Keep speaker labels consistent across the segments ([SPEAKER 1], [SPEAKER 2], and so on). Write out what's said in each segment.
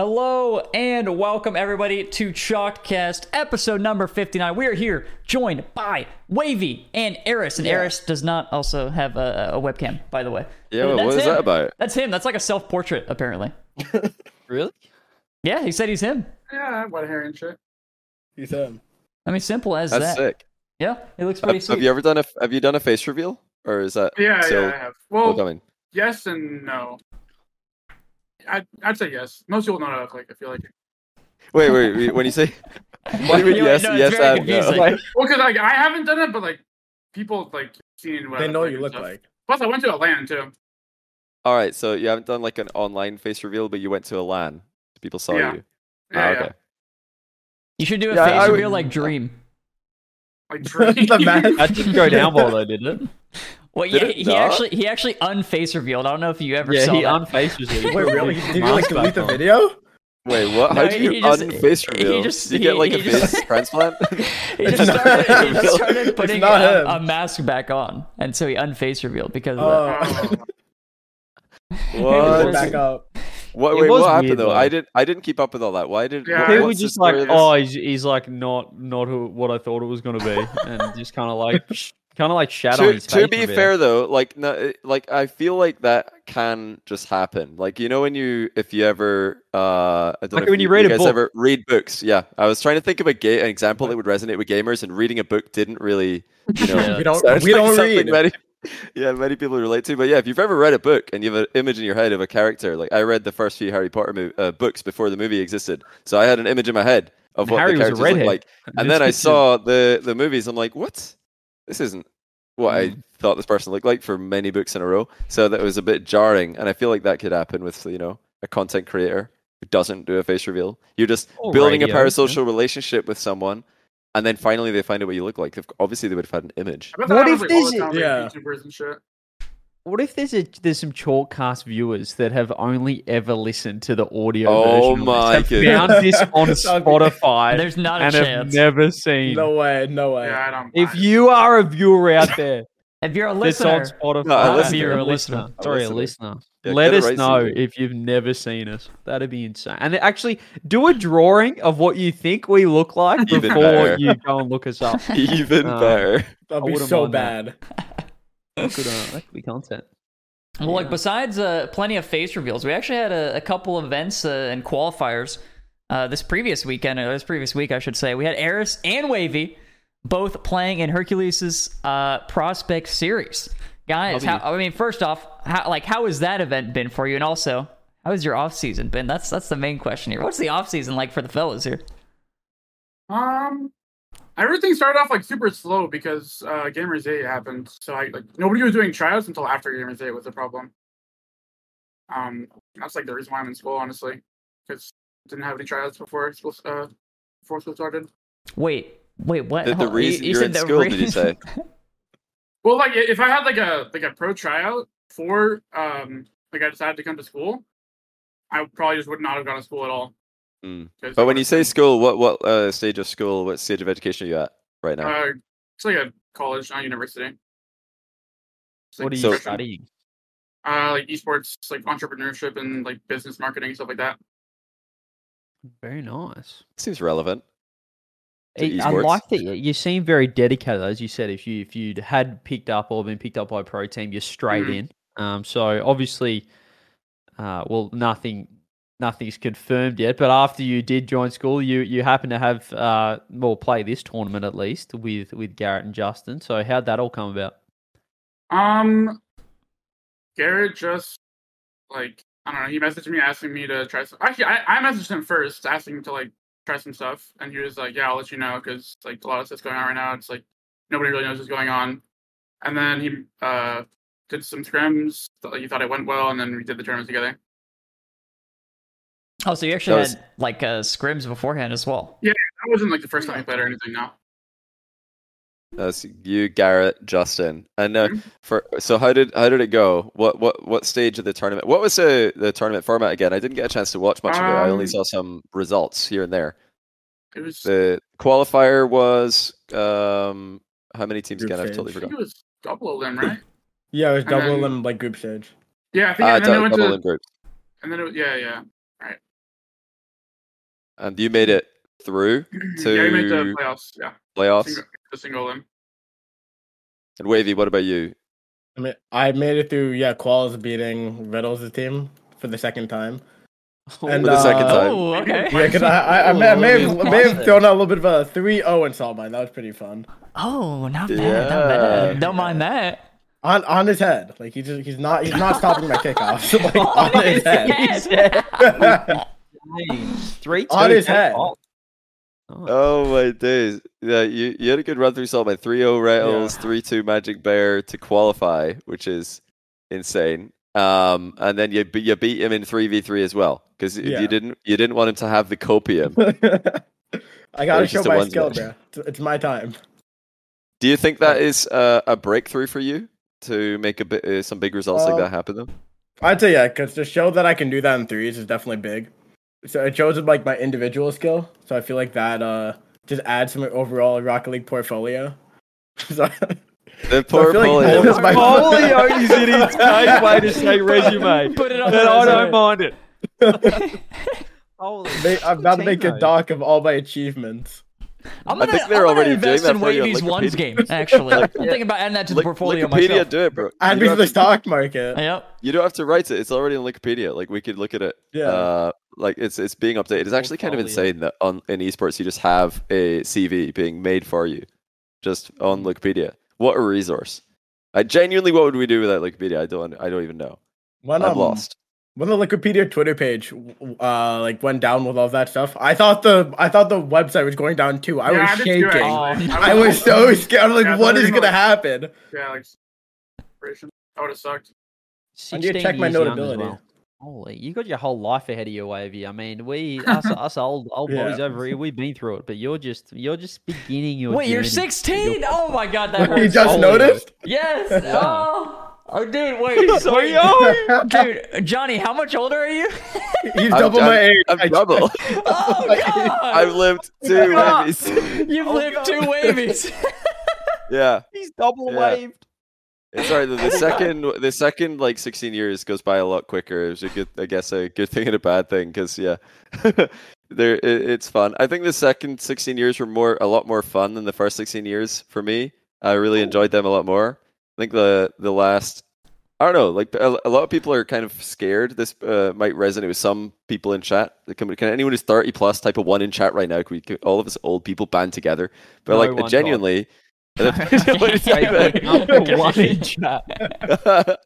[SPEAKER 1] Hello and welcome everybody to Chalkcast episode number 59. We are here joined by Wavy and Eris. And Eris does not also have a, a webcam, by the way.
[SPEAKER 2] Yeah,
[SPEAKER 1] That's
[SPEAKER 2] what is
[SPEAKER 1] him.
[SPEAKER 2] that about?
[SPEAKER 1] That's him. That's like a self portrait, apparently.
[SPEAKER 3] Really?
[SPEAKER 1] Yeah, he said he's him.
[SPEAKER 4] Yeah, I white hair and shit.
[SPEAKER 3] You
[SPEAKER 5] um,
[SPEAKER 3] them.
[SPEAKER 1] I mean, simple as
[SPEAKER 2] That's
[SPEAKER 1] that.
[SPEAKER 2] sick.
[SPEAKER 1] Yeah, he looks pretty
[SPEAKER 2] Have,
[SPEAKER 1] sweet.
[SPEAKER 2] have you ever done a Have you done a face reveal, or is that
[SPEAKER 4] Yeah,
[SPEAKER 2] So-
[SPEAKER 4] yeah, I have.
[SPEAKER 2] still
[SPEAKER 4] Well,
[SPEAKER 2] coming?
[SPEAKER 4] yes and no. I I'd say yes. Most people know what I look like. I feel like.
[SPEAKER 2] Wait, wait, wait. When you say Why would
[SPEAKER 1] You know,
[SPEAKER 2] yes,
[SPEAKER 1] no, it's
[SPEAKER 2] yes,
[SPEAKER 1] very
[SPEAKER 2] and no.
[SPEAKER 1] confusing.
[SPEAKER 2] Like,
[SPEAKER 4] Well, because like I haven't done it, but like people like seen what I
[SPEAKER 3] They know what
[SPEAKER 4] like
[SPEAKER 3] you
[SPEAKER 4] and
[SPEAKER 3] look
[SPEAKER 4] stuff.
[SPEAKER 3] like.
[SPEAKER 4] Plus, I went to Atlanta too.
[SPEAKER 2] all right, so you haven't done like an online face reveal, but you went to a LAN. People saw
[SPEAKER 4] Yeah.
[SPEAKER 2] you.
[SPEAKER 4] Yeah,
[SPEAKER 2] Ah,
[SPEAKER 4] yeah.
[SPEAKER 2] okay.
[SPEAKER 1] You should do a
[SPEAKER 2] Yeah, I-
[SPEAKER 1] face
[SPEAKER 2] I would-
[SPEAKER 1] reveal like Dream.
[SPEAKER 4] Like Drake.
[SPEAKER 3] The mask. That didn't go down well though, didn't it?
[SPEAKER 1] Well, yeah,
[SPEAKER 2] Did it
[SPEAKER 1] he
[SPEAKER 2] not?
[SPEAKER 1] actually he actually unface revealed. I don't know if you ever
[SPEAKER 3] yeah,
[SPEAKER 1] saw
[SPEAKER 3] he
[SPEAKER 1] that.
[SPEAKER 3] unfaces it.
[SPEAKER 1] Wait, really?
[SPEAKER 3] He
[SPEAKER 5] Did
[SPEAKER 3] put
[SPEAKER 5] you like
[SPEAKER 3] mask
[SPEAKER 5] delete
[SPEAKER 3] back
[SPEAKER 5] the
[SPEAKER 3] on.
[SPEAKER 5] video?
[SPEAKER 2] Wait, what?
[SPEAKER 1] No,
[SPEAKER 2] How do
[SPEAKER 1] he- he
[SPEAKER 2] you
[SPEAKER 1] just-
[SPEAKER 2] un face reveal?
[SPEAKER 1] just-
[SPEAKER 2] Did you get
[SPEAKER 1] he-
[SPEAKER 2] like a
[SPEAKER 1] he just-
[SPEAKER 2] face transplant?
[SPEAKER 1] He just
[SPEAKER 5] It's not
[SPEAKER 1] started, he
[SPEAKER 5] him.
[SPEAKER 1] just started
[SPEAKER 5] It's
[SPEAKER 1] putting
[SPEAKER 5] not
[SPEAKER 1] a,
[SPEAKER 5] him.
[SPEAKER 1] a mask back on, and so he unface revealed because of that.
[SPEAKER 5] Oh,
[SPEAKER 4] Oh, Uh,
[SPEAKER 5] put it
[SPEAKER 2] what?
[SPEAKER 5] back up.
[SPEAKER 2] What?
[SPEAKER 3] It
[SPEAKER 2] Wait,
[SPEAKER 3] was
[SPEAKER 2] what happened
[SPEAKER 3] weird,
[SPEAKER 2] though?
[SPEAKER 3] though.
[SPEAKER 2] I didn't. I didn't keep up with all that. Why did?
[SPEAKER 4] Yeah.
[SPEAKER 2] what-
[SPEAKER 4] They
[SPEAKER 3] They
[SPEAKER 4] were
[SPEAKER 3] were
[SPEAKER 2] what's the
[SPEAKER 3] just like,
[SPEAKER 2] story of this?
[SPEAKER 3] oh, he's, he's like not not who, what I thought it was gonna be, and just kind of like kind of like shadow.
[SPEAKER 2] to,
[SPEAKER 3] his
[SPEAKER 2] to
[SPEAKER 3] face
[SPEAKER 2] be
[SPEAKER 3] a bit.
[SPEAKER 2] fair though like no it- like i feel like that can just happen like you know when you if you ever uh I don't know
[SPEAKER 3] Like
[SPEAKER 2] if
[SPEAKER 3] when you read a
[SPEAKER 2] guys
[SPEAKER 3] book.
[SPEAKER 2] ever read books yeah i was trying to think of a ga- an example that would resonate with gamers and reading a book didn't really you know
[SPEAKER 3] Yeah.
[SPEAKER 5] We don't.
[SPEAKER 2] sounds
[SPEAKER 5] we
[SPEAKER 2] like
[SPEAKER 5] don't
[SPEAKER 2] something
[SPEAKER 5] read.
[SPEAKER 2] many, yeah many people relate to but yeah if you've ever read a book and you have an image in your head of a character like i read the first few harry potter mo- uh, books before the movie existed so i had an image in my head of
[SPEAKER 3] And
[SPEAKER 2] what
[SPEAKER 3] Harry
[SPEAKER 2] the
[SPEAKER 3] was a
[SPEAKER 2] characters looked
[SPEAKER 3] redhead.
[SPEAKER 2] like and then I saw the the movies. I'm like, what? This isn't what I
[SPEAKER 3] Mm.
[SPEAKER 2] thought this person looked like for many books in a row. So that was a bit jarring, and I feel like that could happen with you know a content creator who doesn't do a face reveal. You're just
[SPEAKER 3] Or
[SPEAKER 2] building
[SPEAKER 3] radio,
[SPEAKER 2] a
[SPEAKER 3] Oh, yeah.
[SPEAKER 2] parasocial relationship with someone, and then finally they find out what you look like. They've- Obviously, they would have had an image.
[SPEAKER 4] I bet that
[SPEAKER 3] What
[SPEAKER 4] happens,
[SPEAKER 3] if
[SPEAKER 4] like, all
[SPEAKER 3] this
[SPEAKER 4] the
[SPEAKER 3] is-
[SPEAKER 4] time, like,
[SPEAKER 5] yeah.
[SPEAKER 4] YouTubers and shit.
[SPEAKER 3] What if there's a there's some chalkcast viewers that have only ever listened to the audio
[SPEAKER 2] Oh
[SPEAKER 3] version?
[SPEAKER 2] my
[SPEAKER 3] of this, have found this on
[SPEAKER 5] That'd be- Oh,
[SPEAKER 3] Spotify
[SPEAKER 1] There's not a
[SPEAKER 3] and have
[SPEAKER 1] chance.
[SPEAKER 3] never seen.
[SPEAKER 5] No way. No way.
[SPEAKER 4] Yeah, I don't.
[SPEAKER 3] If
[SPEAKER 4] I-
[SPEAKER 3] you are a viewer out there
[SPEAKER 1] If you're a
[SPEAKER 3] that's
[SPEAKER 1] listener,
[SPEAKER 3] on Spotify,
[SPEAKER 2] No, a
[SPEAKER 3] if
[SPEAKER 2] listener.
[SPEAKER 3] you're
[SPEAKER 1] A
[SPEAKER 3] a
[SPEAKER 1] listener.
[SPEAKER 3] listener,
[SPEAKER 2] A
[SPEAKER 3] sorry, a
[SPEAKER 2] listener.
[SPEAKER 3] listener,
[SPEAKER 2] Yeah,
[SPEAKER 3] let
[SPEAKER 2] get it
[SPEAKER 3] us
[SPEAKER 2] right,
[SPEAKER 3] know
[SPEAKER 2] Caesar.
[SPEAKER 3] if you've never seen us. That'd be insane. And actually, do a drawing of what you think we look like
[SPEAKER 2] Even
[SPEAKER 3] before
[SPEAKER 2] better.
[SPEAKER 3] you go and look us up.
[SPEAKER 2] Even
[SPEAKER 3] Uh,
[SPEAKER 2] better.
[SPEAKER 5] That'd
[SPEAKER 3] I
[SPEAKER 5] be
[SPEAKER 3] wouldn't
[SPEAKER 5] so
[SPEAKER 3] mind that.
[SPEAKER 5] bad.
[SPEAKER 3] Good, uh, that could be content.
[SPEAKER 1] well, like
[SPEAKER 3] Yeah.
[SPEAKER 1] besides uh, plenty of face reveals, we actually had a, a couple events uh, and qualifiers uh, this previous weekend, or this previous week, I should say. We had Eris and Wavy both playing in Hercules' uh, prospect series. Guys, how, I mean, first off, how, like, how has that event been for you? And also, how has your off season been? That's that's the main question here. What's the off season like for the fellas here?
[SPEAKER 4] Um, everything started off like super slow because uh, Gamers Day happened, so I like nobody was doing tryouts until after Gamers Day was a problem. Um, that's like the reason why I'm in school, honestly, because didn't have any tryouts before school uh, before school started.
[SPEAKER 1] Wait, wait, what?
[SPEAKER 2] The, the
[SPEAKER 1] Hold- you-
[SPEAKER 2] reason
[SPEAKER 1] you
[SPEAKER 2] you, are
[SPEAKER 1] said
[SPEAKER 2] in
[SPEAKER 1] the
[SPEAKER 2] school, did you
[SPEAKER 1] reason-
[SPEAKER 2] say?
[SPEAKER 4] Well, like i- if I had like a like a pro tryout for um like I decided to come to school, I probably just would not have gone to school at all.
[SPEAKER 2] Mm.
[SPEAKER 4] 'cause I
[SPEAKER 2] But when
[SPEAKER 4] would've
[SPEAKER 2] you say
[SPEAKER 4] been-
[SPEAKER 2] school, what what uh, stage of school, what stage of education are you at right now?
[SPEAKER 4] uh, it's like a college, not university. It's,
[SPEAKER 3] What
[SPEAKER 4] like,
[SPEAKER 3] are you
[SPEAKER 2] So-
[SPEAKER 3] studying?
[SPEAKER 4] uh, like esports, like entrepreneurship and like business marketing stuff like that.
[SPEAKER 3] Very nice.
[SPEAKER 2] Seems relevant. To
[SPEAKER 3] It- E, I
[SPEAKER 2] esports.
[SPEAKER 3] like that you- you seem very dedicated, as you said. If you if you'd had picked up or been picked up by a pro team, you're straight
[SPEAKER 4] Mhm.
[SPEAKER 3] in. Um, so obviously, uh, well, nothing nothing's confirmed yet. But after you did join school, you you happen to have uh, well play this tournament at least with with Garrett and Justin. So how'd that all come about?
[SPEAKER 4] Um, Garrett just like I don't know. He messaged me asking me to try some. Actually, I, I messaged him first asking him to like try some stuff, and he was like, "Yeah, I'll let you know," because like a lot of stuff's going on right now. It's like nobody really knows what's going on. And then he uh did some scrims. Thought, like, he thought it went well, and then we did the tournament together.
[SPEAKER 1] Oh, so you actually
[SPEAKER 2] That was-
[SPEAKER 1] had like uh, scrims beforehand as well.
[SPEAKER 4] That wasn't like the first time he played or anything. No.
[SPEAKER 2] That's Uh, you, Garrett, Justin, and uh,
[SPEAKER 4] Mhm.
[SPEAKER 2] for so how did how did it go? What what what stage of the tournament? What was the the tournament format again? I didn't get a chance to watch much of it. I only
[SPEAKER 4] Um,
[SPEAKER 2] saw some results here and there.
[SPEAKER 4] It was.
[SPEAKER 2] The qualifier was um how many teams
[SPEAKER 5] Group
[SPEAKER 2] again? I've totally
[SPEAKER 4] I think
[SPEAKER 2] forgotten.
[SPEAKER 4] it was double of them, right?
[SPEAKER 5] Yeah, it was
[SPEAKER 4] And
[SPEAKER 5] double
[SPEAKER 4] then-
[SPEAKER 5] them like group stage.
[SPEAKER 4] Yeah, I think.
[SPEAKER 2] Ah,
[SPEAKER 4] and then they
[SPEAKER 2] dou-
[SPEAKER 4] went
[SPEAKER 2] double
[SPEAKER 4] to
[SPEAKER 2] in groups.
[SPEAKER 4] And then it, yeah, yeah.
[SPEAKER 2] and you made it through to
[SPEAKER 4] yeah, we made the playoffs. Yeah,
[SPEAKER 2] playoffs.
[SPEAKER 4] single, the single in.
[SPEAKER 2] And Wavy, what about you?
[SPEAKER 5] I mean, I made it through. Yeah, Qualls beating Riddles' team for the second time. And,
[SPEAKER 2] For the second
[SPEAKER 5] uh,
[SPEAKER 2] time.
[SPEAKER 1] Oh, okay.
[SPEAKER 5] Yeah, because I, I, I may, I may
[SPEAKER 3] Ooh,
[SPEAKER 5] have, may have
[SPEAKER 3] positive.
[SPEAKER 5] thrown out a little bit of a 3-0 insult mine. That was pretty fun.
[SPEAKER 1] Oh, not bad. Not
[SPEAKER 2] Yeah.
[SPEAKER 1] bad. Don't mind that.
[SPEAKER 5] On on his head, like he just he's not he's not stopping my kickoffs. Like, on his head.
[SPEAKER 3] Three
[SPEAKER 5] On his head.
[SPEAKER 2] Oh my days! Yeah, you, you had a good run through Salt by 3-0 Rattles, 3-2 Magic Bear to qualify, which is insane. Um, and then you be- you beat him in 3v3 as well because
[SPEAKER 5] Yeah.
[SPEAKER 2] you didn't you didn't want him to have the copium.
[SPEAKER 5] I gotta
[SPEAKER 2] It's
[SPEAKER 5] show
[SPEAKER 2] just a
[SPEAKER 5] my
[SPEAKER 2] one
[SPEAKER 5] skill,
[SPEAKER 2] match.
[SPEAKER 5] bro. It's, it's my time.
[SPEAKER 2] Do you think that is uh, a breakthrough for you to make a bit uh, some big results like
[SPEAKER 5] Well,
[SPEAKER 2] that happen? Though
[SPEAKER 5] I'd say yeah, because to show that I can do that in threes is definitely big. So it shows like my individual skill. So I feel like that uh just adds to my overall Rocket League portfolio. so,
[SPEAKER 2] the
[SPEAKER 5] so I feel like
[SPEAKER 2] portfolio.
[SPEAKER 5] all of my-
[SPEAKER 3] Portfolio is an insane way to say resume.
[SPEAKER 1] Put it on
[SPEAKER 3] But
[SPEAKER 1] the
[SPEAKER 3] I don't
[SPEAKER 1] resume.
[SPEAKER 3] mind it. Holy
[SPEAKER 5] They, I'm about to make a doc of all my achievements.
[SPEAKER 1] I'm
[SPEAKER 2] I
[SPEAKER 1] gonna,
[SPEAKER 2] think they're
[SPEAKER 1] I'm gonna
[SPEAKER 2] already doing
[SPEAKER 1] invest
[SPEAKER 2] that
[SPEAKER 1] in
[SPEAKER 2] for you on
[SPEAKER 1] Wavy's ones
[SPEAKER 2] Wikipedia.
[SPEAKER 1] game. Actually, I'm
[SPEAKER 2] Yeah.
[SPEAKER 1] thinking about adding that to the
[SPEAKER 2] Lik-
[SPEAKER 1] portfolio
[SPEAKER 2] Wikipedia,
[SPEAKER 1] myself.
[SPEAKER 2] do it, bro.
[SPEAKER 5] Add
[SPEAKER 2] You don't
[SPEAKER 5] me to the
[SPEAKER 2] have to-
[SPEAKER 5] stock market.
[SPEAKER 1] Yep.
[SPEAKER 2] You don't have to write it. It's already on Wikipedia. Like we could look at it.
[SPEAKER 5] Yeah.
[SPEAKER 2] Uh, like it's it's being updated. It's actually kind of
[SPEAKER 3] Portfolio.
[SPEAKER 2] insane that on in esports you just have a CV being made for you, just on
[SPEAKER 5] Mm-hmm.
[SPEAKER 2] Wikipedia. What a resource! I genuinely, what would we do without Wikipedia? I don't. I don't even know.
[SPEAKER 5] When
[SPEAKER 2] I'm
[SPEAKER 5] um,
[SPEAKER 2] lost.
[SPEAKER 5] When the Wikipedia Twitter page uh like went down with all that stuff, I thought the I thought the website was going down too. I
[SPEAKER 4] yeah,
[SPEAKER 5] was
[SPEAKER 4] I did too,
[SPEAKER 5] shaking.
[SPEAKER 4] actually.
[SPEAKER 1] Oh,
[SPEAKER 5] I was so scared. I'm like,
[SPEAKER 4] Yeah,
[SPEAKER 5] what is
[SPEAKER 4] something
[SPEAKER 5] gonna
[SPEAKER 4] like-
[SPEAKER 5] happen?
[SPEAKER 4] Yeah, like separation. That would have sucked.
[SPEAKER 5] I need to check my notability.
[SPEAKER 3] Holy, you got your whole life ahead of you, Wavy. I mean, we us us old old
[SPEAKER 5] Yeah.
[SPEAKER 3] boys over here, we've been through it, but you're just you're just beginning your.
[SPEAKER 1] Wait, you're
[SPEAKER 3] journey.
[SPEAKER 1] 16? Oh my god, that
[SPEAKER 5] You
[SPEAKER 1] hurts.
[SPEAKER 5] just
[SPEAKER 1] Oh,
[SPEAKER 5] noticed?
[SPEAKER 1] Yes.
[SPEAKER 3] Yeah.
[SPEAKER 1] Oh. Oh, dude, wait.
[SPEAKER 3] So
[SPEAKER 1] wait.
[SPEAKER 3] young.
[SPEAKER 1] Dude, Johnny, how much older are you?
[SPEAKER 5] He's
[SPEAKER 2] I'm-
[SPEAKER 5] double
[SPEAKER 2] I'm,
[SPEAKER 5] my age.
[SPEAKER 2] I'm
[SPEAKER 5] I-
[SPEAKER 2] double.
[SPEAKER 1] Oh god.
[SPEAKER 2] I've lived two
[SPEAKER 1] God.
[SPEAKER 2] Emmys.
[SPEAKER 1] You've lived two wavies.
[SPEAKER 2] yeah.
[SPEAKER 3] He's double
[SPEAKER 2] Yeah.
[SPEAKER 3] waved.
[SPEAKER 2] It's alright. The, the second, the second like sixteen years goes by a lot quicker. It's a good, I guess, a good thing and a bad thing because yeah, there it, it's fun. I think the second sixteen years were more, a lot more fun than the first sixteen years for me. I really enjoyed them a lot more. I think the the last, I don't know, like a, a lot of people are kind of scared. This uh, might resonate with some people in chat. Can, can anyone who's thirty plus type a one in chat right now? Can we can all of us old people band together? But
[SPEAKER 3] No one,
[SPEAKER 2] like
[SPEAKER 3] Todd.
[SPEAKER 2] genuinely.
[SPEAKER 3] Number one in chat.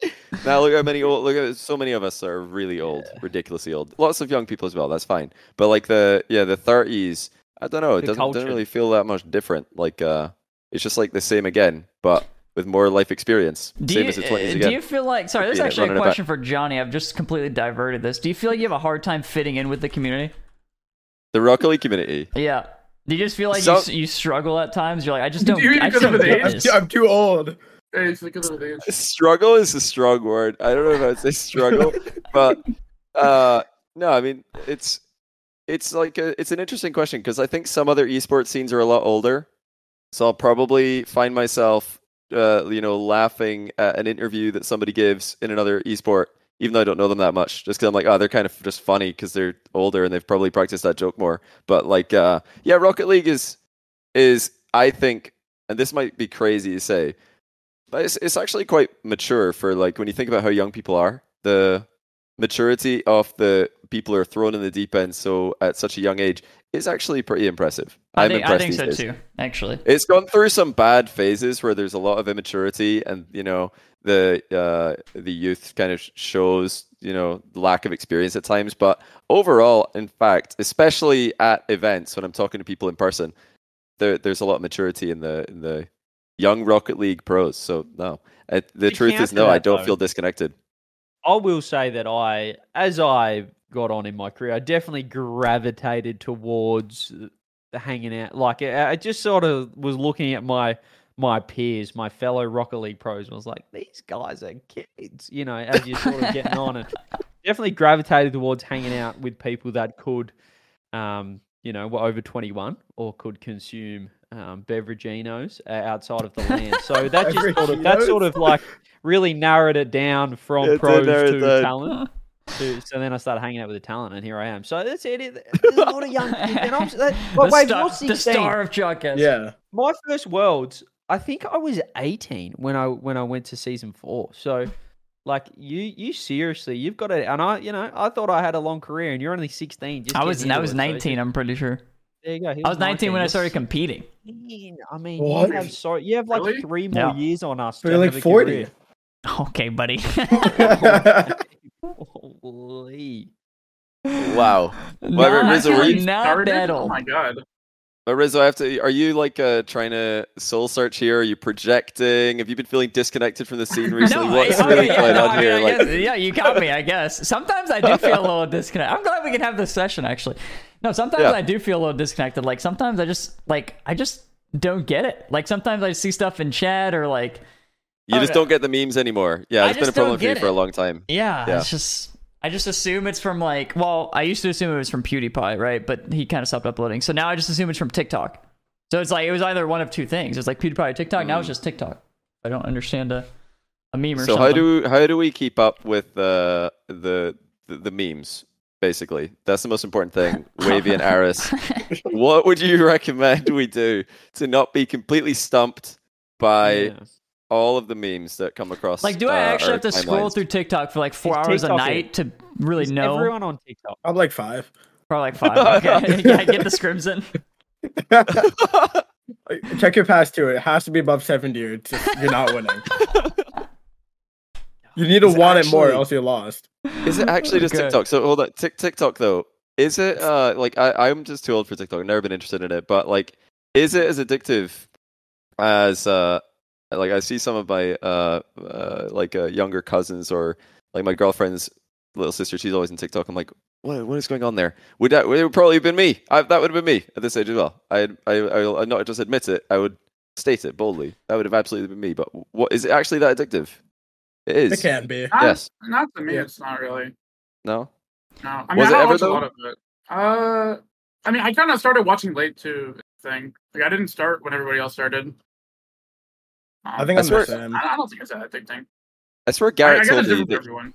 [SPEAKER 2] now look how many old look at so many of us are really old, ridiculously old. Lots of young people as well. That's fine. But like the yeah the thirties, I don't know. It
[SPEAKER 3] The
[SPEAKER 2] doesn't,
[SPEAKER 3] culture.
[SPEAKER 2] doesn't really feel that much different. Like uh, it's just like the same again, but with more life experience.
[SPEAKER 1] Do
[SPEAKER 2] same
[SPEAKER 1] you,
[SPEAKER 2] as the twenties
[SPEAKER 1] uh,
[SPEAKER 2] again.
[SPEAKER 1] do you feel like sorry, this is
[SPEAKER 2] Being it,
[SPEAKER 1] actually a
[SPEAKER 2] running it back.
[SPEAKER 1] question for Johnny. I've just completely diverted this. Do you feel like you have a hard time fitting in with the community?
[SPEAKER 2] The Rocket League community.
[SPEAKER 1] Yeah. Do you just feel like
[SPEAKER 2] So-
[SPEAKER 1] you s you struggle at times? You're like, I just don't.
[SPEAKER 4] Do you mean
[SPEAKER 1] I just
[SPEAKER 4] because of
[SPEAKER 1] don't
[SPEAKER 4] his
[SPEAKER 1] get
[SPEAKER 4] age?
[SPEAKER 5] I'm,
[SPEAKER 1] this.
[SPEAKER 5] too, I'm too old.
[SPEAKER 4] It's because of the age.
[SPEAKER 2] struggle is a strong word. I don't know if I'd say struggle, but uh, no, I mean it's it's like a, it's an interesting question because I think some other esports scenes are a lot older, so I'll probably find myself uh, you know laughing at an interview that somebody gives in another esport. Even though I don't know them that much, just because I'm like, oh, they're kind of just funny because they're older and they've probably practiced that joke more. But like, uh, yeah, Rocket League is is I think, and this might be crazy to say, but it's it's actually quite mature for like when you think about how young people are. The maturity of the people who are thrown in the deep end so at such a young age is actually pretty impressive.
[SPEAKER 1] I
[SPEAKER 2] I'm
[SPEAKER 1] think, I
[SPEAKER 2] impressed
[SPEAKER 1] think
[SPEAKER 2] these
[SPEAKER 1] so
[SPEAKER 2] days.
[SPEAKER 1] too. Actually,
[SPEAKER 2] It's gone through some bad phases where there's a lot of immaturity, and you know the uh, the youth kind of shows you know lack of experience at times. But overall, in fact, especially at events when I'm talking to people in person, there there's a lot of maturity in the in the young Rocket League pros. So no, I, the
[SPEAKER 3] To
[SPEAKER 2] truth is
[SPEAKER 3] counter
[SPEAKER 2] no, I
[SPEAKER 3] that,
[SPEAKER 2] don't
[SPEAKER 3] though-
[SPEAKER 2] feel disconnected.
[SPEAKER 3] I will say that I, as I got on in my career, I definitely gravitated towards the hanging out. Like I I just sort of was looking at my my peers, my fellow Rocket League pros, and was like, these guys are kids, you know. As you're sort of getting on, and definitely gravitated towards hanging out with people that could, um, you know, were over 21 or could consume. Um, beveraginos uh, outside of the land, so that just sort of that sort of like really narrowed it down from
[SPEAKER 2] Yeah, it did
[SPEAKER 3] pros
[SPEAKER 2] narrow it
[SPEAKER 3] to
[SPEAKER 2] down.
[SPEAKER 3] talent. to, so then I started hanging out with the talent, and here I am. So that's it. it there's a lot of young kids, and I'm. That, but
[SPEAKER 1] the,
[SPEAKER 3] wait,
[SPEAKER 1] star,
[SPEAKER 3] you're
[SPEAKER 1] the
[SPEAKER 3] 16.
[SPEAKER 1] star of Jockeys.
[SPEAKER 5] Yeah.
[SPEAKER 3] My first worlds. I think I was 18 when I when I went to season four. So, like you, you seriously, you've got it. And I, you know, I thought I had a long career, and you're only 16. Just
[SPEAKER 1] I was
[SPEAKER 3] getting
[SPEAKER 1] I
[SPEAKER 3] into
[SPEAKER 1] was
[SPEAKER 3] it, so it's-
[SPEAKER 1] 19. I'm pretty sure.
[SPEAKER 3] There you go. he
[SPEAKER 1] I was 19 when I
[SPEAKER 3] You're
[SPEAKER 1] started competing.
[SPEAKER 3] 16. I mean,
[SPEAKER 5] What?
[SPEAKER 3] you have so you have like
[SPEAKER 4] Really?
[SPEAKER 3] three
[SPEAKER 1] Yeah.
[SPEAKER 3] more years on us.
[SPEAKER 5] But
[SPEAKER 3] to
[SPEAKER 5] you're
[SPEAKER 3] have
[SPEAKER 5] like
[SPEAKER 3] a
[SPEAKER 5] 40.
[SPEAKER 3] career.
[SPEAKER 1] Okay, buddy.
[SPEAKER 3] Holy.
[SPEAKER 2] Wow. Whatever,
[SPEAKER 1] Not-
[SPEAKER 2] Rizzo, were you
[SPEAKER 1] not
[SPEAKER 4] Started?
[SPEAKER 1] at
[SPEAKER 4] Oh
[SPEAKER 1] all.
[SPEAKER 4] my god.
[SPEAKER 2] But Rizzo, I have to. Are you like uh, trying to soul search here? Are you projecting? Have you been feeling disconnected from the scene recently?
[SPEAKER 1] No,
[SPEAKER 2] What's
[SPEAKER 1] I- okay,
[SPEAKER 2] really
[SPEAKER 1] yeah,
[SPEAKER 2] going
[SPEAKER 1] no,
[SPEAKER 2] on
[SPEAKER 1] I mean,
[SPEAKER 2] here?
[SPEAKER 1] I
[SPEAKER 2] Like,
[SPEAKER 1] guess- yeah, you got me. I guess sometimes I do feel a little disconnected. I'm glad we can have this session actually. No, sometimes
[SPEAKER 2] Yeah.
[SPEAKER 1] I do feel a little disconnected. Like sometimes I just like I just don't get it. Like sometimes I see stuff in chat or like
[SPEAKER 2] you just
[SPEAKER 1] okay.
[SPEAKER 2] don't get the memes anymore. Yeah,
[SPEAKER 1] I
[SPEAKER 2] it's been a
[SPEAKER 1] just don't
[SPEAKER 2] problem for you
[SPEAKER 1] get
[SPEAKER 2] for a
[SPEAKER 1] it.
[SPEAKER 2] long time.
[SPEAKER 1] yeah,
[SPEAKER 2] Yeah.
[SPEAKER 1] it's just I just assume it's from like well I used to assume it was from PewDiePie right, but he kind of stopped uploading. So now I just assume it's from TikTok. So it's like it was either one of two things. It's like PewDiePie or TikTok. Now it's just TikTok. I don't understand a a meme or
[SPEAKER 2] Hmm. So
[SPEAKER 1] something.
[SPEAKER 2] how do how do we keep up with uh, the, the the memes? Basically, that's the most important thing. Wavy and Aris, what would you recommend we do to not be completely stumped by
[SPEAKER 3] Yeah.
[SPEAKER 2] all of the memes that come across?
[SPEAKER 1] Like, do
[SPEAKER 2] uh,
[SPEAKER 1] I
[SPEAKER 2] our
[SPEAKER 1] actually have to scroll
[SPEAKER 2] timelines?
[SPEAKER 1] through TikTok for like four
[SPEAKER 3] Is
[SPEAKER 1] hours
[SPEAKER 3] TikTok
[SPEAKER 1] a night to really
[SPEAKER 3] Is
[SPEAKER 1] know?
[SPEAKER 3] Everyone on TikTok.
[SPEAKER 5] I'm like five.
[SPEAKER 1] Probably like five. Okay, yeah, get the scrims in.
[SPEAKER 5] Check your pass too. It has to be above 70 or it's just, you're not winning. You need to
[SPEAKER 2] It's
[SPEAKER 5] want it more,
[SPEAKER 2] actually-
[SPEAKER 5] else you're lost.
[SPEAKER 2] Is it actually just
[SPEAKER 1] Okay.
[SPEAKER 2] TikTok? So hold on, Tik TikTok though. Is it uh like I I'm just too old for TikTok. I've never been interested in it, but like, is it as addictive as uh like I see some of my uh, uh like uh, younger cousins or like my girlfriend's little sister. She's always in TikTok. I'm like, what what is going on there? Would that would it probably have been me? I, that would have been me at this age as well. I I I not just admit it. I would state it boldly. That would have absolutely been me. But what is it actually that addictive? It is.
[SPEAKER 5] It can be.
[SPEAKER 4] Not,
[SPEAKER 2] Yes.
[SPEAKER 4] Not to me.
[SPEAKER 5] Yeah.
[SPEAKER 4] It's not really.
[SPEAKER 2] No.
[SPEAKER 4] No. I mean,
[SPEAKER 2] Was
[SPEAKER 4] I
[SPEAKER 2] it
[SPEAKER 4] don't
[SPEAKER 2] ever,
[SPEAKER 4] watch
[SPEAKER 2] though?
[SPEAKER 4] a lot of it. Uh, I mean, I kind of started watching late too. Thing. Like, I didn't start when everybody else started. Um,
[SPEAKER 5] I think
[SPEAKER 2] I
[SPEAKER 5] I'm
[SPEAKER 2] swear-
[SPEAKER 5] the same.
[SPEAKER 4] I, I don't think it's that addicting.
[SPEAKER 2] I swear
[SPEAKER 4] I, I
[SPEAKER 2] Garrett
[SPEAKER 4] guess
[SPEAKER 2] told me
[SPEAKER 4] it's different for
[SPEAKER 2] that
[SPEAKER 4] everyone.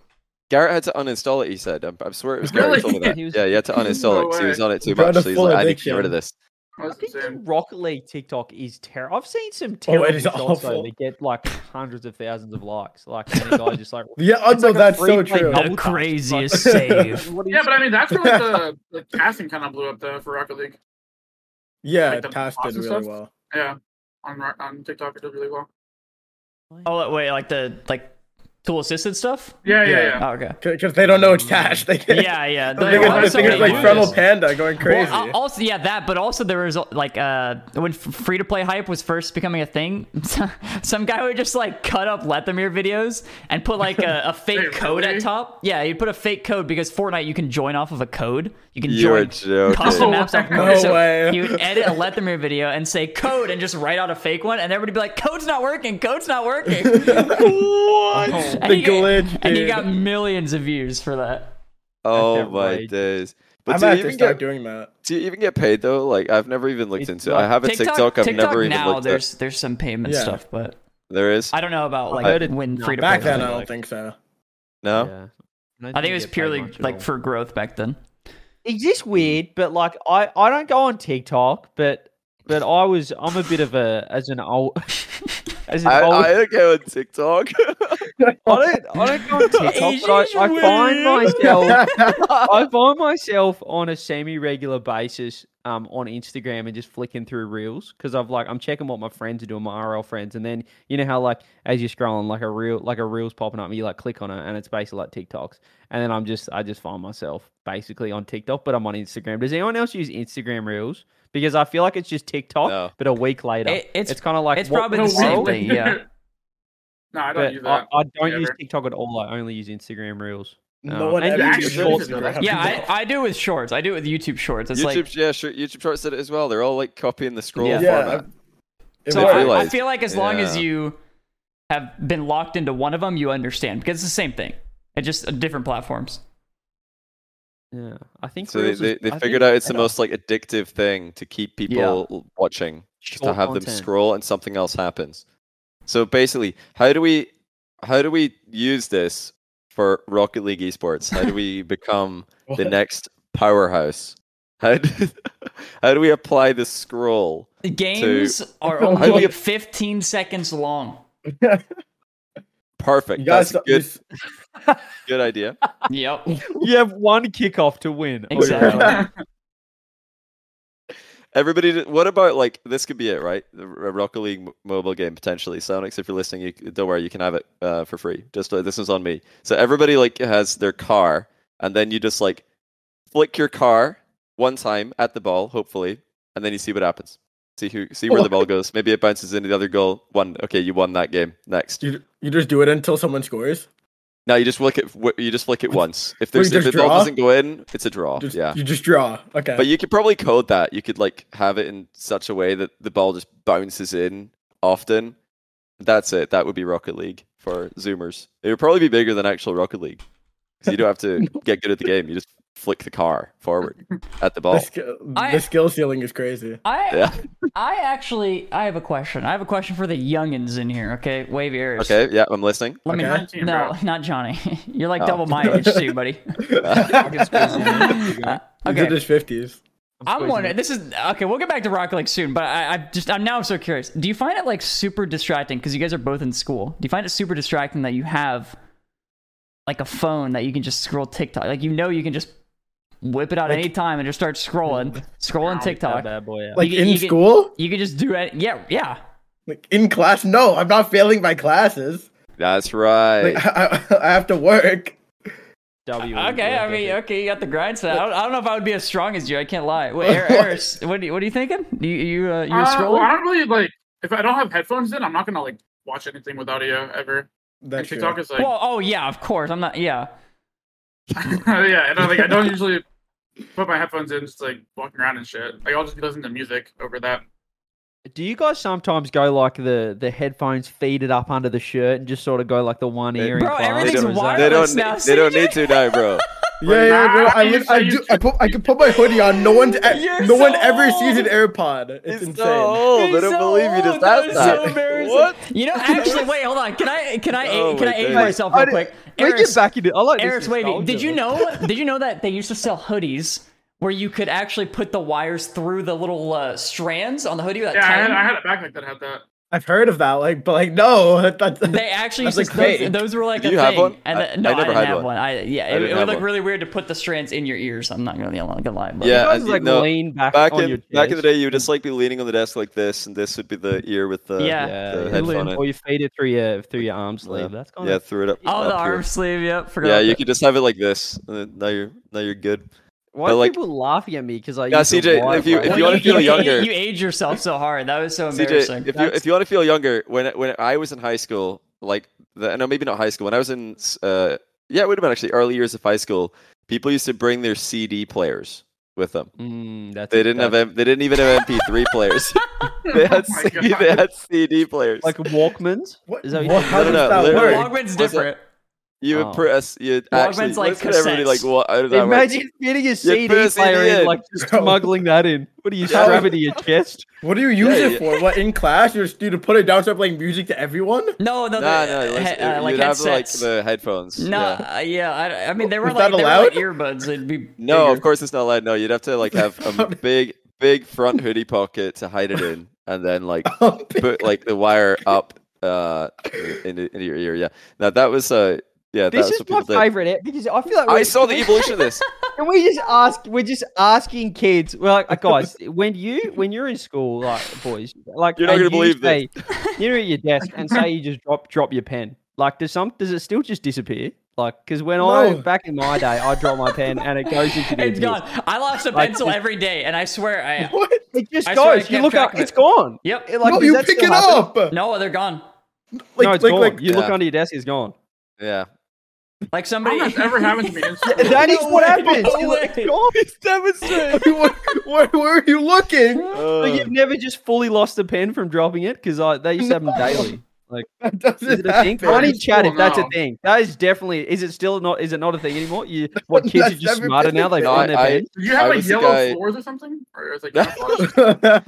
[SPEAKER 2] Garrett had to uninstall it. He said, "I'm, I swear it was Garrett who told me
[SPEAKER 4] Really?
[SPEAKER 2] that."
[SPEAKER 3] He was-
[SPEAKER 2] yeah, he had to uninstall it.
[SPEAKER 4] No
[SPEAKER 2] 'cause He was on it too
[SPEAKER 5] He got
[SPEAKER 2] much.
[SPEAKER 5] a
[SPEAKER 2] So he's
[SPEAKER 5] full
[SPEAKER 2] like, "I need to get rid of
[SPEAKER 5] addiction.
[SPEAKER 2] this."
[SPEAKER 4] I
[SPEAKER 3] I
[SPEAKER 4] was the
[SPEAKER 3] think the
[SPEAKER 4] same.
[SPEAKER 3] Rocket League TikTok is terrible. I've seen some
[SPEAKER 5] Oh,
[SPEAKER 3] terrible
[SPEAKER 5] it is
[SPEAKER 3] shots though
[SPEAKER 5] awful.
[SPEAKER 3] that get like hundreds of thousands of likes. Like and the guy just like
[SPEAKER 5] Yeah, oh,
[SPEAKER 3] It's
[SPEAKER 5] no,
[SPEAKER 3] like a
[SPEAKER 5] that's
[SPEAKER 3] free
[SPEAKER 5] so
[SPEAKER 3] play
[SPEAKER 5] true.
[SPEAKER 3] double
[SPEAKER 1] The
[SPEAKER 3] touch.
[SPEAKER 1] craziest
[SPEAKER 3] Like,
[SPEAKER 1] save.
[SPEAKER 3] what do you
[SPEAKER 4] Yeah, but I mean, that's where like, the, the casting kind of blew up though for Rocket League.
[SPEAKER 5] Yeah,
[SPEAKER 4] Like the
[SPEAKER 5] Task
[SPEAKER 4] boss
[SPEAKER 5] did
[SPEAKER 4] and
[SPEAKER 5] really
[SPEAKER 4] stuff?
[SPEAKER 5] well.
[SPEAKER 4] Yeah, on Ro- on TikTok it did really well.
[SPEAKER 1] Oh wait, like the like tool assisted stuff.
[SPEAKER 4] Yeah, yeah,
[SPEAKER 5] Yeah.
[SPEAKER 4] yeah.
[SPEAKER 1] Oh, okay.
[SPEAKER 5] Because they don't know it's Tash. They
[SPEAKER 1] Yeah, yeah.
[SPEAKER 5] I think,
[SPEAKER 1] Like,
[SPEAKER 5] it's,
[SPEAKER 1] why
[SPEAKER 5] I
[SPEAKER 1] do
[SPEAKER 5] think
[SPEAKER 1] so many
[SPEAKER 5] it's like
[SPEAKER 1] dudes?
[SPEAKER 5] Frontal Panda
[SPEAKER 1] Well,
[SPEAKER 5] going
[SPEAKER 1] oh,
[SPEAKER 5] crazy.
[SPEAKER 1] al- also, yeah, that. But also, there was like uh, when free to play hype was first becoming a thing, some guy would just like cut up Lethemir videos and put like a, a fake
[SPEAKER 4] Wait,
[SPEAKER 1] code
[SPEAKER 4] really?
[SPEAKER 1] at top. Yeah, he'd put a fake code because Fortnite you can join off of a code. You can
[SPEAKER 2] You're
[SPEAKER 1] join
[SPEAKER 2] joking.
[SPEAKER 1] custom maps off
[SPEAKER 4] No
[SPEAKER 1] code. So
[SPEAKER 5] way.
[SPEAKER 1] he would edit a Lethemir video and say code and just write out a fake one, and everybody would be like, "Code's not working. Code's not working."
[SPEAKER 2] what?
[SPEAKER 1] And
[SPEAKER 5] The
[SPEAKER 1] he got-
[SPEAKER 5] glitch,
[SPEAKER 1] and he
[SPEAKER 5] dude.
[SPEAKER 1] got millions of views for that.
[SPEAKER 2] Oh
[SPEAKER 3] can't
[SPEAKER 2] my
[SPEAKER 3] wait.
[SPEAKER 2] days!
[SPEAKER 5] I
[SPEAKER 2] But do
[SPEAKER 5] might
[SPEAKER 2] you
[SPEAKER 5] have to
[SPEAKER 2] even
[SPEAKER 5] start
[SPEAKER 2] get
[SPEAKER 5] doing that.
[SPEAKER 2] do you even get paid though? Like I've never even looked
[SPEAKER 3] It's
[SPEAKER 2] into it.
[SPEAKER 3] not-
[SPEAKER 2] I have a TikTok. I've
[SPEAKER 1] TikTok
[SPEAKER 2] never even
[SPEAKER 1] now.
[SPEAKER 2] looked at.
[SPEAKER 1] there's there's some payment
[SPEAKER 5] Yeah.
[SPEAKER 1] stuff, but
[SPEAKER 2] There is
[SPEAKER 1] I don't know about like
[SPEAKER 3] I heard it-
[SPEAKER 1] when
[SPEAKER 3] no,
[SPEAKER 1] free to play.
[SPEAKER 5] Back
[SPEAKER 3] play
[SPEAKER 5] then, I
[SPEAKER 3] Fortnite.
[SPEAKER 5] don't think so.
[SPEAKER 2] no.
[SPEAKER 3] Yeah.
[SPEAKER 1] I think it was
[SPEAKER 3] you get paid
[SPEAKER 1] purely
[SPEAKER 3] much at all.
[SPEAKER 1] like for growth back then.
[SPEAKER 3] It's just weird, but like I I don't go on TikTok, but but I was I'm a bit of a as an old as an
[SPEAKER 2] I,
[SPEAKER 3] old
[SPEAKER 2] I don't go on TikTok.
[SPEAKER 3] I don't, I don't go on TikTok, but
[SPEAKER 1] Asians
[SPEAKER 3] I, I find
[SPEAKER 1] weird.
[SPEAKER 3] myself, I find myself on a semi-regular basis um, on Instagram and just flicking through reels because I've like I'm checking what my friends are doing, my RL friends, and then you know how like as you're scrolling, like a reel, like a reel's popping up, and you like click on it, and it's basically like TikToks, and then I'm just I just find myself basically on TikTok, but I'm on Instagram. Does anyone else use Instagram reels? Because I feel like it's just TikTok,
[SPEAKER 2] No.
[SPEAKER 3] but a week later,
[SPEAKER 1] It- it's-
[SPEAKER 3] it's, kind of like
[SPEAKER 1] it's
[SPEAKER 3] what
[SPEAKER 1] probably
[SPEAKER 3] in
[SPEAKER 1] the same
[SPEAKER 3] world?
[SPEAKER 1] thing, yeah.
[SPEAKER 4] no, I don't
[SPEAKER 3] But
[SPEAKER 4] use
[SPEAKER 3] I,
[SPEAKER 4] that.
[SPEAKER 3] I don't use
[SPEAKER 4] ever.
[SPEAKER 3] TikTok at all. I only use Instagram Reels.
[SPEAKER 5] No
[SPEAKER 3] Um,
[SPEAKER 5] one
[SPEAKER 3] and
[SPEAKER 5] ever
[SPEAKER 3] YouTube
[SPEAKER 4] uses
[SPEAKER 3] Shorts.
[SPEAKER 4] Instagram.
[SPEAKER 5] Reels.
[SPEAKER 1] Yeah, I, I do with shorts. I do it with YouTube shorts. It's
[SPEAKER 2] YouTube,
[SPEAKER 1] like
[SPEAKER 2] yeah, sure, YouTube Shorts did it as well. They're all like copying the scroll
[SPEAKER 3] Yeah.
[SPEAKER 5] Yeah,
[SPEAKER 2] format.
[SPEAKER 5] It
[SPEAKER 1] so
[SPEAKER 2] didn't
[SPEAKER 5] worked.
[SPEAKER 1] I, I
[SPEAKER 2] realize.
[SPEAKER 1] feel like as long as
[SPEAKER 2] Yeah.
[SPEAKER 1] you have been locked into one of them, you understand because it's the same thing. It's just uh, different platforms.
[SPEAKER 3] Yeah, I think
[SPEAKER 2] So they,
[SPEAKER 3] Reels
[SPEAKER 2] they,
[SPEAKER 3] is-
[SPEAKER 2] they
[SPEAKER 3] I
[SPEAKER 2] figured
[SPEAKER 3] think
[SPEAKER 2] out it's the
[SPEAKER 3] better.
[SPEAKER 2] most like addictive thing to keep people watching. just to
[SPEAKER 3] Short
[SPEAKER 2] have them
[SPEAKER 3] content.
[SPEAKER 2] scroll and something else happens. So basically, how do we how do we use this for Rocket League esports? How do we become the next powerhouse? How do, how do we apply the scroll?
[SPEAKER 1] Games are
[SPEAKER 2] How do
[SPEAKER 1] only
[SPEAKER 2] you-
[SPEAKER 1] 15 seconds long.
[SPEAKER 2] Perfect.
[SPEAKER 5] You guys,
[SPEAKER 2] That's a
[SPEAKER 5] you
[SPEAKER 2] good,
[SPEAKER 5] s-
[SPEAKER 2] good idea.
[SPEAKER 1] Yep.
[SPEAKER 3] You have one kickoff to win.
[SPEAKER 1] Exactly.
[SPEAKER 2] Oh, Everybody, d- what about like this? Could be it, right? The R- Rocket League m- mobile game potentially. Sonics, if you're listening, you, c- don't worry, you can have it uh, for free. Just uh, this is on me. So everybody like has their car, and then you just like flick your car one time at the ball, hopefully, and then you see what happens. See who, see where the ball goes. Maybe it bounces into the other goal. One, okay, you won that game. Next,
[SPEAKER 5] you, you just do it until someone scores.
[SPEAKER 2] now you just flick it. w- You just flick it once. If
[SPEAKER 5] Or you
[SPEAKER 2] there's if the
[SPEAKER 5] just
[SPEAKER 2] ball
[SPEAKER 5] draw?
[SPEAKER 2] doesn't go in, it's a draw.
[SPEAKER 5] Just,
[SPEAKER 2] Oh, yeah,
[SPEAKER 5] You just draw. Okay.
[SPEAKER 2] But you could probably code that. You could like have it in such a way that the ball just bounces in often. That's it. That would be Rocket League for Zoomers. It would probably be bigger than actual Rocket League because you don't have to get good at the game. You just flick the car forward at the
[SPEAKER 5] the,
[SPEAKER 2] ball.
[SPEAKER 5] skill,
[SPEAKER 1] I-
[SPEAKER 5] the skill ceiling is crazy.
[SPEAKER 1] I
[SPEAKER 2] Yeah.
[SPEAKER 1] I actually I have a question. I have a question for the youngins in here. Okay, wavy ears.
[SPEAKER 2] Okay. Yeah, I'm listening.
[SPEAKER 1] Let me
[SPEAKER 5] Okay. Oh.
[SPEAKER 1] know. No, not Johnny. You're like double my age too, buddy. Uh,
[SPEAKER 5] He's in
[SPEAKER 1] okay,
[SPEAKER 5] his fifties.
[SPEAKER 1] I'm wondering. This is okay. We'll get back to Rocket League soon, but I, I just I'm now so curious. Do you find it like super distracting because you guys are both in school? Do you find it super distracting that you have like a phone that you can just scroll TikTok? Like you know you can just whip it out any time and just start scrolling, scrolling
[SPEAKER 3] That
[SPEAKER 1] TikTok.
[SPEAKER 3] bad boy. out.
[SPEAKER 5] Like
[SPEAKER 1] You-
[SPEAKER 5] in
[SPEAKER 1] you get-
[SPEAKER 5] school,
[SPEAKER 1] You can just do it. Yeah, yeah.
[SPEAKER 5] like in class. No, I'm not failing my classes.
[SPEAKER 2] That's right.
[SPEAKER 5] Like I, I, I have to work.
[SPEAKER 3] W.
[SPEAKER 1] Okay, I mean, okay, you got the grind set. I don't, I don't know if I would be as strong as you. I can't lie. Wait, Ar- Aris, what are you, what are you thinking? You you uh, you're
[SPEAKER 4] Uh, well, I
[SPEAKER 1] scrolling.
[SPEAKER 4] don't really like if I don't have headphones in, I'm not gonna like watch anything with audio ever. And
[SPEAKER 5] That's true.
[SPEAKER 4] TikTok is like,
[SPEAKER 1] Well, oh yeah, of course. I'm not. Yeah,
[SPEAKER 4] yeah, and I like I don't usually put my headphones in just like walking around and shit. Like I'll just listen to music over that.
[SPEAKER 3] do you guys sometimes go like the the headphones, feed it up under the shirt, and just sort of go like the one
[SPEAKER 2] They-
[SPEAKER 3] ear?
[SPEAKER 1] Bro,
[SPEAKER 3] inclined,
[SPEAKER 1] everything's
[SPEAKER 3] or is that-
[SPEAKER 2] they don't.
[SPEAKER 1] wireless now,
[SPEAKER 2] need- they don't
[SPEAKER 1] CJ.
[SPEAKER 2] need to now, bro.
[SPEAKER 5] Yeah, yeah, bro.
[SPEAKER 4] Nah,
[SPEAKER 5] I,
[SPEAKER 4] Ah, you
[SPEAKER 5] would, I
[SPEAKER 4] say
[SPEAKER 5] do.
[SPEAKER 4] you-
[SPEAKER 5] I put. I can put my hoodie on. No one's. At,
[SPEAKER 1] You're
[SPEAKER 5] no one
[SPEAKER 1] so
[SPEAKER 5] ever sees an
[SPEAKER 1] old.
[SPEAKER 5] AirPod. It's,
[SPEAKER 2] It's
[SPEAKER 5] insane.
[SPEAKER 2] so old. Oh, They
[SPEAKER 1] He's
[SPEAKER 2] don't
[SPEAKER 1] so
[SPEAKER 2] believe you just
[SPEAKER 1] old. That
[SPEAKER 2] asked
[SPEAKER 1] was
[SPEAKER 2] that.
[SPEAKER 1] so embarrassing.
[SPEAKER 2] what?
[SPEAKER 1] You know, actually, wait, hold on. Can I can I
[SPEAKER 2] Oh
[SPEAKER 1] a- can
[SPEAKER 2] my
[SPEAKER 1] I age
[SPEAKER 2] days.
[SPEAKER 1] myself
[SPEAKER 3] I
[SPEAKER 1] real
[SPEAKER 3] did-
[SPEAKER 1] quick?
[SPEAKER 3] We
[SPEAKER 1] Aris,
[SPEAKER 3] get back into. I like this
[SPEAKER 1] Aris Wavy,
[SPEAKER 3] nostalgia.
[SPEAKER 1] did you know? Did you know that they used to sell hoodies? Where you could actually put the wires through the little uh, strands on the hoodie. That
[SPEAKER 4] Yeah, I had,
[SPEAKER 1] tighten?
[SPEAKER 4] I had a backpack that had that.
[SPEAKER 5] I've heard of that. Like, but like, no. that- That's,
[SPEAKER 1] They actually
[SPEAKER 5] That's
[SPEAKER 1] used to,
[SPEAKER 5] like
[SPEAKER 1] those,
[SPEAKER 5] fake.
[SPEAKER 1] those were like
[SPEAKER 2] Did
[SPEAKER 1] a
[SPEAKER 2] you
[SPEAKER 1] thing.
[SPEAKER 2] have one?
[SPEAKER 1] And
[SPEAKER 2] I-
[SPEAKER 1] the-
[SPEAKER 2] I
[SPEAKER 1] no, I,
[SPEAKER 2] never
[SPEAKER 1] didn't
[SPEAKER 2] had
[SPEAKER 1] have
[SPEAKER 2] one.
[SPEAKER 1] one. I yeah, it,
[SPEAKER 2] didn't
[SPEAKER 1] it would
[SPEAKER 2] have
[SPEAKER 1] look
[SPEAKER 2] one.
[SPEAKER 1] really weird to put the strands in your ears. I'm not gonna, I'm not gonna lie, but
[SPEAKER 2] Yeah,
[SPEAKER 3] guys
[SPEAKER 2] and
[SPEAKER 3] like
[SPEAKER 2] you know-
[SPEAKER 3] lean back,
[SPEAKER 2] back
[SPEAKER 3] on
[SPEAKER 2] in
[SPEAKER 3] your
[SPEAKER 2] back in the
[SPEAKER 3] chairs.
[SPEAKER 2] day, you would just like be leaning on the desk like this, and this would be the ear with the
[SPEAKER 1] Yeah.
[SPEAKER 3] Yeah,
[SPEAKER 2] the
[SPEAKER 3] you
[SPEAKER 2] headphone
[SPEAKER 3] lean-
[SPEAKER 2] in.
[SPEAKER 3] or you feed it through your through your arm sleeve.
[SPEAKER 2] Yeah.
[SPEAKER 3] That's kind
[SPEAKER 2] yeah,
[SPEAKER 3] of
[SPEAKER 2] threw it up.
[SPEAKER 1] Oh, the
[SPEAKER 2] up here.
[SPEAKER 1] arm sleeve. Yep, forgot.
[SPEAKER 2] Yeah,
[SPEAKER 1] about
[SPEAKER 2] you
[SPEAKER 1] that.
[SPEAKER 2] could just have it like this. and then now you're now you're good.
[SPEAKER 3] why
[SPEAKER 2] but
[SPEAKER 3] are
[SPEAKER 2] like-
[SPEAKER 3] people laughing at me because I
[SPEAKER 2] Yeah,
[SPEAKER 3] use the
[SPEAKER 2] CJ,
[SPEAKER 3] wide
[SPEAKER 2] if you- if
[SPEAKER 3] one.
[SPEAKER 1] Well,
[SPEAKER 2] you wanna feel
[SPEAKER 1] you,
[SPEAKER 2] younger-
[SPEAKER 1] you age yourself so hard. That was so embarrassing.
[SPEAKER 2] CJ, if you if you want to feel younger, when when I was in high school, like the, no, maybe not high school. When I was in, uh, yeah, it would have been actually early years of high school. People used to bring their CD players with them.
[SPEAKER 3] Mm, that's
[SPEAKER 2] They didn't have
[SPEAKER 3] that's Oh
[SPEAKER 2] M- they didn't even have MP3 players. they, had
[SPEAKER 4] my
[SPEAKER 2] CD,
[SPEAKER 4] God.
[SPEAKER 2] they had CD players.
[SPEAKER 3] like Walkmans.
[SPEAKER 5] What?
[SPEAKER 3] Is that what
[SPEAKER 5] what-
[SPEAKER 3] you-
[SPEAKER 5] how
[SPEAKER 2] No, no, no,
[SPEAKER 5] does that
[SPEAKER 2] literally.
[SPEAKER 5] work?
[SPEAKER 1] Walgreens
[SPEAKER 2] that-
[SPEAKER 1] different.
[SPEAKER 2] you
[SPEAKER 3] Oh.
[SPEAKER 2] would press you actually
[SPEAKER 1] like
[SPEAKER 2] look at everybody like
[SPEAKER 1] cassettes.
[SPEAKER 2] what? How does that work?
[SPEAKER 3] Imagine getting a
[SPEAKER 2] put
[SPEAKER 3] CD
[SPEAKER 2] a
[SPEAKER 3] player
[SPEAKER 2] CD in.
[SPEAKER 3] in, like just
[SPEAKER 5] Bro.
[SPEAKER 3] smuggling that in. What do you
[SPEAKER 2] Yeah.
[SPEAKER 3] strap it to your chest?
[SPEAKER 5] What do you use
[SPEAKER 2] Yeah,
[SPEAKER 5] it for? What in class? You're just- you to put it down, start playing music to everyone.
[SPEAKER 1] No, no, the-
[SPEAKER 2] No, no,
[SPEAKER 1] he-
[SPEAKER 2] like,
[SPEAKER 1] uh, like
[SPEAKER 2] you'd have like
[SPEAKER 1] headsets.
[SPEAKER 2] the headphones.
[SPEAKER 1] no,
[SPEAKER 2] yeah.
[SPEAKER 1] uh, yeah. I, I mean, they were
[SPEAKER 5] Is that
[SPEAKER 1] like they were like
[SPEAKER 5] allowed?
[SPEAKER 1] earbuds. It'd be
[SPEAKER 2] No,
[SPEAKER 1] bigger.
[SPEAKER 2] of course it's not allowed. No, you'd have to like have a big, big front hoodie pocket to hide it in, and then like put like the wire up uh into, into your ear. Yeah. Now that was uh yeah
[SPEAKER 3] This
[SPEAKER 2] that's
[SPEAKER 3] is
[SPEAKER 2] what
[SPEAKER 3] my
[SPEAKER 2] people did.
[SPEAKER 3] favorite app because I feel like
[SPEAKER 2] I
[SPEAKER 3] we're-
[SPEAKER 2] saw the evolution of this.
[SPEAKER 3] Can we just ask? We're just asking kids. We're like, guys, when you when you're in school, like boys, like
[SPEAKER 2] You're not gonna
[SPEAKER 3] and you
[SPEAKER 2] believe this.
[SPEAKER 3] say- You're at your desk and say you just drop drop your pen. Like, does some does it still just disappear? Like, because when I
[SPEAKER 5] No.
[SPEAKER 3] back in my day, I drop my pen and it goes into the
[SPEAKER 1] It's gone. I lost a
[SPEAKER 3] Like,
[SPEAKER 1] pencil
[SPEAKER 3] it's-
[SPEAKER 1] every day, and I swear I.
[SPEAKER 5] What?
[SPEAKER 3] It just
[SPEAKER 1] I swear I
[SPEAKER 3] goes. You
[SPEAKER 1] kept
[SPEAKER 3] look
[SPEAKER 1] track
[SPEAKER 3] up,
[SPEAKER 1] of
[SPEAKER 3] it's
[SPEAKER 1] it.
[SPEAKER 3] gone.
[SPEAKER 1] Yep.
[SPEAKER 3] It, like,
[SPEAKER 5] no,
[SPEAKER 3] does
[SPEAKER 5] you
[SPEAKER 3] that
[SPEAKER 5] pick
[SPEAKER 3] still
[SPEAKER 5] it
[SPEAKER 3] happen?
[SPEAKER 5] up.
[SPEAKER 1] No, they're gone.
[SPEAKER 5] Like,
[SPEAKER 3] no, it's
[SPEAKER 5] like,
[SPEAKER 3] gone.
[SPEAKER 5] like, uh,
[SPEAKER 3] you look
[SPEAKER 2] Yeah.
[SPEAKER 3] under your desk, it's gone.
[SPEAKER 2] Yeah.
[SPEAKER 1] Like
[SPEAKER 4] I don't
[SPEAKER 1] somebody.
[SPEAKER 4] know if it's ever happened to me. in school.
[SPEAKER 3] That is
[SPEAKER 1] No
[SPEAKER 3] what
[SPEAKER 1] way,
[SPEAKER 3] happens.
[SPEAKER 1] no
[SPEAKER 3] You look- it's
[SPEAKER 1] way.
[SPEAKER 3] gone.
[SPEAKER 5] where, where, where are you looking?
[SPEAKER 3] So you've never just fully lost a pen from dropping it because I they used to have them daily. Like,
[SPEAKER 5] That doesn't
[SPEAKER 3] is it a
[SPEAKER 5] happen.
[SPEAKER 3] thing? Funny chat if
[SPEAKER 4] Well,
[SPEAKER 3] that's a
[SPEAKER 4] no.
[SPEAKER 3] thing. That is definitely. Is it still not? Is it not a thing anymore? You what kids are
[SPEAKER 5] That's
[SPEAKER 3] just
[SPEAKER 5] never
[SPEAKER 3] smarter
[SPEAKER 5] been
[SPEAKER 3] now?
[SPEAKER 5] a
[SPEAKER 3] They've
[SPEAKER 5] thing.
[SPEAKER 3] on their
[SPEAKER 2] I-
[SPEAKER 3] bed.
[SPEAKER 4] Did you
[SPEAKER 2] I
[SPEAKER 4] have like
[SPEAKER 2] was the
[SPEAKER 4] yellow
[SPEAKER 2] guy-
[SPEAKER 4] floors or something? Or it's like
[SPEAKER 2] No.
[SPEAKER 4] camouflage? yeah, I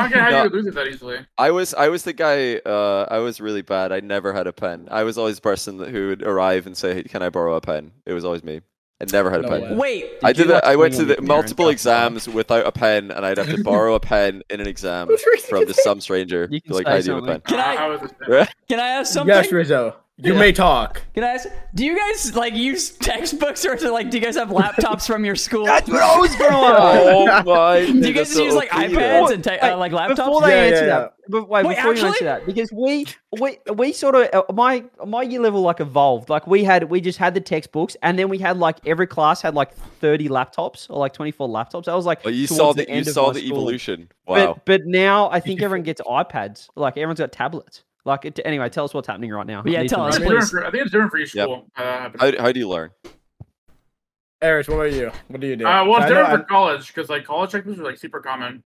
[SPEAKER 4] don't get how
[SPEAKER 2] No.
[SPEAKER 4] you would lose it that easily.
[SPEAKER 2] I was I was the guy. Uh, I was really bad. I never had a pen. I was always the person that, who would arrive and say, hey, "Can I borrow a pen?" It was always me. I never had a
[SPEAKER 5] No
[SPEAKER 2] pen.
[SPEAKER 5] way.
[SPEAKER 1] Wait,
[SPEAKER 2] I
[SPEAKER 3] Did you
[SPEAKER 2] did. that.
[SPEAKER 3] like
[SPEAKER 2] I went
[SPEAKER 3] being
[SPEAKER 2] to
[SPEAKER 3] with
[SPEAKER 2] the
[SPEAKER 3] your
[SPEAKER 2] multiple
[SPEAKER 3] parents outside?
[SPEAKER 2] exams without a pen, and I'd have to borrow a pen in an exam
[SPEAKER 5] Who's raising
[SPEAKER 2] from
[SPEAKER 5] his
[SPEAKER 2] the, some stranger.
[SPEAKER 3] You can
[SPEAKER 2] like,
[SPEAKER 3] say
[SPEAKER 2] I do a
[SPEAKER 3] something.
[SPEAKER 2] pen.
[SPEAKER 1] Can I-
[SPEAKER 4] I was the same.
[SPEAKER 1] can I ask something?
[SPEAKER 5] yes, Rizzo. You may talk.
[SPEAKER 1] Can I ask? Do you guys like use textbooks or is it, like do you guys have laptops from your school?
[SPEAKER 3] That's what I was going on.
[SPEAKER 2] Oh my!
[SPEAKER 1] do you guys just use like iPads and te-
[SPEAKER 3] Wait,
[SPEAKER 1] uh, like
[SPEAKER 3] Before
[SPEAKER 1] laptops?
[SPEAKER 5] Yeah,
[SPEAKER 3] they
[SPEAKER 5] yeah,
[SPEAKER 3] answer
[SPEAKER 5] yeah.
[SPEAKER 3] that, but wait,
[SPEAKER 1] Wait,
[SPEAKER 3] before you
[SPEAKER 1] actually-
[SPEAKER 3] answer that, because we we we sort of uh, my my year level like evolved. Like we had we just had the textbooks, and then we had like every class had like thirty laptops or like twenty four laptops. I was like,
[SPEAKER 2] Oh, you
[SPEAKER 3] towards
[SPEAKER 2] saw the, you
[SPEAKER 3] end of
[SPEAKER 2] saw
[SPEAKER 3] my
[SPEAKER 2] the
[SPEAKER 3] schooling.
[SPEAKER 2] evolution. Wow.
[SPEAKER 3] But but now I think everyone gets iPads. Like everyone's got tablets. Like it, anyway, tell us what's happening right now. I
[SPEAKER 1] Yeah,
[SPEAKER 3] need
[SPEAKER 1] tell
[SPEAKER 3] to
[SPEAKER 4] I,
[SPEAKER 1] us.
[SPEAKER 3] know.
[SPEAKER 4] mean, it's
[SPEAKER 1] please.
[SPEAKER 4] different for, I think it's different for each
[SPEAKER 2] Yep.
[SPEAKER 4] school. Uh, happened.
[SPEAKER 2] How, how do you learn?
[SPEAKER 5] Eris, what about you? What do you do?
[SPEAKER 4] uh, well, it's
[SPEAKER 5] I know
[SPEAKER 4] different
[SPEAKER 5] I'm-
[SPEAKER 4] for college because like college checkbooks are like super common.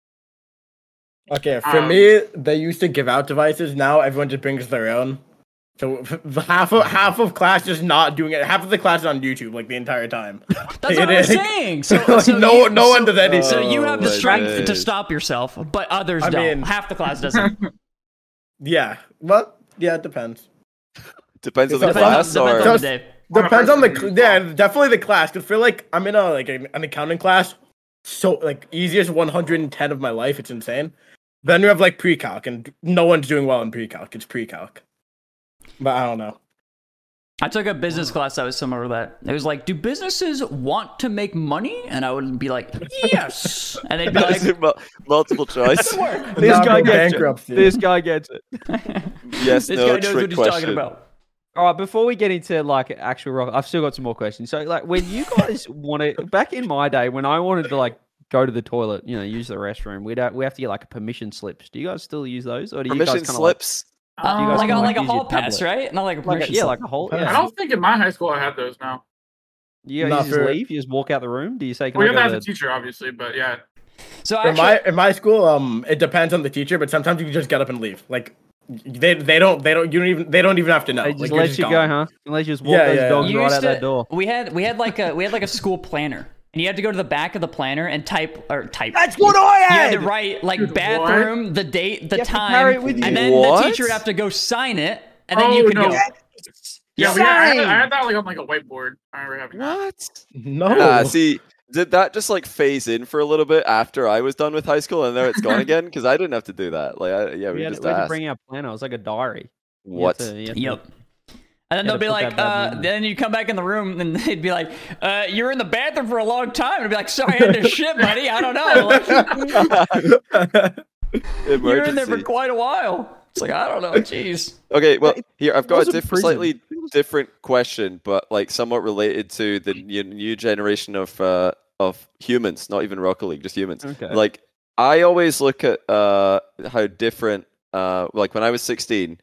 [SPEAKER 5] Okay, for
[SPEAKER 4] Um,
[SPEAKER 5] me, they used to give out devices. Now everyone just brings their own. So f- f- half of half of class just not doing it. Half of the class is on YouTube like the entire time.
[SPEAKER 1] That's what I'm
[SPEAKER 5] It is.
[SPEAKER 1] saying. So,
[SPEAKER 5] Like,
[SPEAKER 1] so
[SPEAKER 5] no,
[SPEAKER 1] you,
[SPEAKER 5] no one does anything.
[SPEAKER 1] So you
[SPEAKER 2] Oh
[SPEAKER 1] have the
[SPEAKER 2] my
[SPEAKER 1] strength to
[SPEAKER 2] days.
[SPEAKER 1] stop yourself, but others
[SPEAKER 5] I
[SPEAKER 1] don't.
[SPEAKER 5] mean-
[SPEAKER 1] Half the class doesn't.
[SPEAKER 5] yeah, well, yeah, it depends.
[SPEAKER 2] Depends on
[SPEAKER 5] It
[SPEAKER 2] the
[SPEAKER 5] depends on-
[SPEAKER 2] class, or
[SPEAKER 1] depends on the day.
[SPEAKER 4] On a
[SPEAKER 5] Depends on the
[SPEAKER 4] person.
[SPEAKER 5] cl- yeah, definitely the class. Cause for like I'm in a like an an accounting class, so like easiest 110 of my life. It's insane. Then you have like pre-calc, and no one's doing well in pre-calc. It's pre-calc, but I don't know.
[SPEAKER 1] I took a business class that was similar to that. It was like, do businesses want to make money? And I would be like, yes. And they'd be like,
[SPEAKER 2] Mul- multiple choice.
[SPEAKER 3] This
[SPEAKER 5] Now
[SPEAKER 3] guy
[SPEAKER 5] I'm
[SPEAKER 3] gets
[SPEAKER 5] bankruptcy.
[SPEAKER 3] it. This guy gets it.
[SPEAKER 2] yes,
[SPEAKER 1] this
[SPEAKER 2] no
[SPEAKER 1] guy knows what
[SPEAKER 2] trick
[SPEAKER 1] he's
[SPEAKER 2] question.
[SPEAKER 1] talking about.
[SPEAKER 3] All right, before we get into like actual rock, I've still got some more questions. So, like, when you guys want to, back in my day, when I wanted to like go to the toilet, you know, use the restroom, we'd have, we have to get like a permission slips. Do you guys still use those, or do you
[SPEAKER 2] Permission
[SPEAKER 3] guys kinda,
[SPEAKER 2] slips.
[SPEAKER 1] Uh,
[SPEAKER 3] guys
[SPEAKER 1] like a,
[SPEAKER 3] can, like,
[SPEAKER 1] like a
[SPEAKER 3] use your
[SPEAKER 1] hall pass,
[SPEAKER 3] tablet.
[SPEAKER 1] right? Not like a
[SPEAKER 3] Like, like a,
[SPEAKER 1] permission
[SPEAKER 3] yeah,
[SPEAKER 1] slip.
[SPEAKER 3] like a whole.
[SPEAKER 4] Um, I
[SPEAKER 3] Yeah.
[SPEAKER 4] don't think in my high school I had those. No,
[SPEAKER 3] You,
[SPEAKER 5] Not
[SPEAKER 3] guys just
[SPEAKER 5] for-
[SPEAKER 3] leave. You just walk out the room. Do you say? Can
[SPEAKER 4] we
[SPEAKER 3] I
[SPEAKER 4] have
[SPEAKER 3] go
[SPEAKER 4] that as
[SPEAKER 3] to
[SPEAKER 4] a teacher, obviously, but yeah,
[SPEAKER 1] so
[SPEAKER 5] In
[SPEAKER 1] actually,
[SPEAKER 5] my in my school, um, it depends on the teacher, but sometimes you can just get up and leave. Like they they don't they don't you don't even they don't even have to know.
[SPEAKER 3] They
[SPEAKER 5] Like,
[SPEAKER 3] just
[SPEAKER 5] you're
[SPEAKER 3] let
[SPEAKER 5] just
[SPEAKER 3] you go,
[SPEAKER 5] gone.
[SPEAKER 3] huh? And let you just walk
[SPEAKER 5] Yeah,
[SPEAKER 3] those
[SPEAKER 5] yeah.
[SPEAKER 3] dogs
[SPEAKER 1] You
[SPEAKER 3] right
[SPEAKER 1] used
[SPEAKER 3] out
[SPEAKER 1] to-
[SPEAKER 3] that door.
[SPEAKER 1] We had we had like a we had like a school planner, and you had to go to the back of the planner and type or type.
[SPEAKER 3] what I
[SPEAKER 1] you had to write like
[SPEAKER 4] Dude,
[SPEAKER 1] bathroom, the date, the
[SPEAKER 3] You have to
[SPEAKER 1] time,
[SPEAKER 3] carry it with you.
[SPEAKER 1] and then
[SPEAKER 2] What?
[SPEAKER 1] the teacher would have to go sign it, and then
[SPEAKER 4] Oh,
[SPEAKER 1] you could
[SPEAKER 4] no.
[SPEAKER 1] go.
[SPEAKER 4] yeah, we had, I, had, I
[SPEAKER 3] Same.
[SPEAKER 4] had that like on like a whiteboard. I remember having that.
[SPEAKER 2] What?
[SPEAKER 5] No.
[SPEAKER 3] Oh. Uh,
[SPEAKER 2] Nah, see, did that just like phase in for a little bit after I was done with high school, and now it's gone again? Because I didn't have to do that. Like, I, yeah, we,
[SPEAKER 3] We had,
[SPEAKER 2] just
[SPEAKER 3] we had to
[SPEAKER 2] asked.
[SPEAKER 3] bring our planner. It was like a diary. You had
[SPEAKER 2] what?
[SPEAKER 3] to- you had to-
[SPEAKER 1] Yep. And then
[SPEAKER 3] Yeah,
[SPEAKER 1] they'll
[SPEAKER 3] to
[SPEAKER 1] be
[SPEAKER 3] put
[SPEAKER 1] like,
[SPEAKER 3] that bad
[SPEAKER 1] uh,
[SPEAKER 3] memory.
[SPEAKER 1] then you come back in the room and they'd be like, uh, you were in the bathroom for a long time. And I'd be like, sorry, I had to shit, buddy. I don't know. Like,
[SPEAKER 2] Emergency.
[SPEAKER 1] you were in there for quite a while. It's like, I don't know. Jeez.
[SPEAKER 2] Okay, well, here I've got a
[SPEAKER 3] wasn't
[SPEAKER 2] diff-
[SPEAKER 3] prison.
[SPEAKER 2] slightly different question, but like somewhat related to the new, new generation of uh, of humans, not even Rocket League, just humans.
[SPEAKER 3] Okay.
[SPEAKER 2] Like I always look at uh, how different, uh, like when I was 16,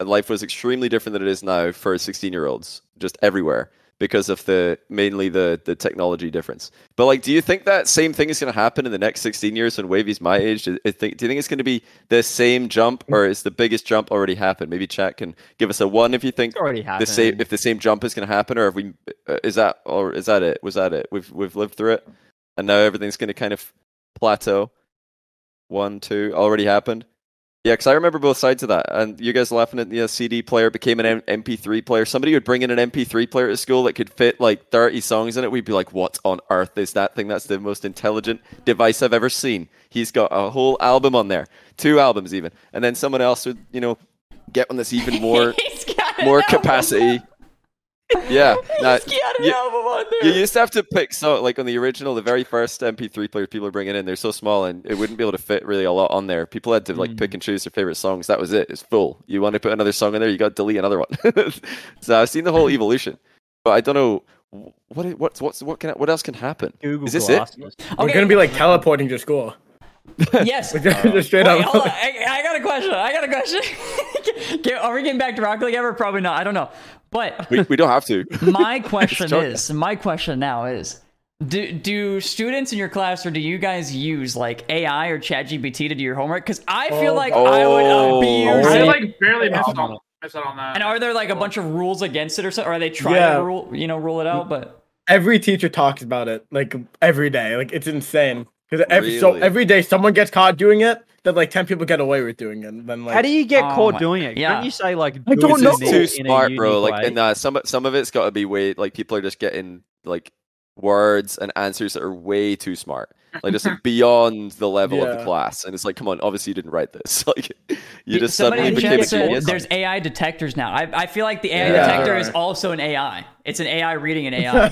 [SPEAKER 2] uh, life was extremely different than it is now for 16 year olds, just everywhere because of the mainly the the technology difference. But like, do you think that same thing is going to happen in the next 16 years when Wavy's my age? Do, I think- do you think it's going to be the same jump, or is the biggest jump already happened? Maybe chat can give us a one if you think
[SPEAKER 3] It's already
[SPEAKER 2] the
[SPEAKER 3] happened.
[SPEAKER 2] same if the same jump is going to happen, or if we uh, is that or is that it? Was that it? We've we've lived through it, and now everything's going to kind of plateau. One, two, already happened. Yeah, because I remember both sides of that. And you guys laughing at the CD player became an M- MP3 player. Somebody would bring in an MP3 player to school that could fit like 30 songs in it. We'd be like, what on earth is that thing? That's the most intelligent device I've ever seen. He's got a whole album on there, two albums even. And then someone else would, you know, get one that's even more
[SPEAKER 1] He's got an
[SPEAKER 2] more
[SPEAKER 1] album.
[SPEAKER 2] capacity. Yeah, nah,
[SPEAKER 1] He's got an
[SPEAKER 2] you-
[SPEAKER 1] album on there.
[SPEAKER 2] you used to have to pick so like on the original, the very first MP3 players people were bringing in, they're so small and it wouldn't be able to fit really a lot on there. People had to like pick and choose their favorite songs. That was it. It's full. You want to put another song in there, you got to delete another one. so I've seen the whole evolution, but I don't know what i- what's what's what can what else can happen.
[SPEAKER 3] Google
[SPEAKER 2] Is this it?
[SPEAKER 3] Glass.
[SPEAKER 5] We're
[SPEAKER 1] Okay.
[SPEAKER 5] gonna be like teleporting to school.
[SPEAKER 1] yes.
[SPEAKER 5] Just,
[SPEAKER 3] Oh.
[SPEAKER 5] just straight
[SPEAKER 1] Wait,
[SPEAKER 5] up.
[SPEAKER 1] hold on. I, I got a question. I got a question. Can- Are we getting back to Rocket League ever? Probably not. I don't know. But
[SPEAKER 2] We, we don't have to.
[SPEAKER 1] my question
[SPEAKER 2] Sure.
[SPEAKER 1] is, my question now is, do do students in your class or do you guys use like AI or ChatGPT to do your homework? Because I feel
[SPEAKER 5] Oh.
[SPEAKER 1] like I would
[SPEAKER 2] Oh.
[SPEAKER 1] abuse
[SPEAKER 4] I
[SPEAKER 1] it.
[SPEAKER 4] like barely
[SPEAKER 5] Yeah.
[SPEAKER 4] missed on missed out on that.
[SPEAKER 1] and are there like a bunch of rules against it or something? Or are they trying
[SPEAKER 5] Yeah.
[SPEAKER 1] to rule you know rule it out? But
[SPEAKER 5] Every teacher talks about it like every day. Like it's insane because every so
[SPEAKER 2] Really?
[SPEAKER 5] every day someone gets caught doing it. Then like ten people get away with doing it. and Then like
[SPEAKER 3] How do you get
[SPEAKER 1] Oh
[SPEAKER 3] caught
[SPEAKER 1] my-
[SPEAKER 3] doing it?
[SPEAKER 1] yeah.
[SPEAKER 3] Don't you say like
[SPEAKER 5] I
[SPEAKER 3] do
[SPEAKER 5] don't
[SPEAKER 2] It's
[SPEAKER 3] it
[SPEAKER 5] know.
[SPEAKER 2] just
[SPEAKER 3] in a-
[SPEAKER 2] too
[SPEAKER 3] in a
[SPEAKER 2] smart, bro.
[SPEAKER 3] unique
[SPEAKER 2] Like,
[SPEAKER 3] way?
[SPEAKER 2] and uh, some some of it's got to be way like people are just getting like words and answers that are way too smart, like just like, beyond the level of the
[SPEAKER 5] Yeah.
[SPEAKER 2] class. And it's like, come on, obviously you didn't write this. Like, you just
[SPEAKER 1] somebody
[SPEAKER 2] suddenly
[SPEAKER 1] in
[SPEAKER 2] became
[SPEAKER 1] chat
[SPEAKER 2] a
[SPEAKER 1] said
[SPEAKER 2] genius.
[SPEAKER 1] there's AI detectors now. I, I feel like the AI
[SPEAKER 2] Yeah.
[SPEAKER 1] detector is
[SPEAKER 5] Right.
[SPEAKER 1] also an AI. It's an AI reading an AI.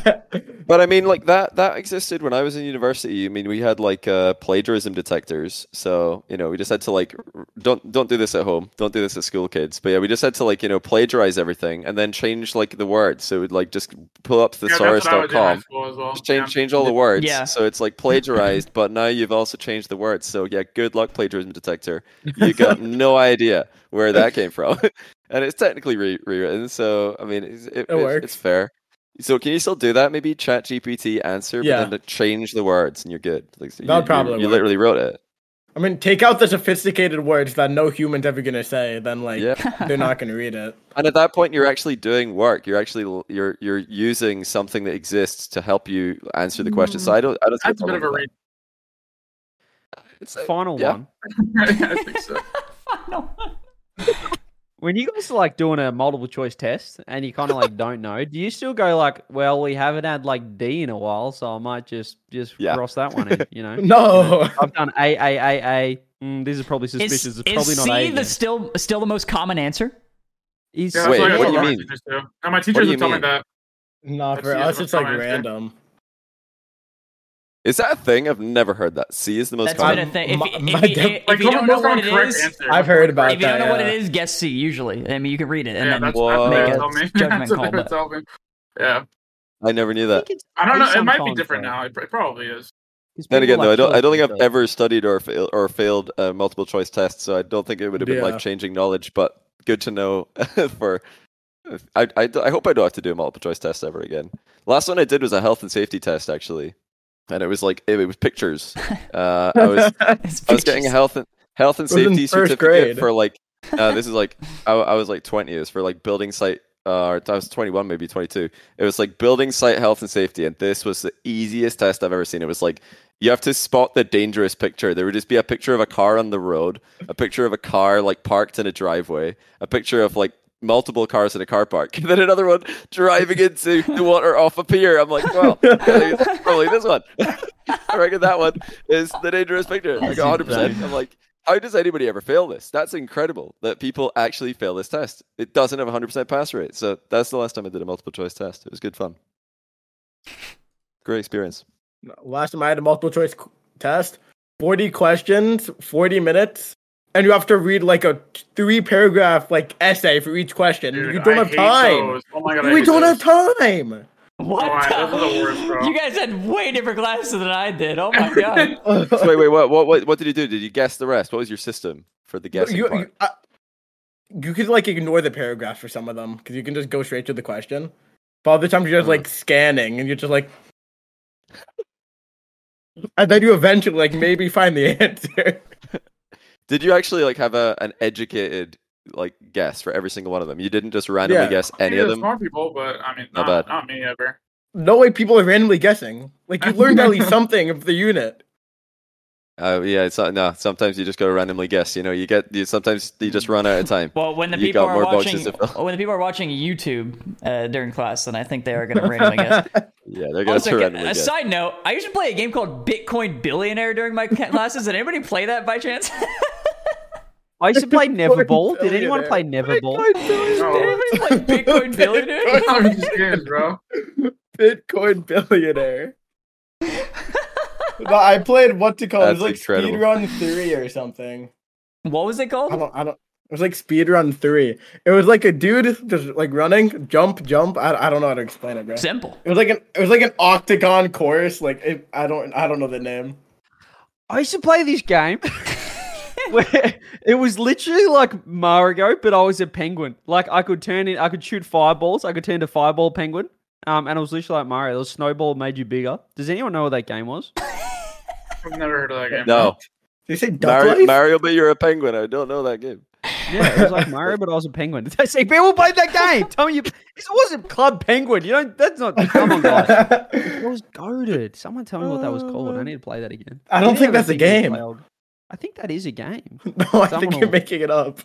[SPEAKER 2] But I mean, like that that existed when I was in university. I mean, we had like uh, plagiarism detectors, so you know, we just had to like r- don't don't do this at home, don't do this at school, kids. But yeah, we just had to like you know plagiarize everything and then change like the words. So it would like just pull up
[SPEAKER 4] yeah, that's what I would do in high
[SPEAKER 2] thesaurus.com.
[SPEAKER 4] school as well.
[SPEAKER 2] Just change change all the words.
[SPEAKER 1] Yeah.
[SPEAKER 2] So it's like plagiarized, but now you've also changed the words. So yeah, good luck, plagiarism detector. You got no idea where that came from, and it's technically re- rewritten. So I mean, it's, it, it's,
[SPEAKER 5] works.
[SPEAKER 2] it's fair. So can you still do that? Maybe Chat GPT answer,
[SPEAKER 5] Yeah.
[SPEAKER 2] but then to change the words, and you're good. Like so you,
[SPEAKER 5] That would
[SPEAKER 2] you-
[SPEAKER 5] probably
[SPEAKER 2] you
[SPEAKER 5] work.
[SPEAKER 2] literally wrote it.
[SPEAKER 5] I mean, take out the sophisticated words that no human's ever gonna say. Then like
[SPEAKER 2] Yeah.
[SPEAKER 5] they're not gonna read it.
[SPEAKER 2] And at that point, you're actually doing work. You're actually l- you're you're using something that exists to help you answer the question. So I don't I don't. see
[SPEAKER 4] That's a bit
[SPEAKER 2] problem
[SPEAKER 4] of a
[SPEAKER 2] with
[SPEAKER 4] read.
[SPEAKER 2] that. It's, uh,
[SPEAKER 3] Final
[SPEAKER 2] yeah.
[SPEAKER 3] one.
[SPEAKER 4] I think so.
[SPEAKER 1] No.
[SPEAKER 3] When you guys are like doing a multiple choice test and you kind of like don't know, do you still go like, well, we haven't had like D in a while, so I might just just
[SPEAKER 2] Yeah.
[SPEAKER 3] cross that one in, you know?
[SPEAKER 5] No,
[SPEAKER 3] I've done A A A A. Mm, this is probably
[SPEAKER 1] Is,
[SPEAKER 3] suspicious.
[SPEAKER 1] is
[SPEAKER 3] it's probably not A.
[SPEAKER 1] C the
[SPEAKER 3] again.
[SPEAKER 1] still still the most common answer?
[SPEAKER 3] Is
[SPEAKER 4] Yeah, that's
[SPEAKER 2] Wait,
[SPEAKER 4] I
[SPEAKER 2] what do
[SPEAKER 4] told
[SPEAKER 2] you
[SPEAKER 4] my
[SPEAKER 2] mean?
[SPEAKER 4] teachers too. And my teachers
[SPEAKER 2] you
[SPEAKER 4] would tell me
[SPEAKER 2] mean?
[SPEAKER 4] that.
[SPEAKER 5] not for
[SPEAKER 4] That's
[SPEAKER 5] us.
[SPEAKER 4] the
[SPEAKER 5] It's like
[SPEAKER 4] answer.
[SPEAKER 5] random.
[SPEAKER 2] Is that a thing? I've never heard that. C is the most
[SPEAKER 1] That's
[SPEAKER 2] common.
[SPEAKER 1] been a thing. If,
[SPEAKER 5] My-
[SPEAKER 1] if,
[SPEAKER 5] my
[SPEAKER 1] if,
[SPEAKER 5] dad-
[SPEAKER 1] if
[SPEAKER 4] Like,
[SPEAKER 1] you
[SPEAKER 4] what
[SPEAKER 1] don't know
[SPEAKER 4] was the
[SPEAKER 1] what it
[SPEAKER 4] correct
[SPEAKER 1] is,
[SPEAKER 4] answer?
[SPEAKER 5] I've heard about
[SPEAKER 1] if you don't know
[SPEAKER 5] that,
[SPEAKER 1] what
[SPEAKER 5] yeah.
[SPEAKER 1] it is, guess C usually. I mean, you can read it and
[SPEAKER 4] Yeah,
[SPEAKER 1] then
[SPEAKER 4] that's what
[SPEAKER 2] Whoa.
[SPEAKER 4] they
[SPEAKER 1] make
[SPEAKER 4] would tell me.
[SPEAKER 1] a judgment
[SPEAKER 4] That's what
[SPEAKER 1] call,
[SPEAKER 4] they would
[SPEAKER 1] but-
[SPEAKER 4] tell me. Yeah,
[SPEAKER 2] I never knew
[SPEAKER 3] I
[SPEAKER 2] that.
[SPEAKER 3] think it's
[SPEAKER 4] I don't know. It might be
[SPEAKER 3] sometimes,
[SPEAKER 4] different
[SPEAKER 3] though,
[SPEAKER 4] now. It pr- probably is.
[SPEAKER 3] 'cause
[SPEAKER 2] Then
[SPEAKER 3] people,
[SPEAKER 2] again, though, I
[SPEAKER 3] like,
[SPEAKER 2] don't, I don't
[SPEAKER 3] choice
[SPEAKER 2] think I've
[SPEAKER 3] these
[SPEAKER 2] ever studied or fail, or failed a multiple choice test, so I don't think it would have been
[SPEAKER 5] Yeah.
[SPEAKER 2] life changing knowledge. But good to know. for I, I, I hope I don't have to do a multiple choice test ever again. Last one I did was a health and safety test actually, and it was like it, was pictures. Uh, I was
[SPEAKER 1] It's
[SPEAKER 2] I was getting a
[SPEAKER 1] bitches.
[SPEAKER 2] health and, health and
[SPEAKER 5] It was in
[SPEAKER 2] safety
[SPEAKER 5] first
[SPEAKER 2] certificate
[SPEAKER 5] grade.
[SPEAKER 2] for like uh, this is like I, I was like 20 it was for like building site uh, or I was 21 maybe 22 it was like building site health and safety and this was the easiest test I've ever seen it was like you have to spot the dangerous picture there would just be a picture of a car on the road a picture of a car like parked in a driveway a picture of like multiple cars in a car park and then another one driving into the water off a pier I'm like well I think it's probably this one I reckon that one is the dangerous picture. Like
[SPEAKER 3] That's
[SPEAKER 2] 100. percent
[SPEAKER 3] insane.
[SPEAKER 2] I'm like, how does anybody ever fail this? That's incredible that people actually fail this test. It doesn't have a 100 percent pass rate. So that's the last time I did a multiple choice test. It was good fun. Great experience.
[SPEAKER 5] Last time I had a multiple choice qu- test, 40 questions, 40 minutes, and you have to read like a t- three paragraph like essay for each question.
[SPEAKER 4] Dude,
[SPEAKER 5] you don't
[SPEAKER 4] I
[SPEAKER 5] have
[SPEAKER 4] hate
[SPEAKER 5] time.
[SPEAKER 4] those. Oh my god, I
[SPEAKER 5] We
[SPEAKER 4] hate
[SPEAKER 5] don't
[SPEAKER 4] those.
[SPEAKER 5] have time.
[SPEAKER 1] What?
[SPEAKER 4] Oh, I- those are the worst, bro.
[SPEAKER 1] you guys had way different classes than I did. Oh my god.
[SPEAKER 2] So wait, wait, what, what, what, what did you do? Did you guess the rest? What was your system for the guessing
[SPEAKER 5] you,
[SPEAKER 2] part?
[SPEAKER 5] you, I- you could like ignore the paragraph for some of them because you can just go straight to the question. But other times you're just
[SPEAKER 2] Mhm.
[SPEAKER 1] Mm.
[SPEAKER 5] like scanning and you're just like, and then you eventually like maybe find the answer.
[SPEAKER 2] Did you actually like have a an educated like guess for every single one of them? You didn't just randomly
[SPEAKER 5] Yeah.
[SPEAKER 2] guess any
[SPEAKER 4] Yeah,
[SPEAKER 2] of
[SPEAKER 4] there's
[SPEAKER 2] them.
[SPEAKER 4] Smart people, but I mean,
[SPEAKER 2] Not
[SPEAKER 4] not,
[SPEAKER 2] bad.
[SPEAKER 4] not me ever.
[SPEAKER 5] No way people are randomly guessing. Like you learned at least something of the unit.
[SPEAKER 2] Uh, yeah, it's not, no. Sometimes you just got to randomly guess. You know, you get you sometimes you just run out of time.
[SPEAKER 1] Well, when the
[SPEAKER 2] You
[SPEAKER 1] people
[SPEAKER 2] got
[SPEAKER 1] are
[SPEAKER 2] more
[SPEAKER 1] watching
[SPEAKER 2] boxes to fill.
[SPEAKER 1] when the people are watching YouTube uh, during class, then I think they are going to randomly guess.
[SPEAKER 2] Yeah, they're gonna
[SPEAKER 1] Also,
[SPEAKER 2] turn
[SPEAKER 1] a
[SPEAKER 2] randomly guess.
[SPEAKER 1] side note: I used to play a game called Bitcoin Billionaire during my ca- classes. Did anybody play that by chance?
[SPEAKER 3] I used to play
[SPEAKER 5] Fucking
[SPEAKER 3] Neverball. Did anyone
[SPEAKER 5] billionaire.
[SPEAKER 3] play Neverball?
[SPEAKER 5] Oh.
[SPEAKER 4] No,
[SPEAKER 1] Did anybody play Bitcoin Billionaire?
[SPEAKER 4] I'm just kidding, bro.
[SPEAKER 5] Bitcoin billionaire. no, I played what to call it was
[SPEAKER 2] That's
[SPEAKER 5] like
[SPEAKER 2] incredible.
[SPEAKER 5] speedrun three or something.
[SPEAKER 1] What was it
[SPEAKER 5] I
[SPEAKER 1] called?
[SPEAKER 5] don't. I don't. It was like speedrun three. It was like a dude just like running, jump, jump. I, I don't know how to explain it, bro. It
[SPEAKER 1] Simple.
[SPEAKER 5] was like an it was like an octagon course. Like it, I don't I don't know the name.
[SPEAKER 3] I used to play this game where it was literally like Mario, but I was a penguin. Like I could turn in, I could shoot fireballs. I could turn to fireball penguin. Um, and it was literally like Mario. It was Snowball made you bigger. Does anyone know what that game was?
[SPEAKER 4] I've never heard of that game.
[SPEAKER 2] No,
[SPEAKER 5] Did you say duck
[SPEAKER 2] Mario,
[SPEAKER 5] life?
[SPEAKER 2] Mario, but you're a penguin. I don't know that game.
[SPEAKER 3] Yeah, it was like Mario, but I was a penguin. Did I say people played that game? Tell me, you, it wasn't Club Penguin. You don't. That's not.
[SPEAKER 5] Oh
[SPEAKER 3] Come on, guys. It was goaded. Someone tell me what that was called. I need to play that again.
[SPEAKER 5] Uh. I don't
[SPEAKER 3] Did
[SPEAKER 5] think
[SPEAKER 3] anyone
[SPEAKER 5] that's a
[SPEAKER 3] ever
[SPEAKER 5] game.
[SPEAKER 3] play old- I think that is a game.
[SPEAKER 5] No, I
[SPEAKER 3] Someone
[SPEAKER 5] think you're
[SPEAKER 3] will-
[SPEAKER 5] making it up.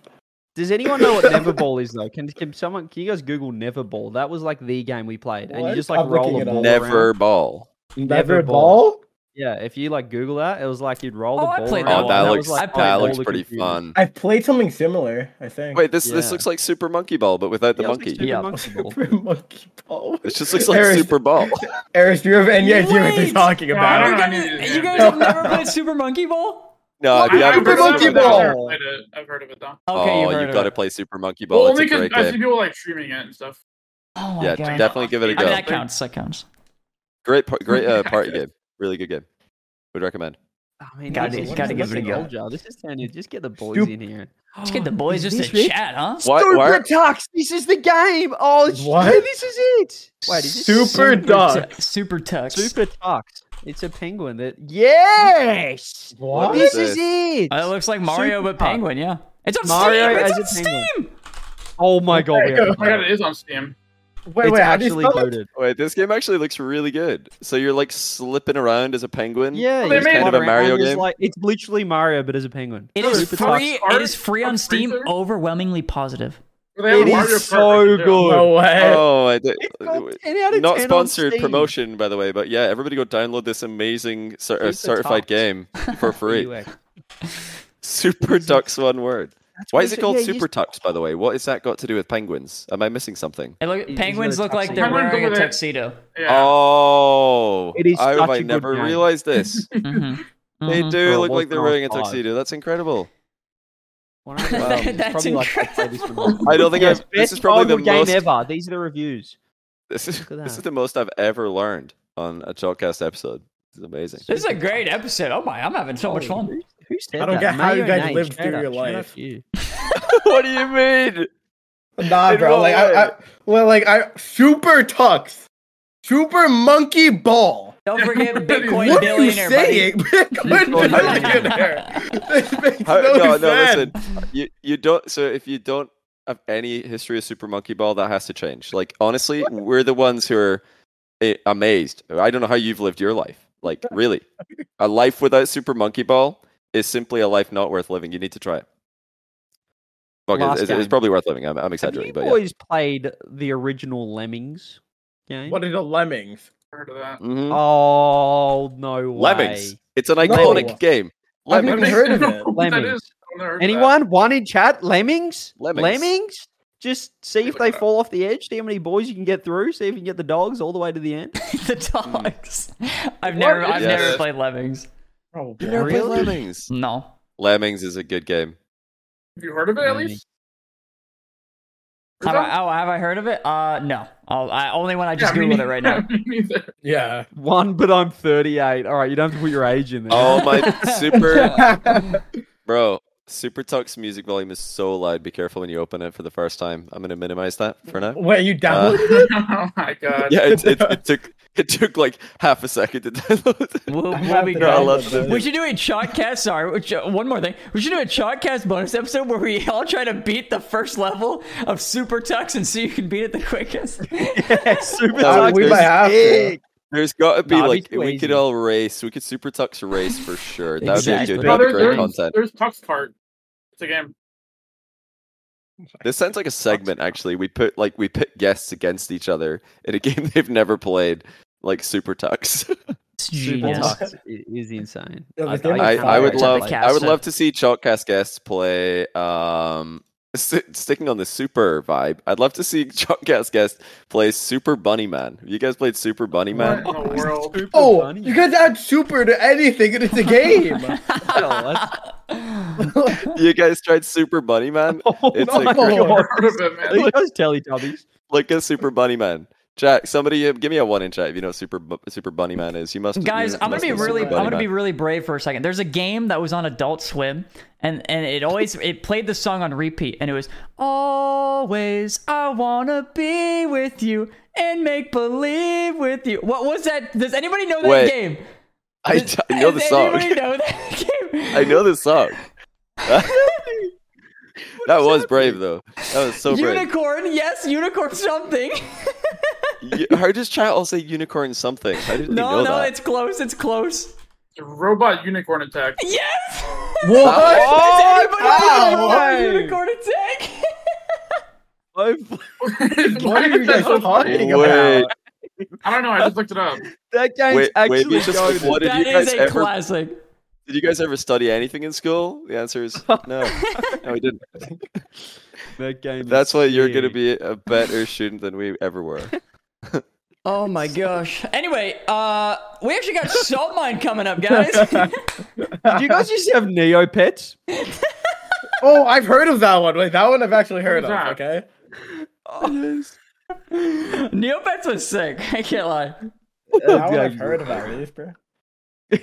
[SPEAKER 3] Does anyone know what Neverball is though? Can can someone? Can you guys Google Neverball? That was like the game we played, and you
[SPEAKER 5] What?
[SPEAKER 3] just like
[SPEAKER 5] I'm
[SPEAKER 3] roll
[SPEAKER 5] looking
[SPEAKER 3] a
[SPEAKER 5] it up.
[SPEAKER 3] ball.
[SPEAKER 2] Never
[SPEAKER 3] around.
[SPEAKER 2] ball.
[SPEAKER 3] Never
[SPEAKER 5] Never
[SPEAKER 3] ball.
[SPEAKER 5] ball?
[SPEAKER 3] Yeah, if you like Google that, it was like you'd
[SPEAKER 1] Oh,
[SPEAKER 3] roll the
[SPEAKER 1] I
[SPEAKER 3] ball.
[SPEAKER 1] played
[SPEAKER 3] around,
[SPEAKER 1] that
[SPEAKER 2] Oh,
[SPEAKER 1] one.
[SPEAKER 3] and
[SPEAKER 1] that
[SPEAKER 2] that looks
[SPEAKER 1] was like- I played
[SPEAKER 2] that
[SPEAKER 1] all
[SPEAKER 2] looks
[SPEAKER 3] the
[SPEAKER 2] pretty
[SPEAKER 3] computers.
[SPEAKER 2] fun.
[SPEAKER 5] I've played something similar, I think.
[SPEAKER 2] Wait, this this
[SPEAKER 3] Yeah.
[SPEAKER 2] looks like Super Monkey Ball, but without the
[SPEAKER 3] Yeah, it was like
[SPEAKER 2] monkey.
[SPEAKER 3] Super
[SPEAKER 1] Yeah.
[SPEAKER 3] Monkey Ball.
[SPEAKER 5] Super monkey ball.
[SPEAKER 2] It just looks like
[SPEAKER 5] Harris-
[SPEAKER 2] Super Ball.
[SPEAKER 5] Eris, do you have any idea what they're
[SPEAKER 1] Wait!
[SPEAKER 5] talking
[SPEAKER 4] No,
[SPEAKER 5] about?
[SPEAKER 4] I don't
[SPEAKER 1] You
[SPEAKER 4] know.
[SPEAKER 1] guys-
[SPEAKER 4] any of these
[SPEAKER 1] you
[SPEAKER 4] games.
[SPEAKER 1] guys have never played Super Monkey Ball?
[SPEAKER 2] No, if you
[SPEAKER 4] I- I've
[SPEAKER 2] haven't
[SPEAKER 5] Super
[SPEAKER 4] heard
[SPEAKER 2] played
[SPEAKER 4] of it,
[SPEAKER 5] Monkey
[SPEAKER 4] but I've never
[SPEAKER 5] Ball.
[SPEAKER 4] played it. I've heard of it though.
[SPEAKER 1] Okay,
[SPEAKER 2] oh,
[SPEAKER 1] you've heard
[SPEAKER 2] you've
[SPEAKER 1] of
[SPEAKER 2] got
[SPEAKER 1] it.
[SPEAKER 2] to play Super Monkey Ball.
[SPEAKER 4] Well,
[SPEAKER 2] it's
[SPEAKER 4] only
[SPEAKER 2] a
[SPEAKER 4] because
[SPEAKER 2] great
[SPEAKER 4] I see
[SPEAKER 2] game.
[SPEAKER 4] people like streaming it and stuff.
[SPEAKER 1] Oh my
[SPEAKER 2] Yeah,
[SPEAKER 1] god.
[SPEAKER 2] definitely give it a
[SPEAKER 1] I
[SPEAKER 2] go.
[SPEAKER 1] mean, that counts. That counts.
[SPEAKER 2] Great, par- great uh, party game. Really good game. Would recommend.
[SPEAKER 3] I mean,
[SPEAKER 1] Gotta-
[SPEAKER 3] Oh, this is-
[SPEAKER 1] gotta
[SPEAKER 3] this
[SPEAKER 1] give it a
[SPEAKER 3] is
[SPEAKER 1] go.
[SPEAKER 3] nostalgia. This is turning. Just get the boys
[SPEAKER 5] Stup-
[SPEAKER 3] in here.
[SPEAKER 1] Let's get the boys
[SPEAKER 3] Is
[SPEAKER 1] just
[SPEAKER 3] this
[SPEAKER 1] to
[SPEAKER 3] it?
[SPEAKER 1] chat, huh?
[SPEAKER 2] Why, why are-
[SPEAKER 3] Tux. This is the game. Oh,
[SPEAKER 5] sh- What?
[SPEAKER 3] This is it. Wait, is this
[SPEAKER 5] Super
[SPEAKER 1] Tu-
[SPEAKER 5] Duck.
[SPEAKER 1] Super Tux.
[SPEAKER 3] Super Tux? It's a penguin that. Yes.
[SPEAKER 5] What?
[SPEAKER 2] This
[SPEAKER 3] This is
[SPEAKER 2] is
[SPEAKER 3] it.
[SPEAKER 1] Oh, it looks like Mario
[SPEAKER 3] Super
[SPEAKER 1] but
[SPEAKER 3] Duck.
[SPEAKER 1] penguin. Yeah, it's on
[SPEAKER 3] Mario
[SPEAKER 1] Steam. It's on
[SPEAKER 3] as a penguin.
[SPEAKER 1] Steam.
[SPEAKER 3] Oh my god. We have to
[SPEAKER 4] Oh my
[SPEAKER 3] play
[SPEAKER 4] god,
[SPEAKER 3] it.
[SPEAKER 4] it is on Steam.
[SPEAKER 5] Wait,
[SPEAKER 3] It's
[SPEAKER 5] wait, how do you
[SPEAKER 3] actually
[SPEAKER 5] spell it?
[SPEAKER 3] loaded.
[SPEAKER 2] Wait, this game actually looks really good. So you're like slipping around as a penguin.
[SPEAKER 3] Yeah,
[SPEAKER 4] Well, they
[SPEAKER 3] you
[SPEAKER 4] made
[SPEAKER 3] slide
[SPEAKER 4] it
[SPEAKER 2] a
[SPEAKER 3] around,
[SPEAKER 2] Mario
[SPEAKER 3] and it's
[SPEAKER 2] game.
[SPEAKER 3] Like, it's literally Mario, but as a penguin.
[SPEAKER 1] It
[SPEAKER 4] Oh,
[SPEAKER 1] is
[SPEAKER 4] Super Duck.
[SPEAKER 1] free. It
[SPEAKER 4] Art-
[SPEAKER 1] is free
[SPEAKER 4] on
[SPEAKER 1] on Steam.
[SPEAKER 4] Freezer?
[SPEAKER 1] Overwhelmingly positive.
[SPEAKER 4] They have
[SPEAKER 3] It
[SPEAKER 4] a
[SPEAKER 3] is
[SPEAKER 4] Mario
[SPEAKER 3] so
[SPEAKER 4] Kart version, too.
[SPEAKER 3] good.
[SPEAKER 5] No way.
[SPEAKER 2] Oh, I did.
[SPEAKER 3] It's got 10 out of
[SPEAKER 2] Not
[SPEAKER 3] 10 on
[SPEAKER 2] sponsored
[SPEAKER 3] Steam.
[SPEAKER 2] promotion, by the way, but yeah, everybody go download this amazing cer- uh,
[SPEAKER 3] Super
[SPEAKER 2] certified
[SPEAKER 3] Ducks.
[SPEAKER 2] game for free.
[SPEAKER 3] UX.
[SPEAKER 2] Super Ducks, one word.
[SPEAKER 3] That's
[SPEAKER 2] Why
[SPEAKER 3] what
[SPEAKER 2] is it
[SPEAKER 3] said.
[SPEAKER 2] called
[SPEAKER 3] Yeah, you
[SPEAKER 2] Super Tux, by the way? What has that got to do with penguins? Am I missing something?
[SPEAKER 1] It look,
[SPEAKER 3] He's
[SPEAKER 1] penguins
[SPEAKER 3] got a
[SPEAKER 1] look like they're
[SPEAKER 4] tuxedo. Penguins
[SPEAKER 1] wearing a
[SPEAKER 4] look like-
[SPEAKER 1] tuxedo.
[SPEAKER 4] Yeah.
[SPEAKER 2] Oh,
[SPEAKER 3] It is
[SPEAKER 2] I,
[SPEAKER 3] such a
[SPEAKER 2] I
[SPEAKER 3] good
[SPEAKER 2] never
[SPEAKER 3] game.
[SPEAKER 2] realized this.
[SPEAKER 1] Mhm.
[SPEAKER 2] they
[SPEAKER 1] Mhm.
[SPEAKER 2] do
[SPEAKER 3] Or it
[SPEAKER 2] look
[SPEAKER 3] was
[SPEAKER 2] like they're
[SPEAKER 3] when I was
[SPEAKER 2] wearing a
[SPEAKER 3] five.
[SPEAKER 2] tuxedo. That's incredible.
[SPEAKER 3] One hundred
[SPEAKER 2] Wow.
[SPEAKER 3] percent. It's
[SPEAKER 1] That's
[SPEAKER 3] probably like I played this
[SPEAKER 1] incredible.
[SPEAKER 3] before.
[SPEAKER 2] I don't think
[SPEAKER 3] Yes,
[SPEAKER 2] I've. This
[SPEAKER 3] best
[SPEAKER 2] is probably the
[SPEAKER 3] childhood game
[SPEAKER 2] most.
[SPEAKER 3] ever. These are the reviews.
[SPEAKER 2] This is
[SPEAKER 3] Look at
[SPEAKER 2] this is
[SPEAKER 3] that.
[SPEAKER 2] the most I've ever learned on a Chalkcast episode. This is amazing.
[SPEAKER 1] This is a great episode. Oh my, I'm having so much
[SPEAKER 3] Holy-
[SPEAKER 1] fun.
[SPEAKER 3] Who, who said
[SPEAKER 5] I don't
[SPEAKER 3] that?
[SPEAKER 5] get how you
[SPEAKER 3] Mayo
[SPEAKER 5] guys
[SPEAKER 3] Nate,
[SPEAKER 5] lived
[SPEAKER 3] shout
[SPEAKER 5] through
[SPEAKER 3] out-
[SPEAKER 5] your
[SPEAKER 3] shout out
[SPEAKER 5] life.
[SPEAKER 3] to you.
[SPEAKER 2] what do you mean?
[SPEAKER 5] Nah,
[SPEAKER 2] In
[SPEAKER 5] bro.
[SPEAKER 2] what
[SPEAKER 5] Like, I, I,
[SPEAKER 2] way?
[SPEAKER 5] well, like, I super tux, super monkey ball.
[SPEAKER 1] Don't forget
[SPEAKER 4] What
[SPEAKER 1] Bitcoin
[SPEAKER 5] what are you
[SPEAKER 1] billionaire. buddy.
[SPEAKER 5] saying? Bitcoin
[SPEAKER 3] Bitcoin
[SPEAKER 5] billionaire. This makes
[SPEAKER 2] How-
[SPEAKER 5] no,
[SPEAKER 2] no, no,
[SPEAKER 5] sense.
[SPEAKER 2] listen. You you don't. So if you don't have any history of Super Monkey Ball, that has to change. Like honestly, we're the ones who are eh, amazed. I don't know how you've lived your life. Like really, a life without Super Monkey Ball is simply a life not worth living. You need to try it. Fuck,
[SPEAKER 3] Last
[SPEAKER 2] it's, it's- it's
[SPEAKER 3] game.
[SPEAKER 2] probably worth living. I'm, I'm
[SPEAKER 3] Have you
[SPEAKER 2] exaggerating, but yeah.
[SPEAKER 3] boys played the original Lemmings game?
[SPEAKER 5] What are the lemmings?
[SPEAKER 4] Heard of that.
[SPEAKER 2] Mhm.
[SPEAKER 3] Oh no way!
[SPEAKER 2] Lemmings. It's an
[SPEAKER 5] No.
[SPEAKER 2] iconic game.
[SPEAKER 5] I've never
[SPEAKER 2] Lemmings.
[SPEAKER 5] even heard of it.
[SPEAKER 4] What that
[SPEAKER 3] Lemmings.
[SPEAKER 4] is. I've never heard of that.
[SPEAKER 3] Anyone? One in chat? Lemmings?
[SPEAKER 2] Lemmings.
[SPEAKER 3] Just see if
[SPEAKER 4] Look
[SPEAKER 3] they
[SPEAKER 4] it up.
[SPEAKER 3] fall off the edge. See how many boys you can get through. See if you can get the dogs all the way to the end.
[SPEAKER 1] the dogs. I've never, I've
[SPEAKER 2] Yes.
[SPEAKER 1] never played Lemmings.
[SPEAKER 5] Oh,
[SPEAKER 2] You never played
[SPEAKER 3] Really?
[SPEAKER 2] Lemmings.
[SPEAKER 1] No.
[SPEAKER 2] Lemmings is a good game.
[SPEAKER 4] Have you heard of it at
[SPEAKER 3] Lemmings.
[SPEAKER 4] least? Or
[SPEAKER 1] Have
[SPEAKER 4] something?
[SPEAKER 1] I, oh, have I heard of it? Uh, no. I'll, I only when I just
[SPEAKER 4] Yeah, me
[SPEAKER 1] googled it right now.
[SPEAKER 4] neither. Me neither.
[SPEAKER 5] Yeah.
[SPEAKER 3] One, but I'm 38. All right, you don't have to put your age in there.
[SPEAKER 2] Oh my super
[SPEAKER 5] Wait,
[SPEAKER 2] bro. Super Tux music volume is so loud. Be careful when you open it for the first time. I'm gonna minimize that for now.
[SPEAKER 5] you
[SPEAKER 2] Uh.
[SPEAKER 5] downloaded it?
[SPEAKER 4] oh my god.
[SPEAKER 2] Yeah, it, it, it took it took like half a second to download. it.
[SPEAKER 1] We'll,
[SPEAKER 5] I
[SPEAKER 1] we'll
[SPEAKER 5] have
[SPEAKER 1] be
[SPEAKER 5] to
[SPEAKER 2] No, I
[SPEAKER 1] good.
[SPEAKER 2] love
[SPEAKER 5] download
[SPEAKER 2] this.
[SPEAKER 5] it.
[SPEAKER 1] We should do a shotcast. Sorry, which, uh, one more thing. We should do a shotcast bonus episode where we all try to beat the first level of Super Tux and see who can beat it the quickest.
[SPEAKER 3] Yeah, super
[SPEAKER 2] Oh,
[SPEAKER 3] Tux
[SPEAKER 2] we
[SPEAKER 3] is
[SPEAKER 2] might
[SPEAKER 5] have to.
[SPEAKER 3] sick.
[SPEAKER 2] There's got to be
[SPEAKER 3] Nah,
[SPEAKER 2] like
[SPEAKER 3] it's too
[SPEAKER 2] we could
[SPEAKER 3] easy.
[SPEAKER 2] all race. We could Super Tux race for sure. That would be a
[SPEAKER 1] Exactly.
[SPEAKER 2] good
[SPEAKER 4] No,
[SPEAKER 2] that'd be
[SPEAKER 4] there,
[SPEAKER 2] great
[SPEAKER 4] there's,
[SPEAKER 2] content.
[SPEAKER 4] there's Tux Park. It's a game.
[SPEAKER 2] This sounds like a segment actually. We put like we pit guests against each other in a game they've never played, like Super Tux.
[SPEAKER 1] It's
[SPEAKER 3] Super
[SPEAKER 1] genius.
[SPEAKER 3] Tux i- is insane.
[SPEAKER 5] Yeah, this game is
[SPEAKER 2] I,
[SPEAKER 5] Like,
[SPEAKER 3] can't
[SPEAKER 2] I
[SPEAKER 5] uh,
[SPEAKER 2] would
[SPEAKER 3] wait.
[SPEAKER 1] it's a
[SPEAKER 2] love
[SPEAKER 1] big
[SPEAKER 2] I would
[SPEAKER 1] cast,
[SPEAKER 2] love to see Chalkcast guests play um s- sticking on the super vibe. I'd love to see Chalkcast guests play Super Bunny Man. Have You guys played Super Bunny Man?
[SPEAKER 4] What in the world?
[SPEAKER 3] Super
[SPEAKER 5] Oh,
[SPEAKER 3] funny.
[SPEAKER 5] you guys add super to anything and it's a game.
[SPEAKER 3] That's-
[SPEAKER 2] You guys tried Super Bunny Man?
[SPEAKER 3] oh
[SPEAKER 2] It's
[SPEAKER 3] my
[SPEAKER 2] a great-
[SPEAKER 4] I've
[SPEAKER 3] god!
[SPEAKER 4] never heard of it, man.
[SPEAKER 3] These guys Teletubbies.
[SPEAKER 2] Like a Super Bunny Man. Jack, somebody uh, give me a one in chat if you know what Super Bu- Super Bunny Man is. You must
[SPEAKER 1] Guys,
[SPEAKER 2] you
[SPEAKER 1] I'm gonna
[SPEAKER 2] must
[SPEAKER 1] be
[SPEAKER 2] know Super
[SPEAKER 1] really, I'm
[SPEAKER 2] Bunny
[SPEAKER 1] gonna be
[SPEAKER 2] Man.
[SPEAKER 1] really brave for a second. There's a game that was on Adult Swim, and and it always it played the song on repeat, and it was always I wanna be with you and make believe with you. What was that? Does anybody know that
[SPEAKER 2] Wait.
[SPEAKER 1] game?
[SPEAKER 2] I,
[SPEAKER 1] Does-
[SPEAKER 2] I know the
[SPEAKER 1] does
[SPEAKER 2] song.
[SPEAKER 1] Anybody know that game?
[SPEAKER 2] I know the song. that was brave though. That was so brave.
[SPEAKER 1] Unicorn, yes, unicorn something.
[SPEAKER 2] You- How does chat all say unicorn something? How did they
[SPEAKER 1] no,
[SPEAKER 2] know
[SPEAKER 1] no,
[SPEAKER 2] that?
[SPEAKER 1] it's close, it's close.
[SPEAKER 4] The robot unicorn attack.
[SPEAKER 1] Yes!
[SPEAKER 5] What?
[SPEAKER 1] Does
[SPEAKER 2] Oh,
[SPEAKER 1] anybody know about
[SPEAKER 5] Wow.
[SPEAKER 1] unicorn attack?
[SPEAKER 5] What are you guys
[SPEAKER 4] That's so funny.
[SPEAKER 5] talking
[SPEAKER 2] Wait,
[SPEAKER 5] about?
[SPEAKER 4] I don't know. I just looked it up.
[SPEAKER 3] That
[SPEAKER 2] wait,
[SPEAKER 3] game's
[SPEAKER 2] wait,
[SPEAKER 3] actually
[SPEAKER 2] it's just-
[SPEAKER 3] goated.
[SPEAKER 2] what did you
[SPEAKER 1] that is
[SPEAKER 2] guys
[SPEAKER 1] a
[SPEAKER 2] ever?
[SPEAKER 1] classic.
[SPEAKER 2] Did you guys ever study anything in school? The answer is no. no, we didn't.
[SPEAKER 3] That game. is
[SPEAKER 2] That's why you're gonna
[SPEAKER 3] sick.
[SPEAKER 2] be a better student than we ever were.
[SPEAKER 1] Oh my gosh. Anyway, uh we actually got Salt Mine coming up, guys.
[SPEAKER 3] Do you guys used to have Neopets?
[SPEAKER 5] Oh, I've heard of that one. Wait, that one I've actually heard of.
[SPEAKER 4] that?
[SPEAKER 5] Okay.
[SPEAKER 1] Neopets was sick. I can't lie.
[SPEAKER 5] That one
[SPEAKER 3] Yeah,
[SPEAKER 5] I've
[SPEAKER 3] you-
[SPEAKER 5] heard of at least, bro.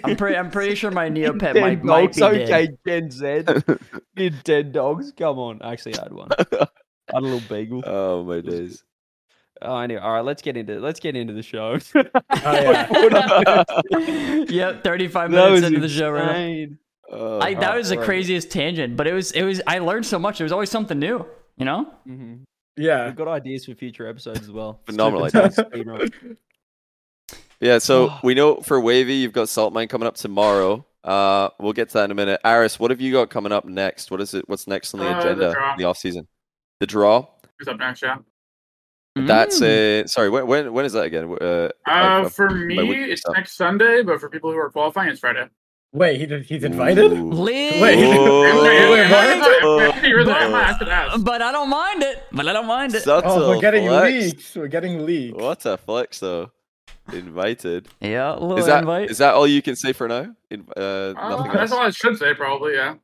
[SPEAKER 1] I'm pretty I'm pretty sure my Neopet
[SPEAKER 3] Dead
[SPEAKER 1] might, might
[SPEAKER 3] dogs.
[SPEAKER 1] be
[SPEAKER 3] Okay,
[SPEAKER 1] dead.
[SPEAKER 3] Gen Z. Did dead dogs? Come on. Actually, I had one. I had a little beagle.
[SPEAKER 2] Oh my days.
[SPEAKER 3] Oh, anyway, all right. Let's get into let's get into the show.
[SPEAKER 5] Oh, yeah.
[SPEAKER 1] yep, 35
[SPEAKER 3] That was
[SPEAKER 1] minutes into the show right now.
[SPEAKER 3] insane.
[SPEAKER 2] Oh,
[SPEAKER 1] I, that was the
[SPEAKER 3] Alright.
[SPEAKER 1] craziest tangent, but it was it was I learned so much. It was always something new, you know?
[SPEAKER 3] Mhm.
[SPEAKER 5] Yeah.
[SPEAKER 3] We've got ideas for future episodes as well.
[SPEAKER 2] Phenomenal
[SPEAKER 3] Stupid
[SPEAKER 2] ideas.
[SPEAKER 3] stuff, you know.
[SPEAKER 2] Yeah, so we know for Wavy, you've got Salt Mine coming up tomorrow. Uh, we'll get to that in a minute. Aris, what have you got coming up next? What is it? What's next on the
[SPEAKER 4] Uh, the
[SPEAKER 2] agenda
[SPEAKER 4] draw.
[SPEAKER 2] in the off season? The draw.
[SPEAKER 4] Who's up next? Yeah.
[SPEAKER 2] That's
[SPEAKER 1] Mm.
[SPEAKER 2] it. Sorry, when, when when is that again? Uh, I- I-
[SPEAKER 4] Uh, for
[SPEAKER 2] my
[SPEAKER 4] me,
[SPEAKER 2] week
[SPEAKER 4] it's
[SPEAKER 2] stuff.
[SPEAKER 4] next Sunday, but for people who are qualifying, it's Friday.
[SPEAKER 5] Wait, he did, he's invited?
[SPEAKER 2] Ooh.
[SPEAKER 1] Lit.
[SPEAKER 5] Wait,
[SPEAKER 4] Hey, hey,
[SPEAKER 5] wait,
[SPEAKER 4] hey,
[SPEAKER 5] what?
[SPEAKER 4] hey,
[SPEAKER 2] Oh,
[SPEAKER 4] hey, you're the-
[SPEAKER 1] But-
[SPEAKER 4] I should ask.
[SPEAKER 1] But I don't mind it. But I don't mind it.
[SPEAKER 2] Subtle
[SPEAKER 5] Oh, we're getting
[SPEAKER 2] flex.
[SPEAKER 5] leaks. We're getting leaks.
[SPEAKER 2] What a flex, though. Invited.
[SPEAKER 1] yeah, a little
[SPEAKER 2] Is that
[SPEAKER 1] invite.
[SPEAKER 2] is that all you can say for now? In, uh,
[SPEAKER 4] Uh,
[SPEAKER 2] nothing
[SPEAKER 4] that's
[SPEAKER 2] else?
[SPEAKER 4] all I should say, probably. Yeah.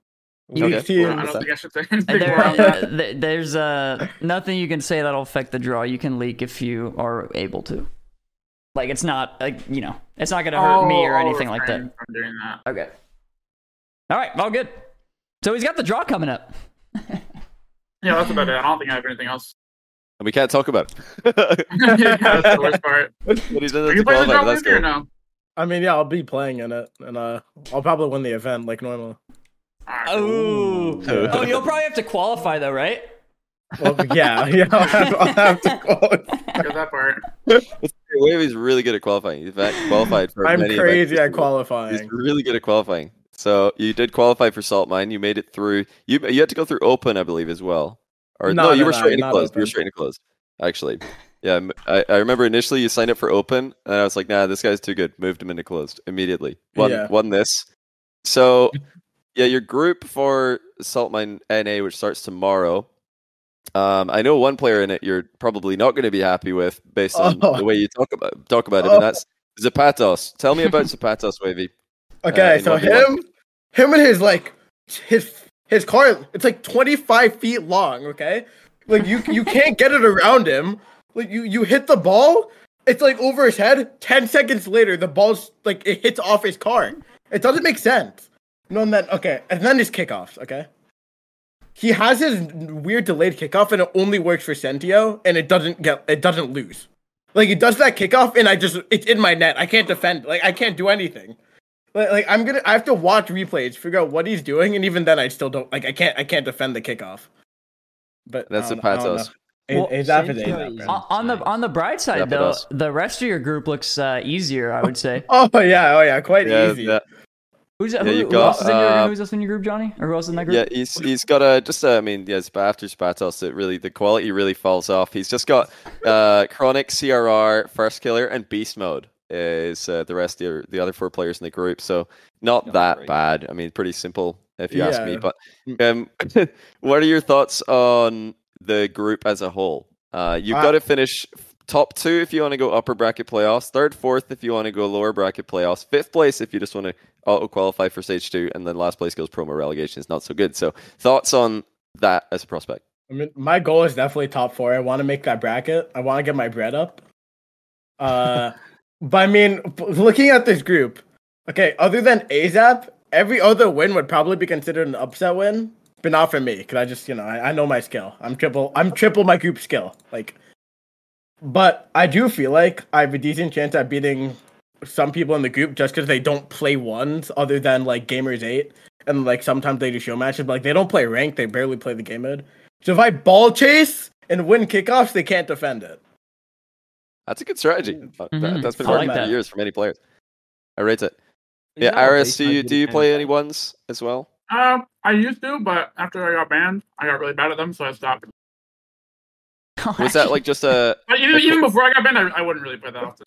[SPEAKER 5] Leaks
[SPEAKER 2] Okay.
[SPEAKER 5] team.
[SPEAKER 4] I don't think I should say anything more. on that.
[SPEAKER 1] There- there- there's uh, nothing you can say that'll affect the draw. You can leak if you are able to. Like it's not like you know, it's not gonna hurt me or
[SPEAKER 4] I'll
[SPEAKER 1] anything like that.
[SPEAKER 4] Oh, refrain From doing that.
[SPEAKER 1] Oh, Okay. All right, all good. So he's got the draw coming up.
[SPEAKER 4] Yeah, that's about it. I don't think I have anything else.
[SPEAKER 2] And we can't talk about it.
[SPEAKER 4] yeah, that's the worst part.
[SPEAKER 2] But he's in
[SPEAKER 4] Are
[SPEAKER 2] the
[SPEAKER 4] you playing
[SPEAKER 2] qualifier,
[SPEAKER 4] the drum
[SPEAKER 2] let's
[SPEAKER 4] with me or
[SPEAKER 2] go.
[SPEAKER 4] no?
[SPEAKER 5] I mean, yeah, I'll be playing in it, and uh, I'll probably win the event like normal.
[SPEAKER 4] Alright.
[SPEAKER 1] Oh,
[SPEAKER 2] Ooh.
[SPEAKER 1] oh, you'll probably have to qualify though, right?
[SPEAKER 5] Well, yeah, yeah, I'll have, I'll have to qualify.
[SPEAKER 4] Got that part.
[SPEAKER 2] Wavy's really good at qualifying. He's fact, qualified for
[SPEAKER 5] I'm
[SPEAKER 2] many events.
[SPEAKER 5] crazy at
[SPEAKER 2] He's
[SPEAKER 5] qualifying.
[SPEAKER 2] really good at qualifying. So you did qualify for Salt Mine. You made it through. You you had to go through Open, I believe, as well. Or
[SPEAKER 5] No,
[SPEAKER 2] no, you
[SPEAKER 5] no,
[SPEAKER 2] were
[SPEAKER 5] no,
[SPEAKER 2] straight into
[SPEAKER 5] not
[SPEAKER 2] closed. You were
[SPEAKER 5] Open.
[SPEAKER 2] straight into closed. Actually, yeah. m- I, I remember initially you signed up for Open, and I was like, nah, this guy's too good. Moved him into closed immediately. Won
[SPEAKER 5] Yeah.
[SPEAKER 2] won this. So yeah, your group for Salt Mine NA, which starts tomorrow. Um, I know one player in it you're probably not going to be happy with based on
[SPEAKER 5] Oh.
[SPEAKER 2] the way you talk about talk about him,
[SPEAKER 5] Oh.
[SPEAKER 2] and that's Zapatos. Tell me about Zapatos, Wavy. uh,
[SPEAKER 5] Okay,
[SPEAKER 2] in
[SPEAKER 5] so
[SPEAKER 2] what we want.
[SPEAKER 5] him, him and his like, his his car, it's like 25 feet long. Okay, like you you can't get it around him. Like you you hit the ball, it's like over his head. Ten seconds later, the ball's like it hits off his car. It doesn't make sense. No, and then okay, and then his kickoffs. Okay, he has his weird delayed kickoff, and it only works for Sentio, and it doesn't get it doesn't lose. Like he does that kickoff, and I just it's in my net. I can't defend. Like I can't do anything. Like, like I'm gonna I have to watch replays, figure out what he's doing, and even then I still don't like I can't I can't defend the kickoff. But
[SPEAKER 2] That's
[SPEAKER 5] I don't- I don't
[SPEAKER 2] Zapatos.
[SPEAKER 5] know. It-
[SPEAKER 1] Well,
[SPEAKER 5] it's after the
[SPEAKER 3] Sergio
[SPEAKER 5] eight,
[SPEAKER 3] is-
[SPEAKER 5] bro.
[SPEAKER 1] O- on the on the bright side
[SPEAKER 2] Yeah, but
[SPEAKER 1] though,
[SPEAKER 2] us.
[SPEAKER 1] the rest of your group looks uh, easier, I would say.
[SPEAKER 5] Oh yeah, oh yeah, quite
[SPEAKER 2] Yeah,
[SPEAKER 5] easy.
[SPEAKER 2] yeah,
[SPEAKER 1] Who's
[SPEAKER 2] Yeah,
[SPEAKER 1] who,
[SPEAKER 2] you
[SPEAKER 1] who
[SPEAKER 2] got,
[SPEAKER 1] else is in your
[SPEAKER 2] uh,
[SPEAKER 1] who's else in your group, Johnny? Or who else is in that group?
[SPEAKER 2] yeah. He's he's got a just. uh, I mean, yes, but after Spatos, it really the quality really falls off. He's just got uh, chronic CRR, first killer, and beast mode is uh, the rest of the, the other four players in the group. So not
[SPEAKER 3] Not
[SPEAKER 2] that
[SPEAKER 3] great.
[SPEAKER 2] bad. I mean, pretty simple if you ask me.
[SPEAKER 5] Yeah.
[SPEAKER 2] But um, what are your thoughts on the group as a whole? Uh, you've
[SPEAKER 5] Uh,
[SPEAKER 2] got to finish top two if you want to go upper bracket playoffs, third, fourth if you want to go lower bracket playoffs, fifth place if you just want to auto qualify for stage two, and then last place goes promo relegation is not so good. So thoughts on that as a prospect?
[SPEAKER 5] I mean, my goal is definitely top four. I want to make that bracket. I want to get my bread up. Uh, but I mean, p- looking at this group, okay, other than ASAP, every other win would probably be considered an upset win, but not for me because I just you know I, I know my skill. I'm triple. I'm triple my group skill. Like, but I do feel like I have a decent chance at beating some people in the group just because they don't play ones other than like gamers eight and like sometimes they do show matches but like they don't play rank they barely play the game mode so if i ball chase and win kickoffs they can't defend it
[SPEAKER 2] That's a good strategy. Uh, that-
[SPEAKER 1] Mhm.
[SPEAKER 2] That's been
[SPEAKER 5] Mm-hmm. I like
[SPEAKER 2] working for
[SPEAKER 5] that.
[SPEAKER 2] years for many players. I rate it.
[SPEAKER 3] You
[SPEAKER 2] Yeah,
[SPEAKER 3] know what,
[SPEAKER 2] Iris,
[SPEAKER 3] Ace,
[SPEAKER 2] do
[SPEAKER 3] I
[SPEAKER 2] you,
[SPEAKER 3] did
[SPEAKER 2] do you
[SPEAKER 3] an
[SPEAKER 2] play
[SPEAKER 3] anime.
[SPEAKER 2] any ones as well?
[SPEAKER 4] Um, I used to, but after I got banned, I got really bad at them, so I stopped.
[SPEAKER 1] Oh,
[SPEAKER 2] Was that like just a
[SPEAKER 4] But even, even before I got banned, I, I wouldn't really play that often.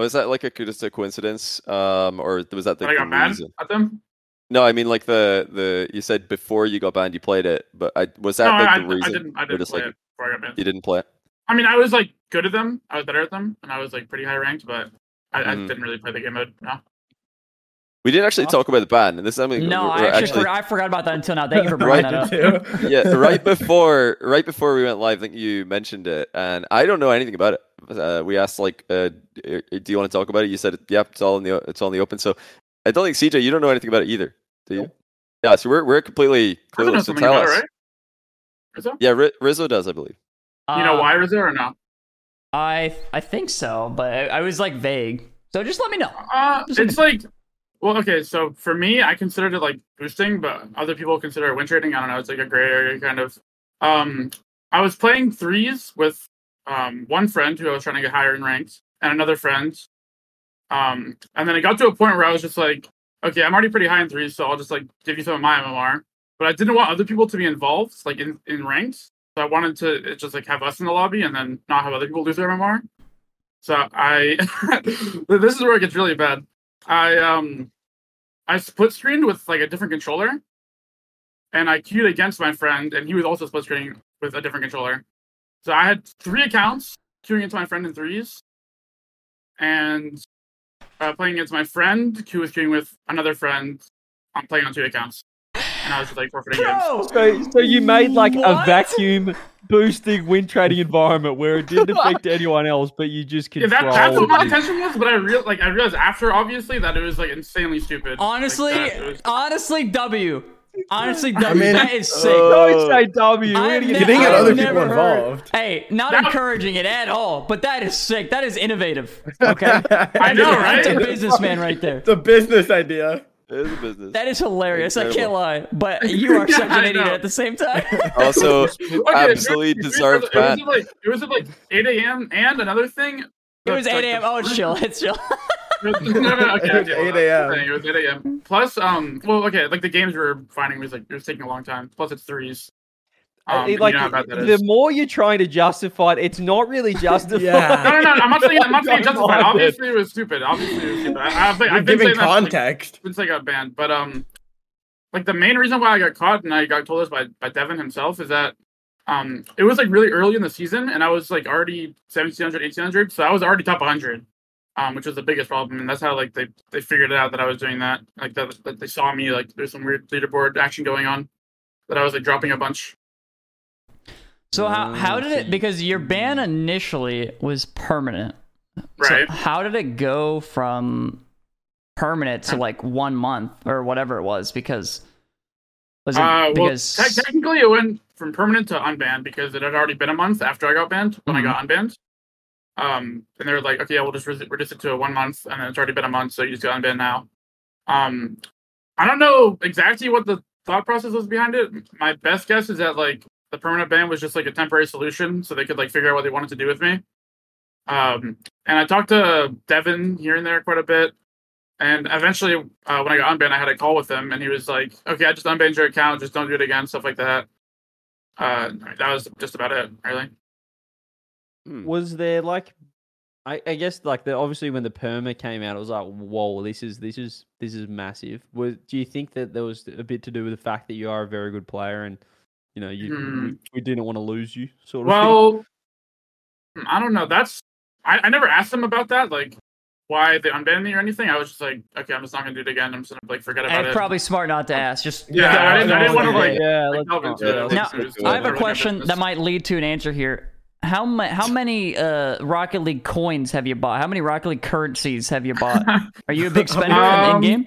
[SPEAKER 2] was that like a just a coincidence? Um, or was that the,
[SPEAKER 4] But I
[SPEAKER 2] the
[SPEAKER 4] got mad
[SPEAKER 2] reason?
[SPEAKER 4] at them.
[SPEAKER 2] No, I mean like the the you said before you got banned you played it, but I was that
[SPEAKER 4] No,
[SPEAKER 2] like
[SPEAKER 4] I, I
[SPEAKER 2] the reason
[SPEAKER 4] didn't. I
[SPEAKER 2] Or
[SPEAKER 4] didn't
[SPEAKER 2] just,
[SPEAKER 4] play
[SPEAKER 2] like,
[SPEAKER 4] it before I got banned.
[SPEAKER 2] you didn't play it?
[SPEAKER 4] I mean, I was like good at them. I was better at them, and I was like pretty high ranked, but I, I
[SPEAKER 2] Mhm.
[SPEAKER 4] didn't really play the game mode. No.
[SPEAKER 2] We didn't actually talk about the ban, and this is something
[SPEAKER 1] No,
[SPEAKER 2] we're-
[SPEAKER 1] I
[SPEAKER 2] we're
[SPEAKER 1] actually, for- I forgot about that until now. Thank you for bringing that up.
[SPEAKER 2] yeah, right before right before we went live, I think you mentioned it, and I don't know anything about it. Uh, we asked like, uh, "Do you want to talk about it?" You said, "Yep, it's all in the o- it's all in the open." So I don't think CJ, you don't know anything about it either, do you? Yeah, so we're we're completely
[SPEAKER 4] I don't know
[SPEAKER 2] clueless. So
[SPEAKER 4] something
[SPEAKER 2] tell
[SPEAKER 4] about
[SPEAKER 2] us.
[SPEAKER 4] it, right? Rizzo?
[SPEAKER 2] Yeah, Ri- Rizzo does, I believe.
[SPEAKER 4] You know
[SPEAKER 1] Uh,
[SPEAKER 4] why Rizzo or no?
[SPEAKER 1] I I think so, but I, I was like vague. So just let me know.
[SPEAKER 4] Uh,
[SPEAKER 1] Just-
[SPEAKER 4] it's like, well, okay. So for me, I considered it like boosting, but other people consider it win trading. I don't know. It's like a gray area kind of. Um, I was playing threes with um one friend who I was trying to get higher in ranks, and another friend. Um, and then it got to a point where I was just like, okay, I'm already pretty high in threes, so I'll just like give you some of my MMR. But I didn't want other people to be involved, like in in ranks. So I wanted to uh, just like have us in the lobby and then not have other people lose their MMR. So I this is where it gets really bad. I um I split screened with like a different controller and I queued against my friend and he was also split screening with a different controller. So I had three accounts queuing against my friend in threes and uh, playing against my friend who was queuing with another friend. I'm playing on two accounts. And I was just like forfeiting games.
[SPEAKER 3] So, so you made like a
[SPEAKER 1] What?
[SPEAKER 3] vacuum boosting win trading environment where it didn't affect anyone else, but you just
[SPEAKER 4] Yeah,
[SPEAKER 3] controlled.
[SPEAKER 4] that, that's what my
[SPEAKER 3] it.
[SPEAKER 4] intention was, but I real like I realized after obviously that it was like insanely stupid. Like,
[SPEAKER 1] Honestly, uh,
[SPEAKER 4] that it was-
[SPEAKER 1] honestly, W. Honestly, W.
[SPEAKER 5] mean- uh,
[SPEAKER 1] that is sick.
[SPEAKER 4] Oh.
[SPEAKER 3] Don't say W.
[SPEAKER 1] I
[SPEAKER 3] We're gonna
[SPEAKER 1] ne-
[SPEAKER 5] you didn't get
[SPEAKER 1] I
[SPEAKER 5] other
[SPEAKER 1] never
[SPEAKER 5] people
[SPEAKER 1] heard-
[SPEAKER 5] involved
[SPEAKER 1] Hey, not
[SPEAKER 4] That-
[SPEAKER 1] encouraging it at all, but that is sick. That is innovative. Okay,
[SPEAKER 4] I know, right?
[SPEAKER 1] that's a businessman right there.
[SPEAKER 5] it's a business idea
[SPEAKER 2] It is a business.
[SPEAKER 1] That is hilarious. I can't
[SPEAKER 2] Incredible.
[SPEAKER 1] lie, but you are such
[SPEAKER 4] Yeah, I
[SPEAKER 1] an idiot
[SPEAKER 4] know.
[SPEAKER 1] at the same time.
[SPEAKER 2] also,
[SPEAKER 4] Okay, it was-
[SPEAKER 2] absolutely
[SPEAKER 4] it was-
[SPEAKER 2] deserved
[SPEAKER 4] It was,
[SPEAKER 2] ban.
[SPEAKER 4] at, like, it was at like 8 a.m. and another thing.
[SPEAKER 1] it was 8 a.m. Oh, it's chill. It's chill.
[SPEAKER 4] no, no, okay,
[SPEAKER 5] It was
[SPEAKER 4] okay,
[SPEAKER 5] 8
[SPEAKER 4] well, that's
[SPEAKER 5] a.m..
[SPEAKER 4] the thing, It was 8 a.m. Plus, um, well, okay, like the games we were finding was like it was taking a long time. Plus, it's threes. Um, and
[SPEAKER 3] It-
[SPEAKER 4] you
[SPEAKER 3] like
[SPEAKER 4] know how bad that
[SPEAKER 3] the
[SPEAKER 4] is.
[SPEAKER 3] more you're trying to justify it, it's not really justified.
[SPEAKER 4] No, no, no. I'm not saying I'm not saying
[SPEAKER 3] Come
[SPEAKER 4] justified.
[SPEAKER 3] on,
[SPEAKER 4] Obviously, it was stupid. Obviously, it was stupid. I, I've, been-
[SPEAKER 5] you're
[SPEAKER 4] I've been
[SPEAKER 5] giving
[SPEAKER 4] saying that since, like,
[SPEAKER 5] context
[SPEAKER 4] since I got banned. But um, like the main reason why I got caught and I got told this by by Devin himself is that um it was like really early in the season and I was like already 1700, 1800, so I was already top 100, um, which was the biggest problem. And that's how like they they figured it out that I was doing that. Like that, that they saw me like there's some weird leaderboard action going on that I was like dropping a bunch.
[SPEAKER 1] So
[SPEAKER 4] Uh,
[SPEAKER 1] how how did it? Because your ban initially was permanent. So
[SPEAKER 4] Right.
[SPEAKER 1] how did it go from permanent to like one month or whatever it was? Because was it
[SPEAKER 4] Uh, well,
[SPEAKER 1] because
[SPEAKER 4] te- technically it went from permanent to unbanned because it had already been a month after I got banned when
[SPEAKER 1] Mhm.
[SPEAKER 4] I got unbanned. Um, and they were like, okay, yeah, we'll just re- reduce it to a one month, and then it's already been a month, so you just got unbanned now. Um, I don't know exactly what the thought process was behind it. My best guess is that like the permanent ban was just like a temporary solution, so they could like figure out what they wanted to do with me. Um, and I talked to Devin here and there quite a bit. And eventually, uh, when I got unbanned, I had a call with him, and he was like, "Okay, I just unbanned your account. Just don't do it again, stuff like that." Uh, that was just about it, really.
[SPEAKER 3] was there like I, I guess like the obviously when the perma came out, it was like, whoa, this is this is this is massive. Was do you think that there was a bit to do with the fact that you are a very good player and you know you
[SPEAKER 4] Hmm.
[SPEAKER 3] we, we didn't want to lose you sort of thing?
[SPEAKER 4] Well, hmm, I don't know. That's I, I never asked him about that, like why they unbanned me or anything. I was just like, "Okay, I'm just not gonna do it again. I'm just gonna like forget about
[SPEAKER 1] it's
[SPEAKER 4] it."
[SPEAKER 1] probably smart not to ask. Just
[SPEAKER 4] Yeah,
[SPEAKER 1] go
[SPEAKER 4] I didn't- I
[SPEAKER 1] on
[SPEAKER 4] didn't wanna,
[SPEAKER 1] with
[SPEAKER 4] like-
[SPEAKER 1] it.
[SPEAKER 3] yeah,
[SPEAKER 4] like,
[SPEAKER 3] let's
[SPEAKER 4] delve
[SPEAKER 3] not-
[SPEAKER 4] into it.
[SPEAKER 2] yeah,
[SPEAKER 1] Now,
[SPEAKER 2] it's- it's-
[SPEAKER 1] I have a
[SPEAKER 4] Everyone
[SPEAKER 1] question
[SPEAKER 4] knows.
[SPEAKER 1] that might lead to an answer here. How ma- how many uh, Rocket League coins have you bought? How many Rocket League currencies have you bought? Are you a big spender
[SPEAKER 4] Um,
[SPEAKER 1] in game?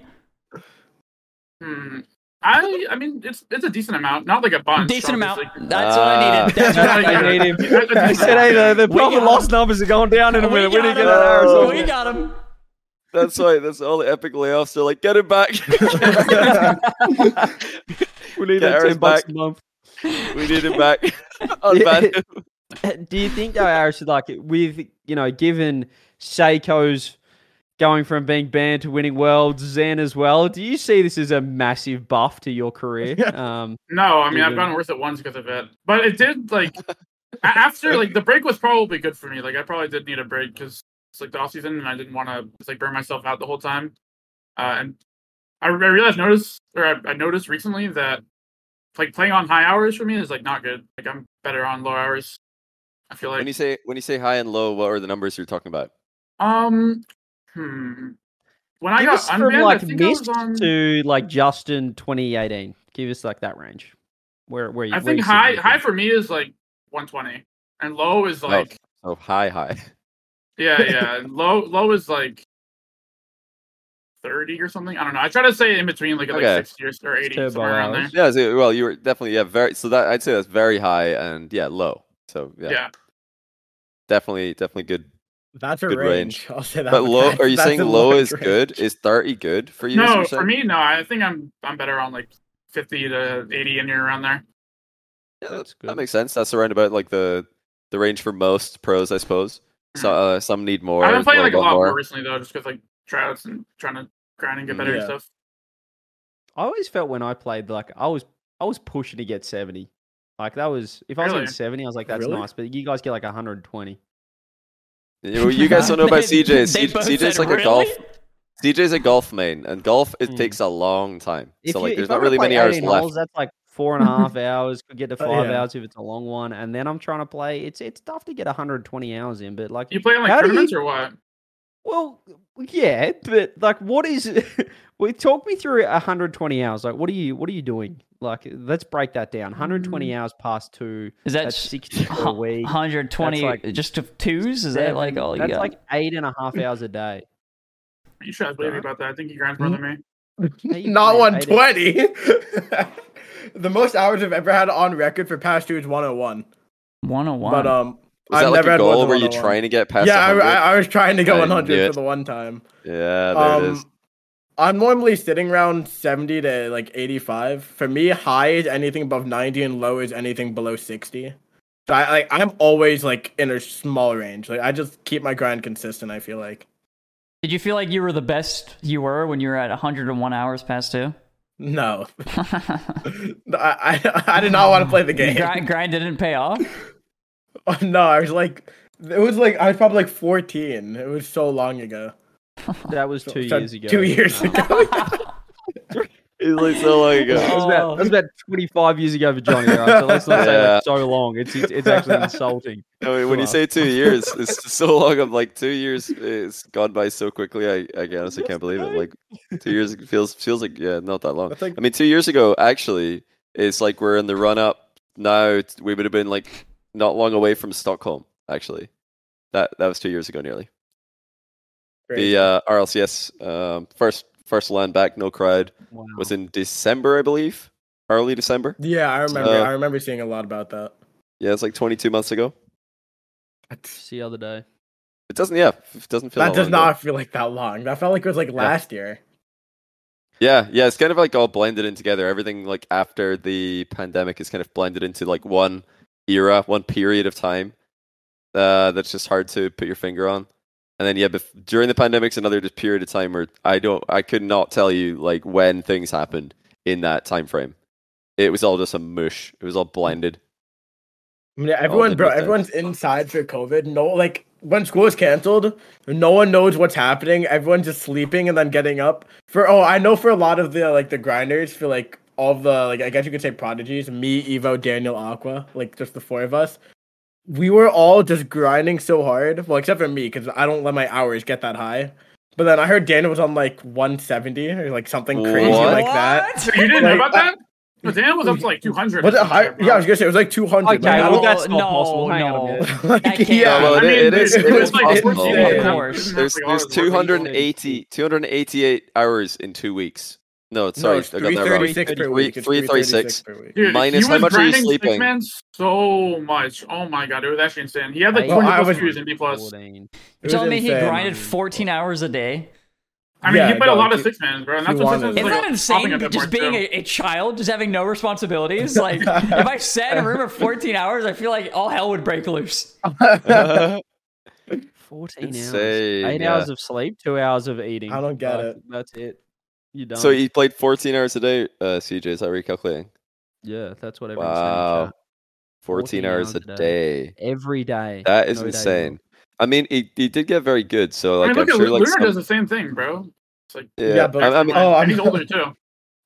[SPEAKER 4] Hmm. I I mean it's it's a decent amount, not like a bunch.
[SPEAKER 1] Decent amount.
[SPEAKER 4] obviously.
[SPEAKER 1] That's what
[SPEAKER 2] Uh,
[SPEAKER 1] I needed. That's what
[SPEAKER 4] Ah.
[SPEAKER 1] I
[SPEAKER 3] I
[SPEAKER 1] needed.
[SPEAKER 3] need him.
[SPEAKER 4] That's a
[SPEAKER 3] I
[SPEAKER 4] decent
[SPEAKER 3] said, hey,
[SPEAKER 4] amount.
[SPEAKER 3] the, the
[SPEAKER 1] We
[SPEAKER 3] profit
[SPEAKER 1] got
[SPEAKER 3] loss numbers are going down in a minute. We
[SPEAKER 1] got
[SPEAKER 3] need to get
[SPEAKER 1] him.
[SPEAKER 3] that
[SPEAKER 2] out
[SPEAKER 3] Arizona.
[SPEAKER 1] We got him.
[SPEAKER 2] That's why. That's all the epic layoffs. They're like, get it back.
[SPEAKER 3] We need
[SPEAKER 2] Get
[SPEAKER 3] that
[SPEAKER 2] Harris
[SPEAKER 3] 10 bucks
[SPEAKER 2] back.
[SPEAKER 3] a month.
[SPEAKER 2] we need it back. Unban him.
[SPEAKER 3] Do you think though, Aris, like with you know, given Seiko's going from being banned to winning worlds, Zen as well, do you see this as a massive buff to your career? Um,
[SPEAKER 4] No, I mean I've
[SPEAKER 3] Mhm.
[SPEAKER 4] gotten worse at once because of it, but it did like a- after like the break was probably good for me. Like I probably did need a break because it's like the off season and I didn't want to just like burn myself out the whole time. Uh, and I, re- I realized notice or I, I noticed recently that like playing on high hours for me is like not good. Like I'm better on low hours. I feel
[SPEAKER 2] When you
[SPEAKER 4] like
[SPEAKER 2] say when you say high and low, what are the numbers you're talking about?
[SPEAKER 4] um hmm. When I
[SPEAKER 3] give
[SPEAKER 4] got
[SPEAKER 3] us from
[SPEAKER 4] unbanned, I
[SPEAKER 3] like
[SPEAKER 4] think I
[SPEAKER 3] Mist
[SPEAKER 4] was on.
[SPEAKER 3] to like Justin 2018. Give us like that range. Where where you
[SPEAKER 4] I
[SPEAKER 3] where
[SPEAKER 4] think
[SPEAKER 3] you sitting
[SPEAKER 4] high
[SPEAKER 3] with
[SPEAKER 4] high
[SPEAKER 3] that?
[SPEAKER 4] for me is like 120, and low is like.
[SPEAKER 2] Oh, high, high.
[SPEAKER 4] Yeah, yeah. and Low low is like thirty or something. I don't know. I try to say in between like at
[SPEAKER 2] Okay.
[SPEAKER 4] like sixty or, or eighty
[SPEAKER 3] turbo
[SPEAKER 4] somewhere around there.
[SPEAKER 3] hours.
[SPEAKER 2] Yeah. So, well, you were definitely yeah very. So that I'd say that's very high and yeah low. So yeah,
[SPEAKER 4] Yeah.
[SPEAKER 2] definitely definitely good.
[SPEAKER 5] That's a
[SPEAKER 2] Good
[SPEAKER 5] range.
[SPEAKER 2] range.
[SPEAKER 5] I'll say that.
[SPEAKER 2] But
[SPEAKER 5] much.
[SPEAKER 2] low? Are you
[SPEAKER 5] That's
[SPEAKER 2] saying
[SPEAKER 5] a
[SPEAKER 2] low
[SPEAKER 5] large
[SPEAKER 2] is
[SPEAKER 5] range.
[SPEAKER 2] good? Is thirty good for you? is what
[SPEAKER 4] No,
[SPEAKER 2] you're
[SPEAKER 4] for
[SPEAKER 2] saying?
[SPEAKER 4] me, no. I think I'm I'm better on like fifty to eighty and near around there.
[SPEAKER 2] Yeah, that-
[SPEAKER 3] That's
[SPEAKER 2] That
[SPEAKER 3] good.
[SPEAKER 2] makes sense. That's around about like the the range for most pros, I suppose.
[SPEAKER 4] Hmm.
[SPEAKER 2] So uh, some need more.
[SPEAKER 4] I've been playing like
[SPEAKER 2] like,
[SPEAKER 4] a lot
[SPEAKER 2] more.
[SPEAKER 4] more. recently though, just because like tryouts and trying to grind and get better
[SPEAKER 5] Yeah.
[SPEAKER 4] and stuff.
[SPEAKER 3] I always felt when I played like I was I was pushing to get 70. Like that was if I was
[SPEAKER 4] Really?
[SPEAKER 3] in 70, I was like that's
[SPEAKER 5] Really?
[SPEAKER 3] nice, but you guys get like 120.
[SPEAKER 2] You, you guys don't know about
[SPEAKER 1] They-
[SPEAKER 2] CJ.
[SPEAKER 1] they
[SPEAKER 2] C-
[SPEAKER 1] both
[SPEAKER 2] CJ's
[SPEAKER 1] said,
[SPEAKER 2] like
[SPEAKER 1] "Really?"
[SPEAKER 2] a golf. CJ's a golf main, and golf it
[SPEAKER 3] Hmm.
[SPEAKER 2] takes a long time.
[SPEAKER 3] If
[SPEAKER 2] so
[SPEAKER 3] you-
[SPEAKER 2] like,
[SPEAKER 3] if
[SPEAKER 2] there's
[SPEAKER 3] I'm
[SPEAKER 2] not
[SPEAKER 3] gonna
[SPEAKER 2] really
[SPEAKER 3] play
[SPEAKER 2] many hours
[SPEAKER 3] 18
[SPEAKER 2] left.
[SPEAKER 3] holes, That's like four and a half hours. Could get to
[SPEAKER 5] Oh,
[SPEAKER 3] five
[SPEAKER 5] yeah.
[SPEAKER 3] hours if it's a long one, and then I'm trying to play. It's it's tough to get 120 hours in, but like,
[SPEAKER 4] You play in like
[SPEAKER 3] How do you-
[SPEAKER 4] tournaments or what?
[SPEAKER 3] well, yeah, but like, what is? we talk me through 120 hours. Like, what are you what are you doing? Like, let's break that down. 120 hours past two.
[SPEAKER 1] Is
[SPEAKER 3] That's
[SPEAKER 1] that
[SPEAKER 3] 60 per week.
[SPEAKER 1] 120
[SPEAKER 3] That's
[SPEAKER 1] just of twos? Is that like
[SPEAKER 3] seven-
[SPEAKER 1] all you
[SPEAKER 3] That's
[SPEAKER 1] got?
[SPEAKER 3] like eight and a half hours a day.
[SPEAKER 4] You should ask Wavy about that. I think he grinds more
[SPEAKER 2] Hmm?
[SPEAKER 4] than me.
[SPEAKER 3] How you
[SPEAKER 5] Not
[SPEAKER 3] playing eight-
[SPEAKER 5] 120. the most hours I've ever had on record for past two is 101.
[SPEAKER 1] 101.
[SPEAKER 3] uh,
[SPEAKER 5] But
[SPEAKER 2] Was
[SPEAKER 5] um, I've
[SPEAKER 2] that like
[SPEAKER 5] never
[SPEAKER 2] a
[SPEAKER 5] had more
[SPEAKER 2] goal?
[SPEAKER 5] than
[SPEAKER 2] Were you
[SPEAKER 5] 101.
[SPEAKER 2] trying to get past?
[SPEAKER 5] yeah, I,
[SPEAKER 2] 100?
[SPEAKER 5] I, I was trying to go
[SPEAKER 2] I knew
[SPEAKER 5] 100
[SPEAKER 2] it.
[SPEAKER 5] for the one time.
[SPEAKER 2] yeah, there it is.
[SPEAKER 5] Um, I'm normally sitting around 70 to like 85. For me, high is anything above 90, and low is anything below 60. So I like I'm always like in a small range. Like I just keep my grind consistent. I feel like
[SPEAKER 1] Did you feel like you were the best you were when you were at 101 hours past two?
[SPEAKER 5] no,
[SPEAKER 1] grind,
[SPEAKER 5] I I, I did not want to play the game.
[SPEAKER 1] grind didn't pay off.
[SPEAKER 5] no, I was like, it was like I was probably like 14. It was so long ago.
[SPEAKER 3] That was
[SPEAKER 5] So-
[SPEAKER 3] two
[SPEAKER 5] so
[SPEAKER 3] years ago.
[SPEAKER 5] Two years
[SPEAKER 3] Uh,
[SPEAKER 5] ago.
[SPEAKER 2] It's like so long
[SPEAKER 3] That
[SPEAKER 2] ago.
[SPEAKER 3] was, about, that was about 25 years ago for Johnny, all right? So let's not say that's so long. It's, it's, it's actually insulting.
[SPEAKER 2] I mean, when you
[SPEAKER 3] Wow.
[SPEAKER 2] say two years, it's just so long. I'm like two years. It's gone by so quickly. I, I honestly can't believe it. Like two years feels feels like yeah, not that long.
[SPEAKER 5] That's like-
[SPEAKER 2] I mean, two years ago, actually, it's like we're in the run up now. It's- We would have been like not long away from Stockholm. Actually, that that was two years ago, nearly. The uh, RLCS um, first first land back, no crowd,
[SPEAKER 3] Wow.
[SPEAKER 2] was in December, I believe, early December.
[SPEAKER 5] yeah, I remember.
[SPEAKER 2] Uh,
[SPEAKER 5] I remember seeing a lot about that.
[SPEAKER 2] Yeah, it's like 22 months ago.
[SPEAKER 3] It's the other day.
[SPEAKER 2] It doesn't. Yeah, it doesn't feel
[SPEAKER 5] That
[SPEAKER 2] that
[SPEAKER 5] does
[SPEAKER 2] long ago.
[SPEAKER 5] not feel like that long. That felt like it was like last year.
[SPEAKER 2] Yeah, yeah, it's kind of like all blended in together. Everything like after the pandemic is kind of blended into like one era, one period of time. Uh, that's just hard to put your finger on. And then yeah, bef- during the pandemic's another just period of time where I don't, I could not tell you like when things happened in that time frame. It was all just a mush. It was all blended.
[SPEAKER 5] I mean, everyone,
[SPEAKER 2] did
[SPEAKER 5] bro,
[SPEAKER 2] with that.
[SPEAKER 5] everyone's inside for COVID. No, like when school is canceled, no one knows what's happening. Everyone's just sleeping and then getting up. For oh, I know for a lot of the like the grinders for like all the like I guess you could say prodigies, me, Evo, Daniel, Aqua, like just the four of us. We were all just grinding so hard. Well, except for me because I don't let my hours get that high. But then I heard Daniel was on like 170 or like something crazy
[SPEAKER 2] What?
[SPEAKER 5] like that.
[SPEAKER 4] You didn't know
[SPEAKER 5] Like,
[SPEAKER 4] about
[SPEAKER 5] I-
[SPEAKER 4] that? No, Daniel was up to like 200.
[SPEAKER 5] Was it
[SPEAKER 4] or something,
[SPEAKER 5] higher?
[SPEAKER 4] bro.
[SPEAKER 5] Yeah, I was gonna say it was like 200.
[SPEAKER 3] Okay,
[SPEAKER 5] like, I
[SPEAKER 3] well,
[SPEAKER 5] don't-
[SPEAKER 3] that's not
[SPEAKER 1] no,
[SPEAKER 3] possible. Hang on a
[SPEAKER 1] no.
[SPEAKER 3] minute.
[SPEAKER 5] like,
[SPEAKER 1] that can't-
[SPEAKER 5] yeah.
[SPEAKER 2] Yeah, well, it- it is-
[SPEAKER 4] dude,
[SPEAKER 2] it
[SPEAKER 4] it's
[SPEAKER 2] is possible.
[SPEAKER 4] 14
[SPEAKER 1] Of
[SPEAKER 4] hours.
[SPEAKER 1] course.
[SPEAKER 4] Isn't that
[SPEAKER 2] There's
[SPEAKER 4] like
[SPEAKER 2] there's
[SPEAKER 4] hours worth of
[SPEAKER 2] 280 288 hours in two weeks. No, it's-
[SPEAKER 5] no,
[SPEAKER 2] sorry,
[SPEAKER 5] it's
[SPEAKER 2] I got that wrong.
[SPEAKER 5] 336 per
[SPEAKER 2] Three-
[SPEAKER 5] week. It's
[SPEAKER 2] 336.
[SPEAKER 5] 336 per week.
[SPEAKER 4] Dude, he
[SPEAKER 2] Minus how
[SPEAKER 4] was
[SPEAKER 2] much are you
[SPEAKER 4] grinding
[SPEAKER 2] sleeping?
[SPEAKER 4] Six Man so much. Oh my god, it was actually insane. He had like
[SPEAKER 3] Well,
[SPEAKER 4] 20
[SPEAKER 5] I
[SPEAKER 4] plus
[SPEAKER 5] was-
[SPEAKER 4] views in B plus.
[SPEAKER 3] 14.
[SPEAKER 5] It was
[SPEAKER 1] Tell me he
[SPEAKER 5] insane.
[SPEAKER 1] grinded 14 hours a day.
[SPEAKER 4] I mean,
[SPEAKER 5] Yeah,
[SPEAKER 4] he played a
[SPEAKER 5] no,
[SPEAKER 4] lot of
[SPEAKER 5] he-
[SPEAKER 4] six mans, bro. And
[SPEAKER 5] he
[SPEAKER 4] that's what six
[SPEAKER 5] wanted
[SPEAKER 4] mans
[SPEAKER 5] it.
[SPEAKER 1] Isn't
[SPEAKER 4] is
[SPEAKER 1] that
[SPEAKER 4] like, popping
[SPEAKER 1] insane?
[SPEAKER 4] up at
[SPEAKER 1] Just
[SPEAKER 4] more,
[SPEAKER 1] being
[SPEAKER 4] too.
[SPEAKER 1] a, a child, just having no responsibilities. Like, if I sat in a room for 14 hours, I feel like all hell would break loose.
[SPEAKER 3] hours.
[SPEAKER 2] Insane,
[SPEAKER 3] Eight
[SPEAKER 2] yeah.
[SPEAKER 3] hours of sleep, two hours of eating.
[SPEAKER 5] I don't get
[SPEAKER 3] Like,
[SPEAKER 5] it.
[SPEAKER 3] That's it. You done.
[SPEAKER 2] so he played 14 hours a day, uh, CJ. Is that recalculating?
[SPEAKER 3] yeah, that's what everyone's saying. in
[SPEAKER 2] Wow.
[SPEAKER 3] chat.
[SPEAKER 2] 14 hours a day.
[SPEAKER 3] Every day.
[SPEAKER 2] That is
[SPEAKER 3] no days off.
[SPEAKER 2] insane. I mean, he, he did get very good. So, like,
[SPEAKER 4] I mean, look
[SPEAKER 2] I'm
[SPEAKER 4] at
[SPEAKER 2] sure,
[SPEAKER 4] Lu-
[SPEAKER 2] like,
[SPEAKER 4] Lunar
[SPEAKER 2] some-
[SPEAKER 4] does the same thing, bro. It's like,
[SPEAKER 2] yeah,
[SPEAKER 5] Yeah, but-
[SPEAKER 2] I, I mean,
[SPEAKER 5] Oh,
[SPEAKER 4] and he's
[SPEAKER 5] I'm-
[SPEAKER 4] older too.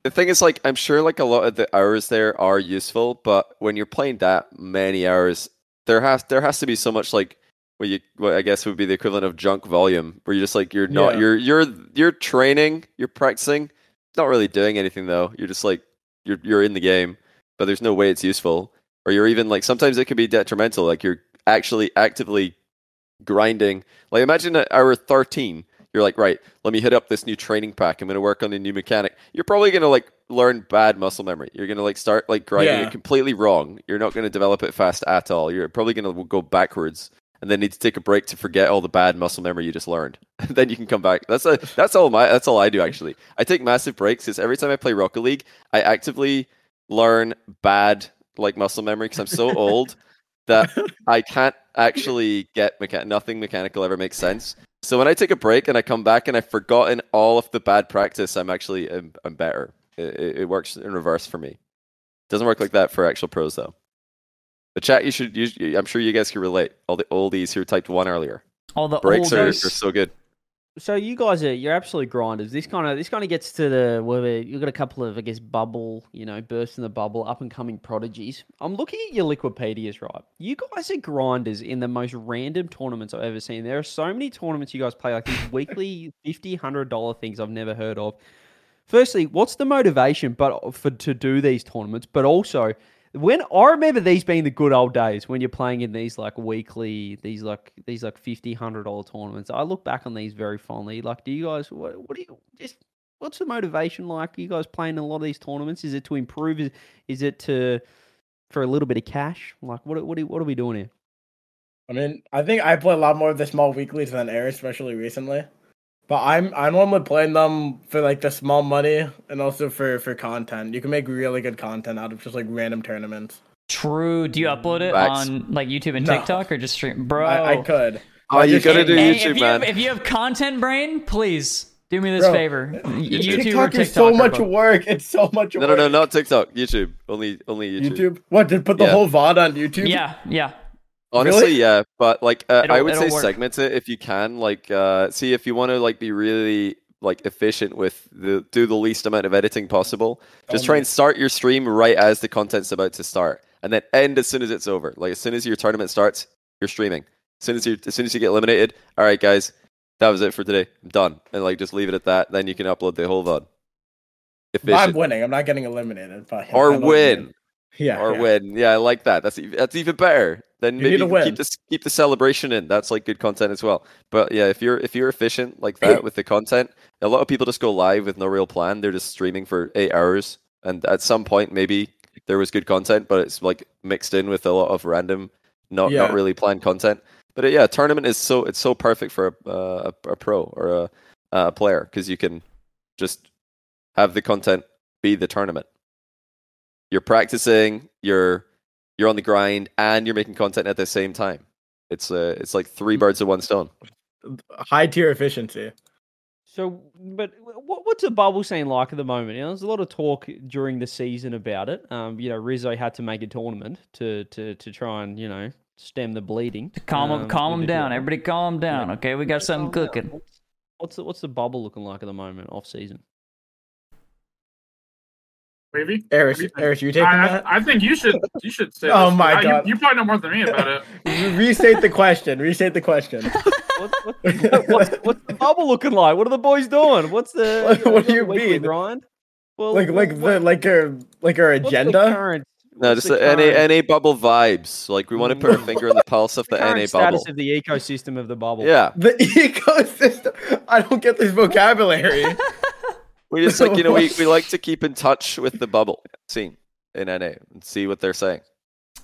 [SPEAKER 2] The thing is, like, I'm sure like a lot of the hours there are useful, but when you're playing that many hours, there has there has to be so much like what you what I guess would be the equivalent of junk volume, where you're just like you're not
[SPEAKER 5] Yeah.
[SPEAKER 2] you're you're you're training, you're practicing, not really doing anything though. You're just like you're you're in the game, but there's no way it's useful, or you're even like sometimes it can be detrimental. Like you're actually actively grinding. Like imagine at hour thirteen, you're like, right, let me hit up this new training pack. I'm going to work on a new mechanic. You're probably going to like learn bad muscle memory. You're going to like start like grinding
[SPEAKER 5] Yeah.
[SPEAKER 2] it completely wrong. You're not going to develop it fast at all. You're probably going to go backwards and then need to take a break to forget all the bad muscle memory you just learned. then you can come back. That's a, that's all my that's all I do actually. I take massive breaks. It's every time I play Rocket League, I actively learn bad like muscle memory because I'm so old that I can't actually get mecha- nothing mechanical ever makes sense. So when I take a break and I come back and I've forgotten all of the bad practice, I'm actually I'm, I'm better. It, it, it works in reverse for me. Doesn't work like that for actual pros though. The chat, you should. You, should- I'm sure you guys can relate. All the oldies who typed one earlier.
[SPEAKER 1] All the
[SPEAKER 2] Breaks are, are
[SPEAKER 1] oldies.
[SPEAKER 2] so good.
[SPEAKER 3] So you guys are you're absolute grinders. This kind of this kind of gets to the where we- you've got a couple of I guess bubble, you know, bursts in the bubble, up and coming prodigies. I'm looking at your Liquipedias, right? You guys are grinders in the most random tournaments I've ever seen. There are so many tournaments you guys play like these weekly fifty hundred dollar things I've never heard of. Firstly, what's the motivation, but uh, for to do these tournaments, but also when I remember these being the good old days when you're playing in these like weekly, these like these like fifty hundred dollar tournaments. I look back on these very fondly. Like, do you guys what what do you just what's the motivation like? you guys playing a lot of these tournaments? Is it to improve? Is is it to for a little bit of cash? Like, what are- what are, what are we doing here?
[SPEAKER 5] I mean, I think I play a lot more of the small weeklies than air, especially recently. But I'm I'm normally playing them for like the small money and also for for content. You can make really good content out of just like random tournaments.
[SPEAKER 1] True. Do you upload it
[SPEAKER 2] Facts.
[SPEAKER 1] on like YouTube and
[SPEAKER 5] No.
[SPEAKER 1] TikTok or just stream? Bro.
[SPEAKER 5] I, I could.
[SPEAKER 2] Oh, you
[SPEAKER 5] just-
[SPEAKER 2] gotta do
[SPEAKER 1] Hey,
[SPEAKER 2] YouTube,
[SPEAKER 1] if,
[SPEAKER 2] man.
[SPEAKER 1] You have, if you have content brain, please do me this
[SPEAKER 5] Bro, uh,
[SPEAKER 1] favor. YouTube or
[SPEAKER 5] TikTok
[SPEAKER 1] TikTok
[SPEAKER 5] is so
[SPEAKER 1] or
[SPEAKER 5] much
[SPEAKER 1] both.
[SPEAKER 5] work. It's so much
[SPEAKER 2] No,
[SPEAKER 5] work.
[SPEAKER 2] no, no, not TikTok. YouTube. Only, only YouTube.
[SPEAKER 5] YouTube. What? Did put the
[SPEAKER 2] Yeah.
[SPEAKER 5] whole VOD on YouTube?
[SPEAKER 1] Yeah, yeah.
[SPEAKER 2] Honestly,
[SPEAKER 5] Really?
[SPEAKER 2] yeah, but like uh, I
[SPEAKER 1] It'll-
[SPEAKER 2] would
[SPEAKER 1] it'll
[SPEAKER 2] say
[SPEAKER 1] work.
[SPEAKER 2] segment it if you can. Like, uh, see if you want to like be really like efficient with the do the least amount of editing possible.
[SPEAKER 1] Oh,
[SPEAKER 2] Just try and start your stream right as the content's about to start, and then end as soon as it's over. Like as soon as your tournament starts, you're streaming. As soon as you as soon as you get eliminated, all right, guys, that was it for today. I'm done, and like just leave it at that. Then you can upload the whole VOD.
[SPEAKER 5] I'm
[SPEAKER 2] Efficient
[SPEAKER 5] winning. I'm not getting eliminated. But I
[SPEAKER 2] or
[SPEAKER 5] don't
[SPEAKER 2] win.
[SPEAKER 5] win. Yeah.
[SPEAKER 2] Or
[SPEAKER 5] yeah.
[SPEAKER 2] win. Yeah, I like that. That's ev- that's even better. Then
[SPEAKER 5] You
[SPEAKER 2] maybe
[SPEAKER 5] need to
[SPEAKER 2] you can
[SPEAKER 5] win.
[SPEAKER 2] keep this keep the celebration in. That's like good content as well. But yeah, if you're if you're efficient like that with the content, a lot of people just go live with no real plan. They're just streaming for eight hours, and at some point maybe there was good content, but it's like mixed in with a lot of random, not not
[SPEAKER 5] Yeah.
[SPEAKER 2] really planned content. But uh, yeah, tournament is so it's so perfect for a uh, a, a pro or a, a player because you can just have the content be the tournament. You're practicing, you're you're on the grind, and you're making content at the same time. It's uh, it's like
[SPEAKER 3] Mm.
[SPEAKER 2] three birds with one stone.
[SPEAKER 5] High tier efficiency.
[SPEAKER 3] So, but what, what's the bubble scene like at the moment? You know, there's a lot of talk during the season about it. Um, you know, Rizzo had to make a tournament to to to try and you know stem the bleeding.
[SPEAKER 1] Calm,
[SPEAKER 3] um,
[SPEAKER 1] calm
[SPEAKER 3] with
[SPEAKER 1] 'em
[SPEAKER 3] the
[SPEAKER 1] down.
[SPEAKER 3] tournament.
[SPEAKER 1] Everybody calm 'em down,
[SPEAKER 3] Yeah.
[SPEAKER 1] okay? We got something
[SPEAKER 3] Calm down.
[SPEAKER 1] cooking.
[SPEAKER 3] What's- What's the, what's the bubble looking like at the moment, off season?
[SPEAKER 4] Wavy. What
[SPEAKER 5] Eris,
[SPEAKER 4] do you think?
[SPEAKER 5] Eris, you taking
[SPEAKER 4] I,
[SPEAKER 5] that?
[SPEAKER 4] I, I think you should you should say.
[SPEAKER 5] Oh
[SPEAKER 4] this.
[SPEAKER 5] my
[SPEAKER 4] I- you-
[SPEAKER 5] God.
[SPEAKER 4] You, probably know more than me about it.
[SPEAKER 5] Restate the question. Restate the question.
[SPEAKER 3] What, what, what, what's, what's the bubble looking like? What are the boys doing? What's the
[SPEAKER 5] What-
[SPEAKER 3] know,
[SPEAKER 5] what do
[SPEAKER 3] the
[SPEAKER 5] you
[SPEAKER 3] weekly
[SPEAKER 5] mean?
[SPEAKER 3] grind? Well,
[SPEAKER 5] Like
[SPEAKER 3] what-
[SPEAKER 5] like the
[SPEAKER 3] what-
[SPEAKER 5] like her like her
[SPEAKER 3] what's the
[SPEAKER 5] agenda.
[SPEAKER 3] current-
[SPEAKER 2] No,
[SPEAKER 3] what's
[SPEAKER 2] just
[SPEAKER 3] the
[SPEAKER 2] the NA,
[SPEAKER 3] current-
[SPEAKER 2] NA bubble vibes. Like we want to put our finger on the pulse of the,
[SPEAKER 3] the current
[SPEAKER 2] NA
[SPEAKER 3] status
[SPEAKER 2] bubble.
[SPEAKER 3] of the ecosystem of the bubble.
[SPEAKER 2] yeah,
[SPEAKER 5] The ecosystem. I don't get this vocabulary.
[SPEAKER 2] we just like you know we, we like to keep in touch with the bubble scene in NA and see what they're saying.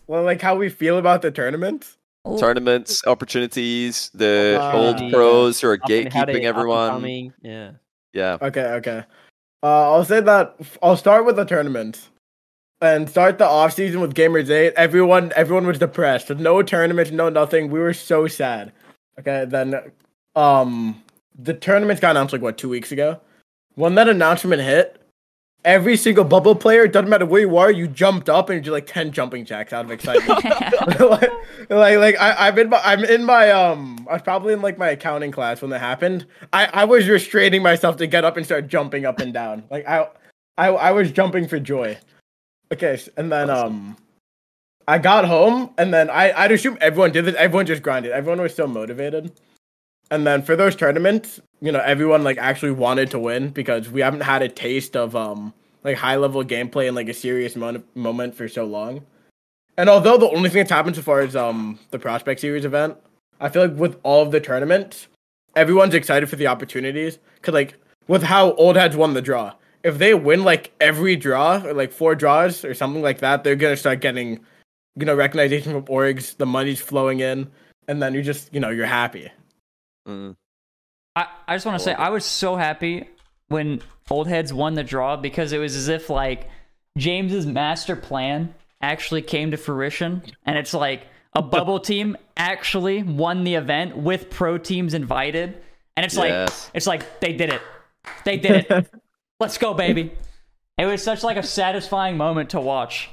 [SPEAKER 5] well, like how we feel about the tournament.
[SPEAKER 1] Ooh,
[SPEAKER 2] Tournaments, opportunities, the
[SPEAKER 5] Ah.
[SPEAKER 2] old pros who are
[SPEAKER 3] Up and uh, how to- up
[SPEAKER 2] gatekeeping
[SPEAKER 3] and
[SPEAKER 2] everyone.
[SPEAKER 3] coming, Yeah.
[SPEAKER 2] Yeah,
[SPEAKER 5] Okay, okay. Uh, I'll say that I'll start with the tournament. And start the off season with Gamers 8. Everyone everyone was depressed. There's no tournament, no nothing. We were so sad. Okay, then um the tournament got announced like what two weeks ago. When that announcement hit, every single bubble player, doesn't matter where you are, you jumped up and you did like ten jumping jacks out of excitement. like, like, like, I, I've been, my, I'm in my, um, I was probably in like my accounting class when that happened. I, I was restraining myself to get up and start jumping up and down. Like, I, I, I was jumping for joy. Okay, s- and then, um, I got home, and then I, I'd assume everyone did this. Everyone just grinded. Everyone was so motivated. And then for those tournaments, you know, everyone like actually wanted to win because we haven't had a taste of um like high level gameplay in like a serious mon- moment for so long. And although the only thing that's happened so far is um the prospect series event, I feel like with all of the tournaments, everyone's excited for the opportunities. Cause like with how old heads won the draw, if they win like every draw or like four draws or something like that, they're gonna start getting, you know, recognition from orgs. The money's flowing in, and then you just you know you're happy.
[SPEAKER 2] Mm.
[SPEAKER 1] I, I just want to say I was so happy when old heads won the draw because it was as if like James's master plan actually came to fruition, and it's like a bubble team actually won the event with pro teams invited, and it's
[SPEAKER 2] Yes.
[SPEAKER 1] like it's like they did it, they did it, let's go baby. It was such like a satisfying moment to watch.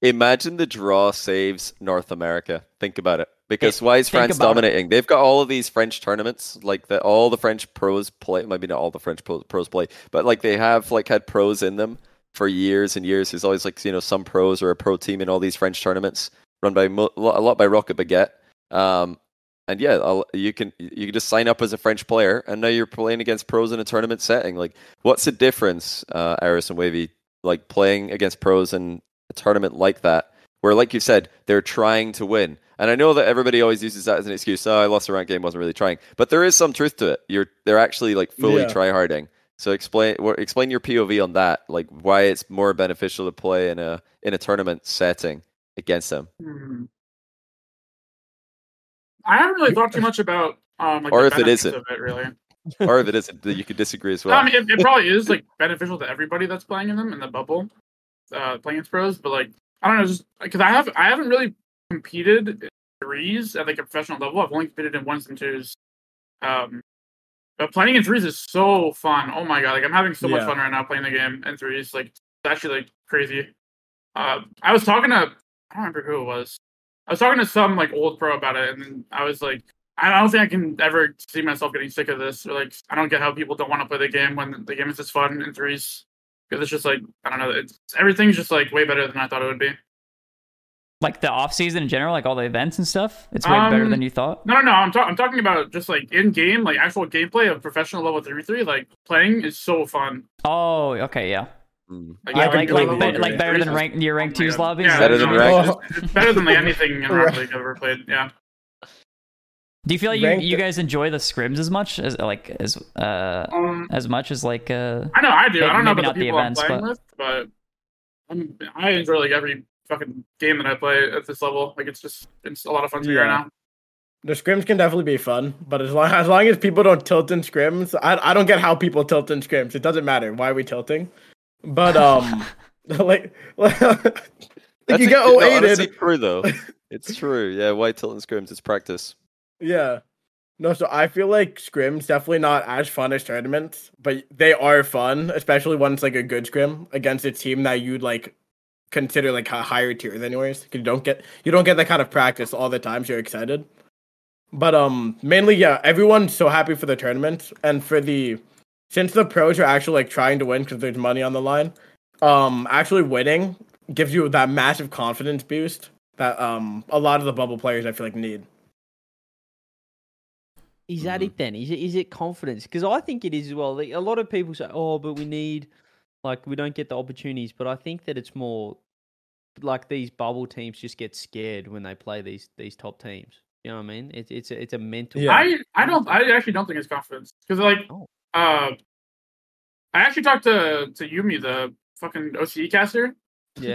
[SPEAKER 2] Imagine the draw saves North America. Think about it. Because
[SPEAKER 1] Yeah,
[SPEAKER 2] why is
[SPEAKER 1] think
[SPEAKER 2] France
[SPEAKER 1] about it.
[SPEAKER 2] dominating? They've got all of these French tournaments, like that all the French pros play. Maybe not all the French pro- pros play, but like they have like had pros in them for years and years. There's always like you know some pros or a pro team in all these French tournaments run by mo- lo- a lot by Rocket Baguette. Um, and yeah, I'll- you can you can just sign up as a French player, and now you're playing against pros in a tournament setting. Like, what's the difference, uh, Iris and Wavy, like playing against pros in a tournament like that, where, like you said, they're trying to win. And I know that everybody always uses that as an excuse. Oh, I lost a ranked game, wasn't really trying. But there is some truth to it. You're they're actually like fully
[SPEAKER 5] Yeah.
[SPEAKER 2] tryharding. So explain wha- explain your POV on that, like why it's more beneficial to play in a in a tournament setting against them,
[SPEAKER 4] Hmm. I haven't really thought too much about um, like
[SPEAKER 2] Or
[SPEAKER 4] the
[SPEAKER 2] if it
[SPEAKER 4] benefits
[SPEAKER 2] isn't.
[SPEAKER 4] of it really.
[SPEAKER 2] or if it isn't, that you could disagree as well.
[SPEAKER 4] I mean, it, it probably is like beneficial to everybody that's playing in them in the bubble, uh, playing as pros. But like, I don't know, just because I have I haven't really competed in threes at like a professional level. I've only competed in ones and twos. Um, but playing in threes is so fun. Oh my god, like I'm having so much
[SPEAKER 5] Yeah.
[SPEAKER 4] fun right now playing the game in threes. Like it's actually like crazy. Uh, I was talking to I don't remember who it was. I was talking to some like old pro about it, and then I was like, I don't think I can ever see myself getting sick of this. Or like, I don't get how people don't want to play the game when the game is just fun in threes. Because it's just like I don't know. It's everything's just like way better than I thought it would be.
[SPEAKER 1] Like the off season in general, like all the events and stuff, it's way better
[SPEAKER 4] Um,
[SPEAKER 1] than you thought.
[SPEAKER 4] No, no, no. I'm, ta- I'm talking about just like in game, like actual gameplay of professional level three three. Like playing is so fun.
[SPEAKER 1] Oh, okay, yeah,
[SPEAKER 2] Mm.
[SPEAKER 4] Like,
[SPEAKER 1] yeah,
[SPEAKER 5] I could
[SPEAKER 1] like
[SPEAKER 5] do
[SPEAKER 1] like,
[SPEAKER 5] it
[SPEAKER 1] be-
[SPEAKER 5] longer.
[SPEAKER 1] like better than rank your rank
[SPEAKER 4] Oh my
[SPEAKER 1] twos
[SPEAKER 4] God.
[SPEAKER 1] lobbies.
[SPEAKER 4] Yeah,
[SPEAKER 2] Better than
[SPEAKER 4] no,
[SPEAKER 2] rank.
[SPEAKER 4] it's- It's better than like anything in Rocket League I've ever played. Yeah.
[SPEAKER 1] Do you feel like you,
[SPEAKER 5] Ranked-
[SPEAKER 1] you guys enjoy the scrims as much as like as uh
[SPEAKER 4] Um,
[SPEAKER 1] as much as like uh
[SPEAKER 4] I know I do. I don't know
[SPEAKER 1] Maybe
[SPEAKER 4] about
[SPEAKER 1] not
[SPEAKER 4] the
[SPEAKER 1] the
[SPEAKER 4] people
[SPEAKER 1] events,
[SPEAKER 4] I'm playing
[SPEAKER 1] but-
[SPEAKER 4] with, but I'm, I enjoy like every fucking game that I play at this level. Like it's just it's a lot of fun to me
[SPEAKER 5] Yeah.
[SPEAKER 4] right now.
[SPEAKER 5] The scrims can definitely be fun, but as long as long as people don't tilt in scrims, I I don't get how people tilt in scrims. It doesn't matter. Why are we tilting? But um, like, like
[SPEAKER 2] That's
[SPEAKER 5] you
[SPEAKER 2] a-
[SPEAKER 5] get
[SPEAKER 2] no,
[SPEAKER 5] 08
[SPEAKER 2] honestly,
[SPEAKER 5] -ed.
[SPEAKER 2] true though. It's true. Yeah, why tilt and scrims? It's practice.
[SPEAKER 5] Yeah. No, so I feel like scrims definitely not as fun as tournaments, but they are fun, especially when it's like a good scrim against a team that you'd like consider like a higher tier than yours. 'cause You don't get you don't get that kind of practice all the times you're excited. But um mainly yeah, everyone's so happy for the tournament and for the since the pros are actually like trying to win because there's money on the line, um actually winning gives you that massive confidence boost that um a lot of the bubble players I feel like need.
[SPEAKER 3] Is that
[SPEAKER 2] Mhm.
[SPEAKER 3] it then? Is it is it confidence? Because I think it is as well. Like, a lot of people say, "Oh, but we need Like we don't get the opportunities, but I think that it's more like these bubble teams just get scared when they play these these top teams. You know what I mean? It's it's a, it's a mental.
[SPEAKER 5] Yeah.
[SPEAKER 4] I I don't I actually don't think it's confidence because like
[SPEAKER 3] Oh.
[SPEAKER 4] uh, I actually talked to to Yumi the fucking OCE caster.
[SPEAKER 3] yeah,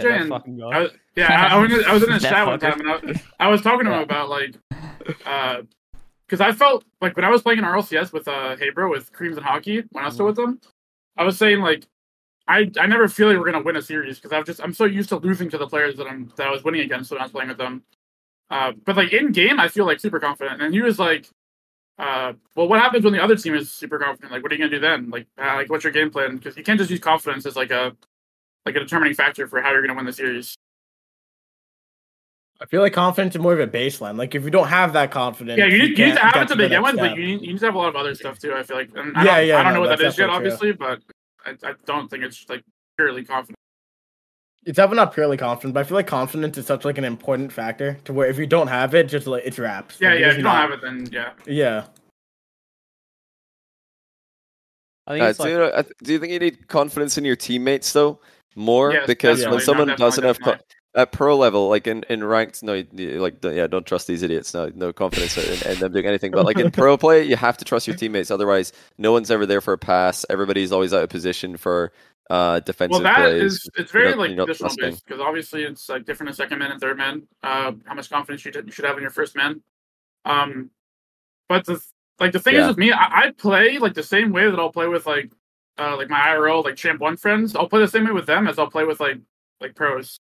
[SPEAKER 4] Jay
[SPEAKER 3] that
[SPEAKER 4] and-
[SPEAKER 3] fucking guy.
[SPEAKER 4] I was, yeah, I, I was in, I was in his
[SPEAKER 1] That
[SPEAKER 4] chat one
[SPEAKER 1] fucker.
[SPEAKER 4] time and I, I was talking to him
[SPEAKER 3] Yeah.
[SPEAKER 4] about like uh because I felt like when I was playing in RLCS with uh Habro with Creams and Hockey when I was still with them, I was saying like. I, I never feel like we're gonna win a series because I've just I'm so used to losing to the players that I'm that I was winning against when I was playing with them. Uh, but like in game, I feel like super confident. And he was like, uh, "Well, what happens when the other team is super confident? Like, what are you gonna do then? Like, uh, like what's your game plan? Because you can't just use confidence as like a like a determining factor for how you're gonna win the series."
[SPEAKER 5] I feel like confidence is more of a baseline. Like if you don't have that confidence,
[SPEAKER 4] Yeah, you need, you need
[SPEAKER 5] can't
[SPEAKER 4] to have
[SPEAKER 5] get
[SPEAKER 4] it to
[SPEAKER 5] the
[SPEAKER 4] begin
[SPEAKER 5] next
[SPEAKER 4] with, but
[SPEAKER 5] step.
[SPEAKER 4] you need, you need to have a lot of other stuff too. I feel like, and I
[SPEAKER 5] Yeah,
[SPEAKER 4] don't,
[SPEAKER 5] yeah,
[SPEAKER 4] I don't
[SPEAKER 5] no,
[SPEAKER 4] know what that
[SPEAKER 5] that's
[SPEAKER 4] is yet,
[SPEAKER 5] definitely
[SPEAKER 4] obviously, but I, I don't think it's like purely confident.
[SPEAKER 5] it's definitely not purely confidence, but I feel like confidence is such like an important factor to where if you don't have it, just like it's wraps.
[SPEAKER 4] Yeah,
[SPEAKER 5] Like,
[SPEAKER 4] yeah.
[SPEAKER 5] it's
[SPEAKER 4] If you don't have
[SPEAKER 5] not-
[SPEAKER 4] it, then yeah.
[SPEAKER 5] Yeah.
[SPEAKER 3] I think
[SPEAKER 2] Uh,
[SPEAKER 3] it's
[SPEAKER 2] do,
[SPEAKER 3] like,
[SPEAKER 2] you know, I th- do you think you need confidence in your teammates though more
[SPEAKER 4] Yes,
[SPEAKER 2] because
[SPEAKER 5] definitely.
[SPEAKER 2] when
[SPEAKER 5] No,
[SPEAKER 2] someone
[SPEAKER 4] definitely,
[SPEAKER 2] doesn't have co-
[SPEAKER 4] definitely.
[SPEAKER 2] at pro level, like in, in ranked, no, you- you, like don't- yeah, don't trust these idiots. No, no confidence in, in them doing anything. But like in pro play, you have to trust your teammates. Otherwise, no one's ever there for a pass. Everybody's always out of position for uh, defensive
[SPEAKER 4] Well, that is
[SPEAKER 2] plays.
[SPEAKER 4] it's very
[SPEAKER 2] not-
[SPEAKER 4] like
[SPEAKER 2] you're not
[SPEAKER 4] positional
[SPEAKER 2] trusting.
[SPEAKER 4] based because obviously it's like different in second man and third man. Uh, how much confidence you, you should have in your first man. Um, but the like the thing
[SPEAKER 2] Yeah.
[SPEAKER 4] is with me, I, I play like the same way that I'll play with like uh like my IRL like champ one friends. I'll play the same way with them as I'll play with like like pros.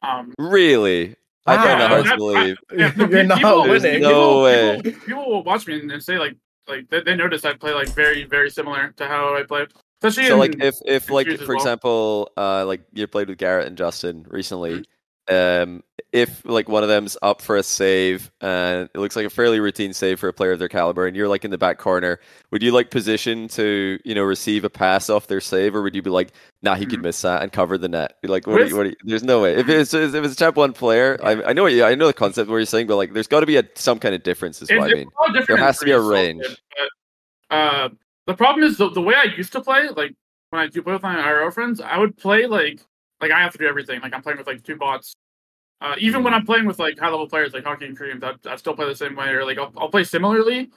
[SPEAKER 4] Um,
[SPEAKER 2] Really, I
[SPEAKER 5] Wow.
[SPEAKER 2] find
[SPEAKER 5] Yeah,
[SPEAKER 2] that hard
[SPEAKER 4] I-
[SPEAKER 2] to
[SPEAKER 4] I-
[SPEAKER 2] believe.
[SPEAKER 4] yeah, no,
[SPEAKER 5] You're
[SPEAKER 4] pe-
[SPEAKER 5] not
[SPEAKER 4] people,
[SPEAKER 2] There's
[SPEAKER 5] winning.
[SPEAKER 2] no
[SPEAKER 4] people,
[SPEAKER 2] way.
[SPEAKER 4] People, people will watch me and, and say like like they, they notice I play like very very similar to how I play. Especially
[SPEAKER 2] So
[SPEAKER 4] in,
[SPEAKER 2] like if if like
[SPEAKER 4] confused as
[SPEAKER 2] for
[SPEAKER 4] well.
[SPEAKER 2] example, uh, like you played with Garrett and Justin recently. Um, if like one of them's up for a save, and it looks like a fairly routine save for a player of their caliber, and you're like in the back corner, would you like position to you know receive a pass off their save, or would you be like, nah, he could
[SPEAKER 4] Mhm.
[SPEAKER 2] miss that and cover the net? You're like, what? Are
[SPEAKER 4] With-
[SPEAKER 2] you, what are you, there's no way. If it's if it's a champ one player, I, I know what you, I know the concept of what you're saying, but like, there's got to be a some kind of difference, is
[SPEAKER 4] It's-
[SPEAKER 2] what I
[SPEAKER 4] it's
[SPEAKER 2] mean.
[SPEAKER 4] all different
[SPEAKER 2] There
[SPEAKER 4] in
[SPEAKER 2] has to be a
[SPEAKER 4] threes, so,
[SPEAKER 2] range.
[SPEAKER 4] but, uh, the problem is the, the way I used to play, like when I do play with my IRL friends, I would play like like I have to do everything. Like I'm playing with like two bots. Uh, even
[SPEAKER 2] Mm.
[SPEAKER 4] when I'm playing with like high level players like Hockey and Creams, I, I still play the same way, or like I'll, I'll play similarly,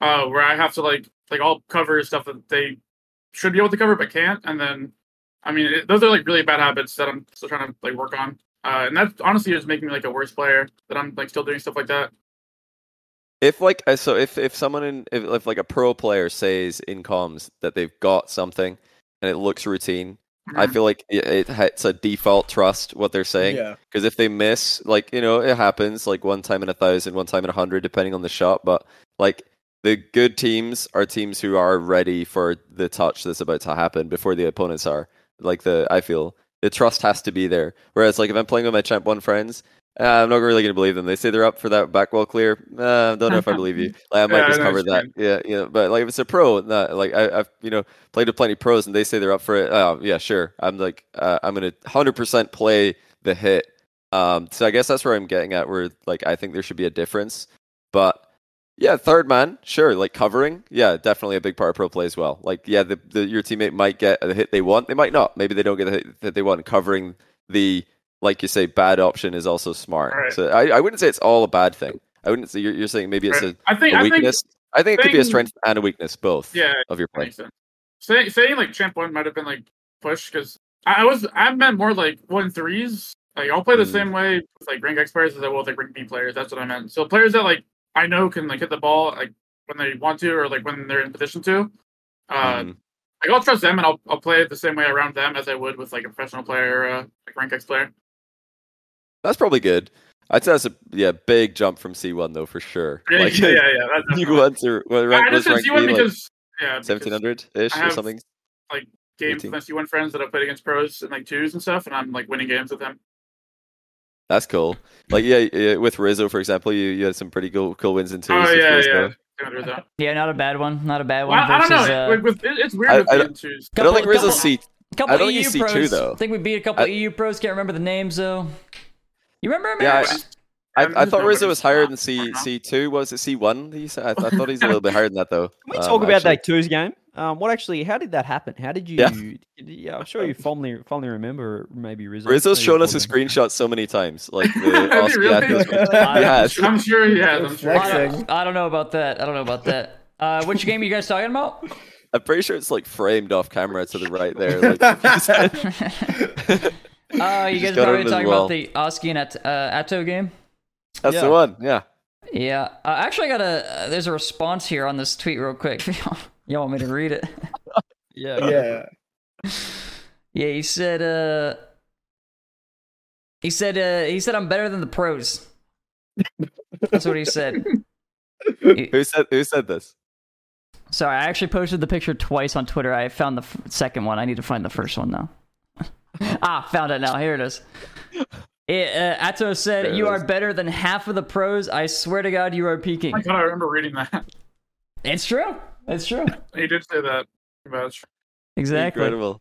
[SPEAKER 4] uh, where I have to like like I'll cover stuff that they should be able to cover but can't, and then I mean it, those are like really bad habits that I'm still trying to like work on, uh, and that's honestly is making me like a worse player that I'm like still doing stuff like that.
[SPEAKER 2] If like uh, so, if if someone in if, if like a pro player says in comms that they've got something and it looks routine, I
[SPEAKER 4] Mhm.
[SPEAKER 2] feel like it, it it's a default trust what they're saying.
[SPEAKER 5] Yeah.
[SPEAKER 2] Because if they miss, like you know, it happens like one time in a thousand, one time in a hundred, depending on the shot. But like the good teams are teams who are ready for the touch that's about to happen before the opponents are. Like the I feel the trust has to be there. Whereas like if I'm playing with my champ one friends. Uh, I'm not really going to believe them. They say they're up for that back wall clear. Uh, don't know if I believe you. Like, I might
[SPEAKER 4] Yeah, I
[SPEAKER 2] just
[SPEAKER 4] know what
[SPEAKER 2] cover
[SPEAKER 4] you
[SPEAKER 2] that. Yeah, yeah. But like, if it's a pro, not, like I, I've you know played with plenty of pros, and they say they're up for it. Oh, yeah, sure. I'm like, uh, I'm gonna 100% play the hit. Um, so I guess that's where I'm getting at. Where like I think there should be a difference, but yeah, third man, sure, like covering, yeah, definitely a big part of pro play as well. Like yeah, the, the your teammate might get the hit they want, they might not. Maybe they don't get the hit that they want. Covering the like you say, bad option is also smart.
[SPEAKER 4] Right.
[SPEAKER 2] So I, I wouldn't say it's all a bad thing. I wouldn't say you're, you're saying maybe it's a
[SPEAKER 4] Right. I think
[SPEAKER 2] a
[SPEAKER 4] I think
[SPEAKER 2] weakness. I think it could be a
[SPEAKER 4] thing-
[SPEAKER 2] strength and a weakness, both
[SPEAKER 4] yeah,
[SPEAKER 2] of your
[SPEAKER 4] that
[SPEAKER 2] play.
[SPEAKER 4] makes sense. Say, saying like champ one might have been like push because I I was I meant more like one threes. Like I'll play the
[SPEAKER 2] Mm.
[SPEAKER 4] same way with like rank X players as I will with like rank B players. That's what I meant. So players that like I know can like hit the ball like when they want to or like when they're in position to. Uh,
[SPEAKER 2] Mhm.
[SPEAKER 4] Like I'll trust them and I'll I'll play it the same way around them as I would with like a professional player, or, uh, like rank X player.
[SPEAKER 2] That's probably good. I'd say that's a yeah big jump from C one though for sure.
[SPEAKER 4] Yeah,
[SPEAKER 2] Like
[SPEAKER 4] yeah, yeah. that's
[SPEAKER 2] you
[SPEAKER 4] definitely-
[SPEAKER 2] go on to well, rank,
[SPEAKER 4] I just
[SPEAKER 2] was
[SPEAKER 4] said
[SPEAKER 2] ranked
[SPEAKER 4] C one
[SPEAKER 2] B, like
[SPEAKER 4] because yeah,
[SPEAKER 2] seventeen
[SPEAKER 4] because-
[SPEAKER 2] hundred ish
[SPEAKER 4] I
[SPEAKER 2] or
[SPEAKER 4] have-
[SPEAKER 2] something.
[SPEAKER 4] games
[SPEAKER 2] Eighteen.
[SPEAKER 4] with my C1 friends that I've played against pros and like twos and stuff, and I'm like winning games with them.
[SPEAKER 2] That's cool. Like yeah, yeah, with Rizzo for example, you, you had some pretty cool cool wins in twos.
[SPEAKER 4] Oh
[SPEAKER 2] with
[SPEAKER 4] yeah,
[SPEAKER 2] Rizzo.
[SPEAKER 4] yeah. Same with Rizzo.
[SPEAKER 1] Yeah, not a bad one. Not a bad
[SPEAKER 4] Well,
[SPEAKER 1] one.
[SPEAKER 4] I, I don't
[SPEAKER 1] versus,
[SPEAKER 4] know.
[SPEAKER 1] uh,
[SPEAKER 4] like, with, it, it's weird
[SPEAKER 2] I-
[SPEAKER 4] with
[SPEAKER 2] I
[SPEAKER 4] I
[SPEAKER 2] don't-
[SPEAKER 4] twos.
[SPEAKER 2] I don't think
[SPEAKER 1] Couple-
[SPEAKER 2] Rizzo's C.
[SPEAKER 1] couple
[SPEAKER 2] I don't
[SPEAKER 1] EU
[SPEAKER 2] think you see
[SPEAKER 1] pros.
[SPEAKER 2] two, though.
[SPEAKER 1] I think we beat a couple
[SPEAKER 2] I-
[SPEAKER 1] EU pros. Can't remember the names though. You remember? him,
[SPEAKER 2] Yeah, I-
[SPEAKER 1] Aaron?
[SPEAKER 2] I,
[SPEAKER 4] I'm
[SPEAKER 2] I
[SPEAKER 4] just
[SPEAKER 2] thought
[SPEAKER 4] gonna
[SPEAKER 2] Rizzo
[SPEAKER 4] look
[SPEAKER 2] was
[SPEAKER 4] at
[SPEAKER 2] higher
[SPEAKER 4] stats
[SPEAKER 2] than
[SPEAKER 4] right
[SPEAKER 2] C
[SPEAKER 4] now.
[SPEAKER 2] C two. Was it C one? I, I thought he's a little bit higher than that though.
[SPEAKER 3] Can we
[SPEAKER 2] Um,
[SPEAKER 3] talk about
[SPEAKER 2] actually.
[SPEAKER 3] that twos game? Um, what actually? How did that happen? How did you?
[SPEAKER 2] Yeah.
[SPEAKER 3] yeah, I'm sure you fondly fondly remember maybe Rizzo.
[SPEAKER 2] Rizzo's
[SPEAKER 3] maybe
[SPEAKER 2] shown us a
[SPEAKER 3] Gordon.
[SPEAKER 2] screenshot so many times. Like the
[SPEAKER 4] Have you
[SPEAKER 2] Aussie
[SPEAKER 4] really?
[SPEAKER 2] athletes-
[SPEAKER 1] I-
[SPEAKER 2] Yes.
[SPEAKER 4] I'm sure he has. I'm sure. Oh
[SPEAKER 1] I
[SPEAKER 4] he has.
[SPEAKER 1] don't, I don't know about that. I don't know about that. Uh, which game are you guys talking about?
[SPEAKER 2] I'm pretty sure it's like framed off camera to the right there. Like,
[SPEAKER 1] Uh, you guys
[SPEAKER 2] just got
[SPEAKER 1] probably
[SPEAKER 2] it as
[SPEAKER 1] talking
[SPEAKER 2] well.
[SPEAKER 1] about the Oski and At- uh, Atto game.
[SPEAKER 2] that's
[SPEAKER 3] Yeah.
[SPEAKER 2] the one. Yeah.
[SPEAKER 1] Yeah, uh, actually, I got a. Uh, there's a response here on this tweet, real quick. Y'all want me to read it?
[SPEAKER 3] Yeah. go for it.
[SPEAKER 5] Yeah.
[SPEAKER 1] Yeah, he said. Uh, he said. Uh, he said, "I'm better than the pros." That's what he said.
[SPEAKER 2] Who said who said this?
[SPEAKER 1] Sorry, I actually posted the picture twice on Twitter. I found the f- second one. I need to find the first one now. ah, found it now. Here it is. It, uh, Atto said,
[SPEAKER 2] There it
[SPEAKER 1] "You are
[SPEAKER 2] is.
[SPEAKER 1] better than half of the pros. I swear to God, you are peaking."
[SPEAKER 4] I thought I remember reading that.
[SPEAKER 1] It's true. It's true.
[SPEAKER 4] He did say that. About
[SPEAKER 1] Exactly.
[SPEAKER 2] Incredible.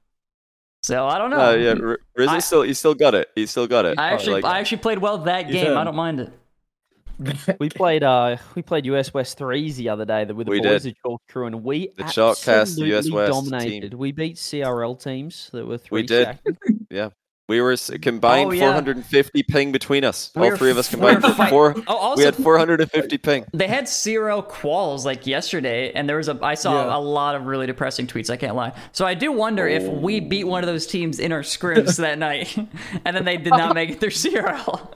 [SPEAKER 1] So I don't know.
[SPEAKER 2] Oh yeah, R- Rizzo
[SPEAKER 1] I-
[SPEAKER 2] still he still got it. He still got it.
[SPEAKER 1] I actually,
[SPEAKER 2] Like,
[SPEAKER 1] I actually played well that
[SPEAKER 5] He's
[SPEAKER 1] game. I
[SPEAKER 5] in.
[SPEAKER 1] don't mind it.
[SPEAKER 3] We played uh we played US West threes the other day that with the
[SPEAKER 2] We
[SPEAKER 3] boys
[SPEAKER 2] did.
[SPEAKER 3] the chalk crew and we
[SPEAKER 2] The Chalk cast, the US
[SPEAKER 3] absolutely
[SPEAKER 2] West team.
[SPEAKER 3] dominated. We beat CRL teams that were three.
[SPEAKER 2] We did.
[SPEAKER 3] stacked.
[SPEAKER 2] we were s- combined
[SPEAKER 1] Oh, yeah.
[SPEAKER 2] 450 ping between us.
[SPEAKER 1] We were
[SPEAKER 2] All three of us
[SPEAKER 1] f- we were
[SPEAKER 2] combined for
[SPEAKER 1] fight-
[SPEAKER 2] four.
[SPEAKER 1] Oh, also,
[SPEAKER 2] we had 450 ping.
[SPEAKER 1] they had zero quals like yesterday, and there was a. I saw a
[SPEAKER 5] Yeah.
[SPEAKER 1] lot of really depressing tweets. I can't lie. So I do wonder if we beat one of those teams in our scrims that night, and then they did not make it through CRL.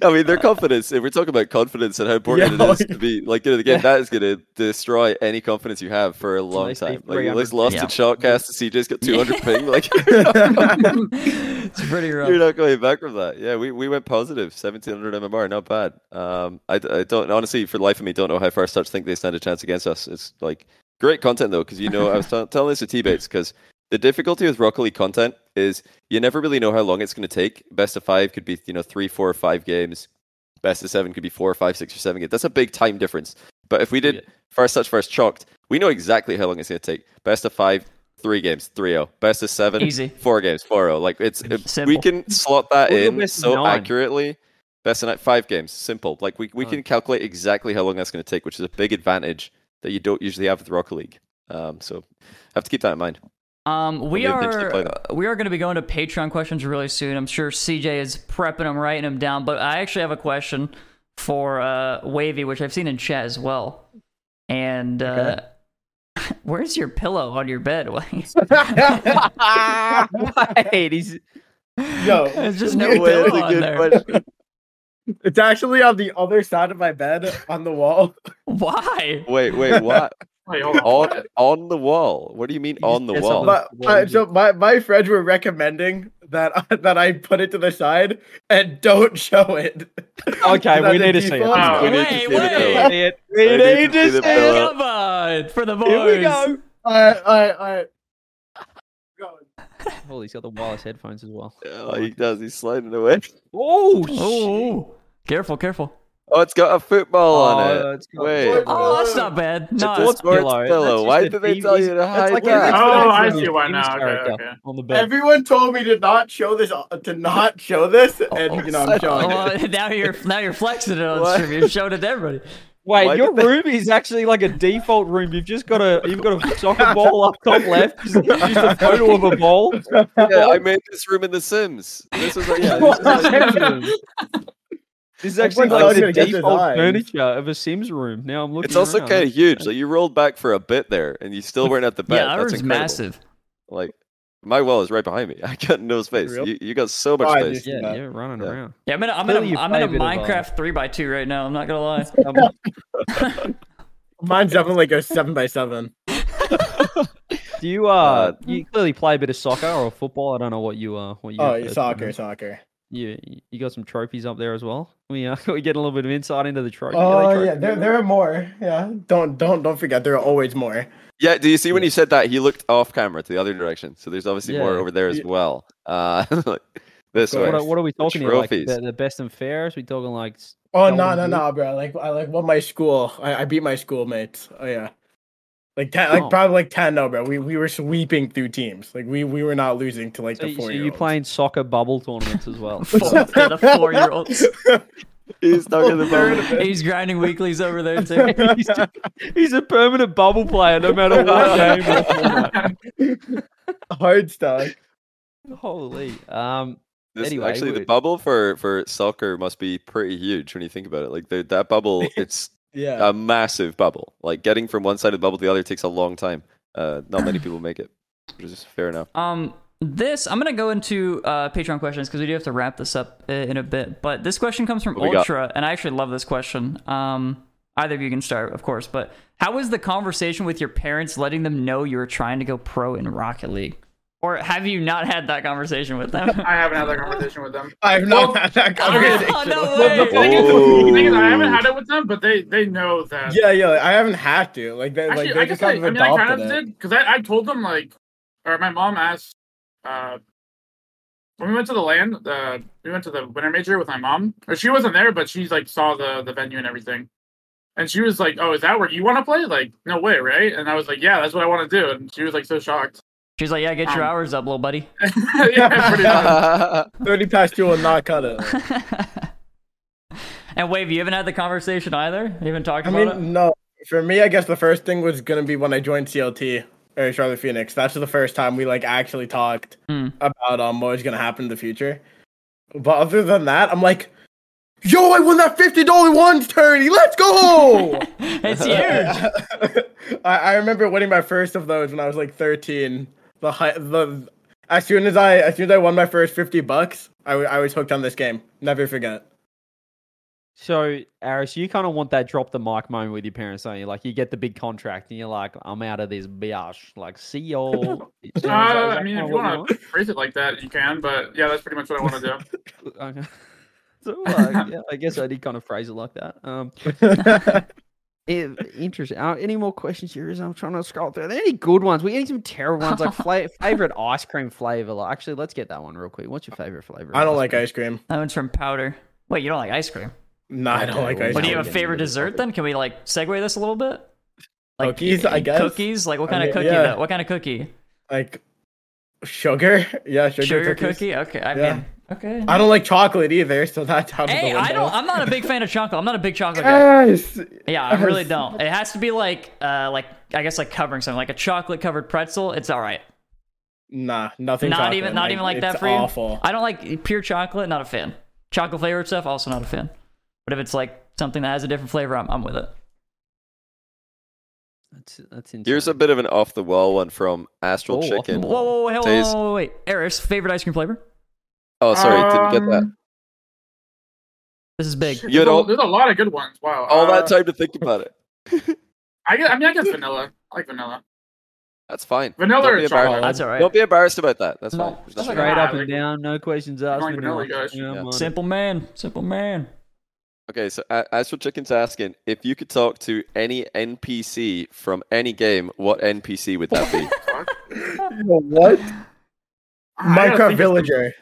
[SPEAKER 2] I mean, their confidence. If we're talking about confidence and how important
[SPEAKER 5] Yeah.
[SPEAKER 2] it is to be like into the game,
[SPEAKER 3] Yeah.
[SPEAKER 2] that is going to destroy any confidence you have for a long
[SPEAKER 3] least be
[SPEAKER 2] time. Like, at least
[SPEAKER 3] 300.
[SPEAKER 2] lost
[SPEAKER 1] Yeah.
[SPEAKER 2] to Shotcast to CJ's got 200 ping. Like,
[SPEAKER 1] It's pretty rough.
[SPEAKER 2] you're not going back from that. Yeah, we, we went positive, 1700 MMR, not bad. Um, I, I don't honestly, for the life of me, don't know how far such think they stand a chance against us. It's like great content though, because you know I was tell telling this to T Bates because the difficulty with Rocket League content is you never really know how long it's going to take. Best of five could be you know three, four, or five games. Best of seven could be four, five, six, or seven games. That's a big time difference. But if we did
[SPEAKER 3] Yeah.
[SPEAKER 2] first such first chalked, we know exactly how long it's going to take. Best of five, three games, 3-0. Best of seven,
[SPEAKER 1] Easy.
[SPEAKER 2] four games, 4-0. Like it's we
[SPEAKER 1] Simple.
[SPEAKER 2] can slot that
[SPEAKER 3] What are the
[SPEAKER 2] in
[SPEAKER 3] best
[SPEAKER 2] so
[SPEAKER 3] nine?
[SPEAKER 2] accurately. Best of night five games, simple. Like we, we
[SPEAKER 3] Nine.
[SPEAKER 2] can calculate exactly how long that's going to take, which is a big advantage that you don't usually have with Rocket League. Um, so have to keep that in mind.
[SPEAKER 1] Um, we
[SPEAKER 2] Probably a pinch to play
[SPEAKER 1] are
[SPEAKER 2] that.
[SPEAKER 1] we are going to be going to Patreon questions really soon. I'm sure CJ is prepping them, writing them down. But I actually have a question for uh, Wavy, which I've seen in chat as well. And uh, where's your pillow on your bed?
[SPEAKER 3] Wait, he's
[SPEAKER 5] Yo,
[SPEAKER 1] There's just no pillow on there.
[SPEAKER 5] it's actually on the other side of my bed on the wall.
[SPEAKER 1] Why?
[SPEAKER 2] Wait, wait, what?
[SPEAKER 4] wait, hold on.
[SPEAKER 2] on on the wall? What do you mean
[SPEAKER 3] You
[SPEAKER 2] on the
[SPEAKER 3] just guess
[SPEAKER 2] wall?
[SPEAKER 3] on the-
[SPEAKER 5] But uh, so my, my friends were recommending that that I put it to the side and don't show it.
[SPEAKER 3] okay.
[SPEAKER 5] That's
[SPEAKER 3] we
[SPEAKER 5] a
[SPEAKER 3] need to see it.
[SPEAKER 5] default.
[SPEAKER 4] Oh,
[SPEAKER 2] We need to
[SPEAKER 1] Wait,
[SPEAKER 2] see the
[SPEAKER 1] wait.
[SPEAKER 2] pillow.
[SPEAKER 3] We
[SPEAKER 2] I
[SPEAKER 3] need to
[SPEAKER 2] see the
[SPEAKER 3] see it.
[SPEAKER 2] pillow.
[SPEAKER 1] Come on, for the boys.
[SPEAKER 3] Here we go.
[SPEAKER 5] Alright, alright, alright. Go.
[SPEAKER 3] Oh, he's got the wireless headphones as well.
[SPEAKER 2] Oh, he does. He's sliding away.
[SPEAKER 3] Oh,
[SPEAKER 1] Oh, careful, careful.
[SPEAKER 2] Oh, it's got a football
[SPEAKER 3] Oh,
[SPEAKER 2] on it.
[SPEAKER 3] it's got-
[SPEAKER 2] Wait.
[SPEAKER 1] Oh, that's not bad.
[SPEAKER 2] It's
[SPEAKER 1] No,
[SPEAKER 2] a
[SPEAKER 1] it's-
[SPEAKER 2] sports
[SPEAKER 3] pillow.
[SPEAKER 2] pillow.
[SPEAKER 3] That's just
[SPEAKER 2] Why
[SPEAKER 3] a
[SPEAKER 2] did they
[SPEAKER 3] TV
[SPEAKER 2] tell you to hide
[SPEAKER 3] That's like
[SPEAKER 2] that?
[SPEAKER 3] an
[SPEAKER 4] Oh, I
[SPEAKER 3] Xbox
[SPEAKER 4] see why
[SPEAKER 3] Games
[SPEAKER 4] now. Okay,
[SPEAKER 3] character
[SPEAKER 4] okay.
[SPEAKER 3] On the bed.
[SPEAKER 5] Everyone told me to not show this, uh, to not show this,
[SPEAKER 3] Oh,
[SPEAKER 5] and you know I'm showing it.
[SPEAKER 1] well, Oh, now you're now you're flexing it on
[SPEAKER 2] What?
[SPEAKER 1] stream. You're showing it to everybody.
[SPEAKER 3] Wait,
[SPEAKER 2] Why
[SPEAKER 3] your
[SPEAKER 2] did they-
[SPEAKER 3] room is actually like a default room. You've just got a you've got a soccer ball up top left. Just, just a photo of a ball.
[SPEAKER 2] Yeah, I made this room in The Sims. This was like, yeah, this is like-
[SPEAKER 3] This is actually
[SPEAKER 5] Everyone's
[SPEAKER 3] like
[SPEAKER 5] always
[SPEAKER 3] the
[SPEAKER 5] gonna get
[SPEAKER 3] default
[SPEAKER 5] designed.
[SPEAKER 3] furniture of a Sims room. Now I'm looking.
[SPEAKER 2] it's also
[SPEAKER 3] around.
[SPEAKER 2] kind of huge. Like you rolled back for a bit there, and you still weren't at the bed.
[SPEAKER 1] yeah, that
[SPEAKER 2] That's
[SPEAKER 1] room's
[SPEAKER 2] incredible.
[SPEAKER 1] massive.
[SPEAKER 2] Like my wall is right behind me. I got no space.
[SPEAKER 5] real?
[SPEAKER 2] You, you got so much
[SPEAKER 5] Fine,
[SPEAKER 2] space.
[SPEAKER 5] just-
[SPEAKER 3] Yeah,
[SPEAKER 5] Yeah.
[SPEAKER 3] you're running
[SPEAKER 2] Yeah.
[SPEAKER 3] around.
[SPEAKER 1] Yeah, I'm in a, I'm
[SPEAKER 3] Clearly
[SPEAKER 1] in
[SPEAKER 3] you
[SPEAKER 1] a, I'm in a
[SPEAKER 3] play a bit of, uh,
[SPEAKER 1] Minecraft three x two right now. I'm not gonna lie.
[SPEAKER 3] Um,
[SPEAKER 5] Mine's definitely like a seven by seven.
[SPEAKER 3] Do you uh,
[SPEAKER 2] Uh,
[SPEAKER 3] you clearly play a bit of soccer or football? I don't know what you uh what you.
[SPEAKER 5] Oh,
[SPEAKER 3] got for-
[SPEAKER 5] soccer, soccer.
[SPEAKER 3] You you got some trophies up there as well. We uh, we get a little bit of insight into the trophy.
[SPEAKER 5] Oh yeah, there, there are more. Yeah, don't don't don't forget there are always more.
[SPEAKER 2] Yeah. Do you see when you said that he looked off camera to the other direction? So there's obviously more
[SPEAKER 3] Yeah.
[SPEAKER 2] over there as
[SPEAKER 5] Yeah.
[SPEAKER 2] well. Uh, like, this
[SPEAKER 5] Of course.
[SPEAKER 2] way.
[SPEAKER 3] What are, what are we talking here? Like
[SPEAKER 2] trophies.
[SPEAKER 3] the, the best and fairest? We talking like s-
[SPEAKER 5] Oh
[SPEAKER 3] That
[SPEAKER 5] no
[SPEAKER 3] one
[SPEAKER 5] no
[SPEAKER 3] group?
[SPEAKER 5] no, bro! Like I like what my school. I, I beat my schoolmates. Oh yeah, like ten,
[SPEAKER 3] Oh.
[SPEAKER 5] like probably like ten. No, bro, we we were sweeping through teams. Like we we were not losing to like
[SPEAKER 3] So,
[SPEAKER 5] the
[SPEAKER 3] you- so
[SPEAKER 5] four year
[SPEAKER 3] you playing soccer bubble tournaments as well?
[SPEAKER 1] Four- to the four year olds.
[SPEAKER 2] He's stuck in the
[SPEAKER 5] Third
[SPEAKER 2] bubble.
[SPEAKER 5] of it.
[SPEAKER 1] He's grinding weeklies over there too.
[SPEAKER 3] he's, just- he's a permanent bubble player, no matter what game. or format.
[SPEAKER 5] Hard stuff.
[SPEAKER 3] Holy. Um,
[SPEAKER 2] This,
[SPEAKER 3] Anyway,
[SPEAKER 2] actually, the
[SPEAKER 3] we-
[SPEAKER 2] bubble for for soccer must be pretty huge when you think about it. Like the, that bubble, it's
[SPEAKER 5] Yeah.
[SPEAKER 2] a massive bubble. Like getting from one side of the bubble to the other takes a long time. Uh, not many people make it. Which is fair enough.
[SPEAKER 1] Um, this I'm gonna go into uh, Patreon questions because we do have to wrap this up uh, in a bit. But this question comes from
[SPEAKER 2] What we got?
[SPEAKER 1] Ultra, and I actually love this question. Um, either of you can start, of course. But how was the conversation with your parents, letting them know you were trying to go pro in Rocket League, or have you not had that conversation with them?
[SPEAKER 4] I haven't had that conversation with them.
[SPEAKER 5] I've
[SPEAKER 4] Well-
[SPEAKER 5] not had that conversation.
[SPEAKER 1] Oh, no
[SPEAKER 4] Well, the
[SPEAKER 1] way.
[SPEAKER 4] thing, is,
[SPEAKER 2] Oh.
[SPEAKER 4] the thing is, I haven't had it with them, but they they know that.
[SPEAKER 5] Yeah, yeah. like, I haven't had to. Like they,
[SPEAKER 4] Actually,
[SPEAKER 5] like they
[SPEAKER 4] I
[SPEAKER 5] just
[SPEAKER 4] guess I,
[SPEAKER 5] kind
[SPEAKER 4] I
[SPEAKER 5] of
[SPEAKER 4] mean, I kind of
[SPEAKER 5] adopted
[SPEAKER 4] did
[SPEAKER 5] it.
[SPEAKER 4] because I, I told them like, or my mom asked, uh, when we went to the land, uh, we went to the winter major with my mom. Or she wasn't there, but she's like saw the the venue and everything, and she was like, "Oh, is that where you want to play? Like, no way, right?" And I was like, "Yeah, that's what I want to do," and she was like so shocked.
[SPEAKER 1] She's like, "Yeah, get your
[SPEAKER 4] Um,
[SPEAKER 1] hours up, little buddy."
[SPEAKER 4] yeah, pretty much.
[SPEAKER 5] Thirty past two will not cut it.
[SPEAKER 1] and Wave, you haven't had the conversation either. You haven't talked
[SPEAKER 5] I
[SPEAKER 1] about it.
[SPEAKER 5] mean, no. For me, I guess the first thing was gonna be when I joined CLT or Charlotte Phoenix. That's the first time we like actually talked
[SPEAKER 1] Hmm.
[SPEAKER 5] about um what was gonna happen in the future. But other than that, I'm like, yo, I won that fifty dollar ones tourney. Let's go!
[SPEAKER 1] It's huge.
[SPEAKER 5] I, I remember winning my first of those when I was like 13. The hi- the as soon as I as soon as I won my first 50 bucks, I, w- I was hooked on this game. Never forget.
[SPEAKER 3] so, Aris, you kind of want that drop the mic moment with your parents, don't you? Like, you get the big contract and you're like, I'm out of this biatch. Like, see y'all. Is that- is
[SPEAKER 4] Uh,
[SPEAKER 3] that
[SPEAKER 4] I mean,
[SPEAKER 3] kinda
[SPEAKER 4] if you
[SPEAKER 3] what
[SPEAKER 4] want to phrase it like that, you can. But yeah, that's pretty much what I want to do.
[SPEAKER 3] Okay. So uh, yeah, I guess I did kind of phrase it like that. Um, eh, interesting. Uh, any more questions here? As I'm trying to scroll through. Are there any good ones? We need some terrible ones, like fla- favorite ice cream flavor. Like, actually, let's get that one real quick. What's your favorite flavor? of
[SPEAKER 5] I don't
[SPEAKER 3] ice
[SPEAKER 5] like
[SPEAKER 3] cream?
[SPEAKER 5] ice cream.
[SPEAKER 1] That one's from Powder. Wait, you don't like ice cream?
[SPEAKER 5] No, I don't
[SPEAKER 3] Okay,
[SPEAKER 5] like
[SPEAKER 3] well,
[SPEAKER 5] ice
[SPEAKER 1] But do you have a
[SPEAKER 5] cream.
[SPEAKER 3] Nowadays, it
[SPEAKER 1] favorite
[SPEAKER 3] is
[SPEAKER 1] dessert then? Can we like segue this a little bit?
[SPEAKER 5] Cookies, I
[SPEAKER 1] eh,
[SPEAKER 5] guess.
[SPEAKER 1] Cookies, like what
[SPEAKER 5] I
[SPEAKER 1] kind of
[SPEAKER 5] mean,
[SPEAKER 1] cookie?
[SPEAKER 5] yeah.
[SPEAKER 1] Though? What kind of cookie?
[SPEAKER 5] Like sugar? Yeah, sugar,
[SPEAKER 1] Sugar
[SPEAKER 5] cookies.
[SPEAKER 1] cookie. Okay, I
[SPEAKER 5] Yeah.
[SPEAKER 1] mean, okay.
[SPEAKER 5] I don't like chocolate either, so that's out of the
[SPEAKER 1] hey,
[SPEAKER 5] window.
[SPEAKER 1] I don't. I'm not a big fan of chocolate. I'm not a big chocolate guy.
[SPEAKER 5] Yes.
[SPEAKER 1] Yeah, I really don't. It has to be like, uh, like I guess like covering something, like a chocolate covered pretzel. It's all right.
[SPEAKER 5] Nah, nothing.
[SPEAKER 1] not
[SPEAKER 5] chocolate.
[SPEAKER 1] even, not even like that
[SPEAKER 5] it's
[SPEAKER 1] for you.
[SPEAKER 5] Awful.
[SPEAKER 1] I don't like pure chocolate. Not a fan. Chocolate flavored stuff, also not a fan. But if it's like something that has a different flavor, I'm, I'm with it.
[SPEAKER 3] That's that's insane.
[SPEAKER 2] Here's a bit of an off the wall one from Astral
[SPEAKER 3] Oh, off the
[SPEAKER 2] Chicken.
[SPEAKER 1] Whoa, whoa, whoa, whoa,
[SPEAKER 2] Taste-
[SPEAKER 1] whoa, whoa, wait. Eris, favorite ice cream flavor?
[SPEAKER 2] Oh, sorry, didn't get
[SPEAKER 4] Um,
[SPEAKER 1] This is big.
[SPEAKER 4] shit,
[SPEAKER 2] You
[SPEAKER 4] there's, a,
[SPEAKER 2] don't-
[SPEAKER 4] there's a lot of good ones. Wow.
[SPEAKER 2] that. All
[SPEAKER 4] uh,
[SPEAKER 2] that time to think about it.
[SPEAKER 4] I, guess, I mean, I guess vanilla. I like vanilla.
[SPEAKER 2] That's fine.
[SPEAKER 4] Vanilla
[SPEAKER 2] Don't
[SPEAKER 4] or
[SPEAKER 2] be embarrassed.
[SPEAKER 4] chocolate?
[SPEAKER 1] That's all right.
[SPEAKER 2] Don't be embarrassed about that. That's
[SPEAKER 1] No,
[SPEAKER 2] fine.
[SPEAKER 1] that's
[SPEAKER 2] That's
[SPEAKER 1] all
[SPEAKER 2] fine.
[SPEAKER 3] Straight
[SPEAKER 4] Ah,
[SPEAKER 3] up and
[SPEAKER 4] like-
[SPEAKER 3] down, no questions asked.
[SPEAKER 4] Going
[SPEAKER 3] vanilla.
[SPEAKER 4] vanilla, guys.
[SPEAKER 3] Yeah,
[SPEAKER 2] Yeah.
[SPEAKER 3] I'm on it.
[SPEAKER 1] Simple man. Simple man.
[SPEAKER 2] Okay, so A- Astral Chicken's asking if you could talk to any NPC from any game, what NPC would that be?
[SPEAKER 4] Fuck. I
[SPEAKER 5] What?
[SPEAKER 4] gotta think
[SPEAKER 5] Minecraft
[SPEAKER 4] of-
[SPEAKER 5] villager.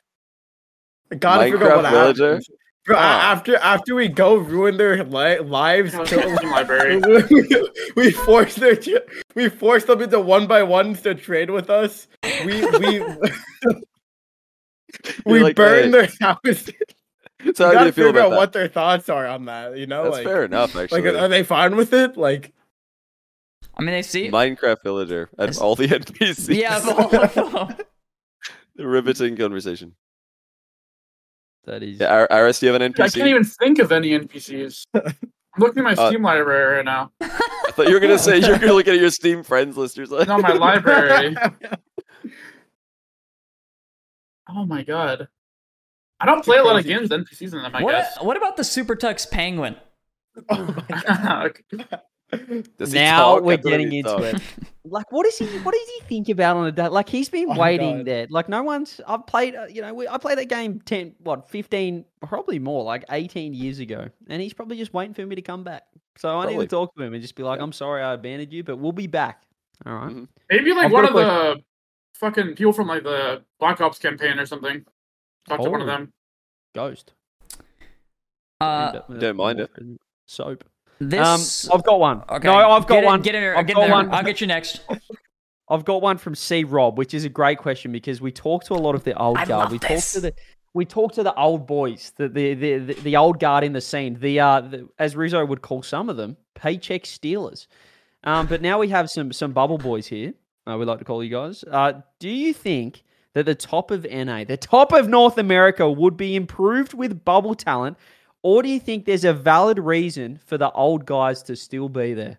[SPEAKER 5] I gotta figure
[SPEAKER 2] Minecraft
[SPEAKER 5] out what
[SPEAKER 2] villager?
[SPEAKER 5] happens. Bro, a-
[SPEAKER 2] Ah.
[SPEAKER 5] after after we go ruin their li-
[SPEAKER 4] I
[SPEAKER 5] lives,
[SPEAKER 4] gotta think
[SPEAKER 5] kill-
[SPEAKER 4] of some library.
[SPEAKER 5] we, we force their tr- we force them into one by ones to trade with us. We we we
[SPEAKER 2] You're like,
[SPEAKER 5] burn
[SPEAKER 2] "Hey,
[SPEAKER 5] their
[SPEAKER 2] that's
[SPEAKER 5] houses. We
[SPEAKER 2] how do
[SPEAKER 5] gotta
[SPEAKER 2] you feel
[SPEAKER 5] figure
[SPEAKER 2] about
[SPEAKER 5] out
[SPEAKER 2] that?
[SPEAKER 5] what their thoughts are on that. You know,
[SPEAKER 2] That's
[SPEAKER 5] like
[SPEAKER 2] fair enough,
[SPEAKER 5] like
[SPEAKER 2] actually.
[SPEAKER 5] are they fine with it? Like
[SPEAKER 1] I mean, they see.
[SPEAKER 2] Minecraft villager and
[SPEAKER 1] It's-
[SPEAKER 2] all the NPCs.
[SPEAKER 1] yeah, of all of them.
[SPEAKER 2] riveting conversation.
[SPEAKER 3] That is.
[SPEAKER 2] Yeah, Ar- Aris, do you have an
[SPEAKER 4] I
[SPEAKER 2] NPC?
[SPEAKER 4] can't even think of any NPCs. I'm looking at my
[SPEAKER 2] Uh,
[SPEAKER 4] Steam library right now.
[SPEAKER 2] I thought you were gonna say you're gonna look at your Steam friends list or something.
[SPEAKER 4] It's on my library. Oh my god. I don't play a lot of games with NPCs in them, I
[SPEAKER 1] What,
[SPEAKER 4] guess.
[SPEAKER 1] what about the Super Tux Penguin?
[SPEAKER 4] Okay.
[SPEAKER 2] Does he
[SPEAKER 3] Now
[SPEAKER 2] talk? I
[SPEAKER 3] we're
[SPEAKER 2] don't know if
[SPEAKER 3] getting
[SPEAKER 2] he
[SPEAKER 3] into
[SPEAKER 2] talks.
[SPEAKER 3] it. Like, what does he? What does he think about on a day? Like, he's been
[SPEAKER 5] Oh,
[SPEAKER 3] waiting
[SPEAKER 5] God.
[SPEAKER 3] there. Like, no one's. I've played. uh, You know, we, I played that game ten, what, fifteen, probably more, like eighteen years ago, and he's probably just waiting for me to come back. So I need
[SPEAKER 2] Probably.
[SPEAKER 3] to talk to him and just be like, "I'm sorry, I abandoned you, but we'll be back." All right.
[SPEAKER 1] Mm.
[SPEAKER 2] Mhm.
[SPEAKER 4] Maybe like
[SPEAKER 5] I'm
[SPEAKER 4] one
[SPEAKER 5] gonna
[SPEAKER 4] of the fucking people from like the Black Ops campaign or something. Talk to one of
[SPEAKER 3] Oh.
[SPEAKER 4] them.
[SPEAKER 3] Ghost.
[SPEAKER 1] Uh,
[SPEAKER 2] don't mind it.
[SPEAKER 3] Soap.
[SPEAKER 1] this.
[SPEAKER 3] um, I've got one.
[SPEAKER 1] okay.
[SPEAKER 3] No, I've got
[SPEAKER 1] Get in-
[SPEAKER 3] one.
[SPEAKER 1] get in there.
[SPEAKER 3] I've
[SPEAKER 1] get in
[SPEAKER 3] got
[SPEAKER 1] there.
[SPEAKER 3] one.
[SPEAKER 1] I'll get you next.
[SPEAKER 3] I've got one from C Rob, which is a great question because we talk to a lot of the old
[SPEAKER 1] I
[SPEAKER 3] guard.
[SPEAKER 1] love
[SPEAKER 3] We
[SPEAKER 1] this.
[SPEAKER 3] talk to the we talk to the old boys, the the the, the, the old guard in the scene, the, uh, the as Rizzo would call some of them, paycheck stealers. Um, but now we have some some bubble boys here. Uh, we like to call you guys. Uh, do you think that the top of NA, the top of North America, would be improved with bubble talent, or do you think there's a valid reason for the old guys to still be there?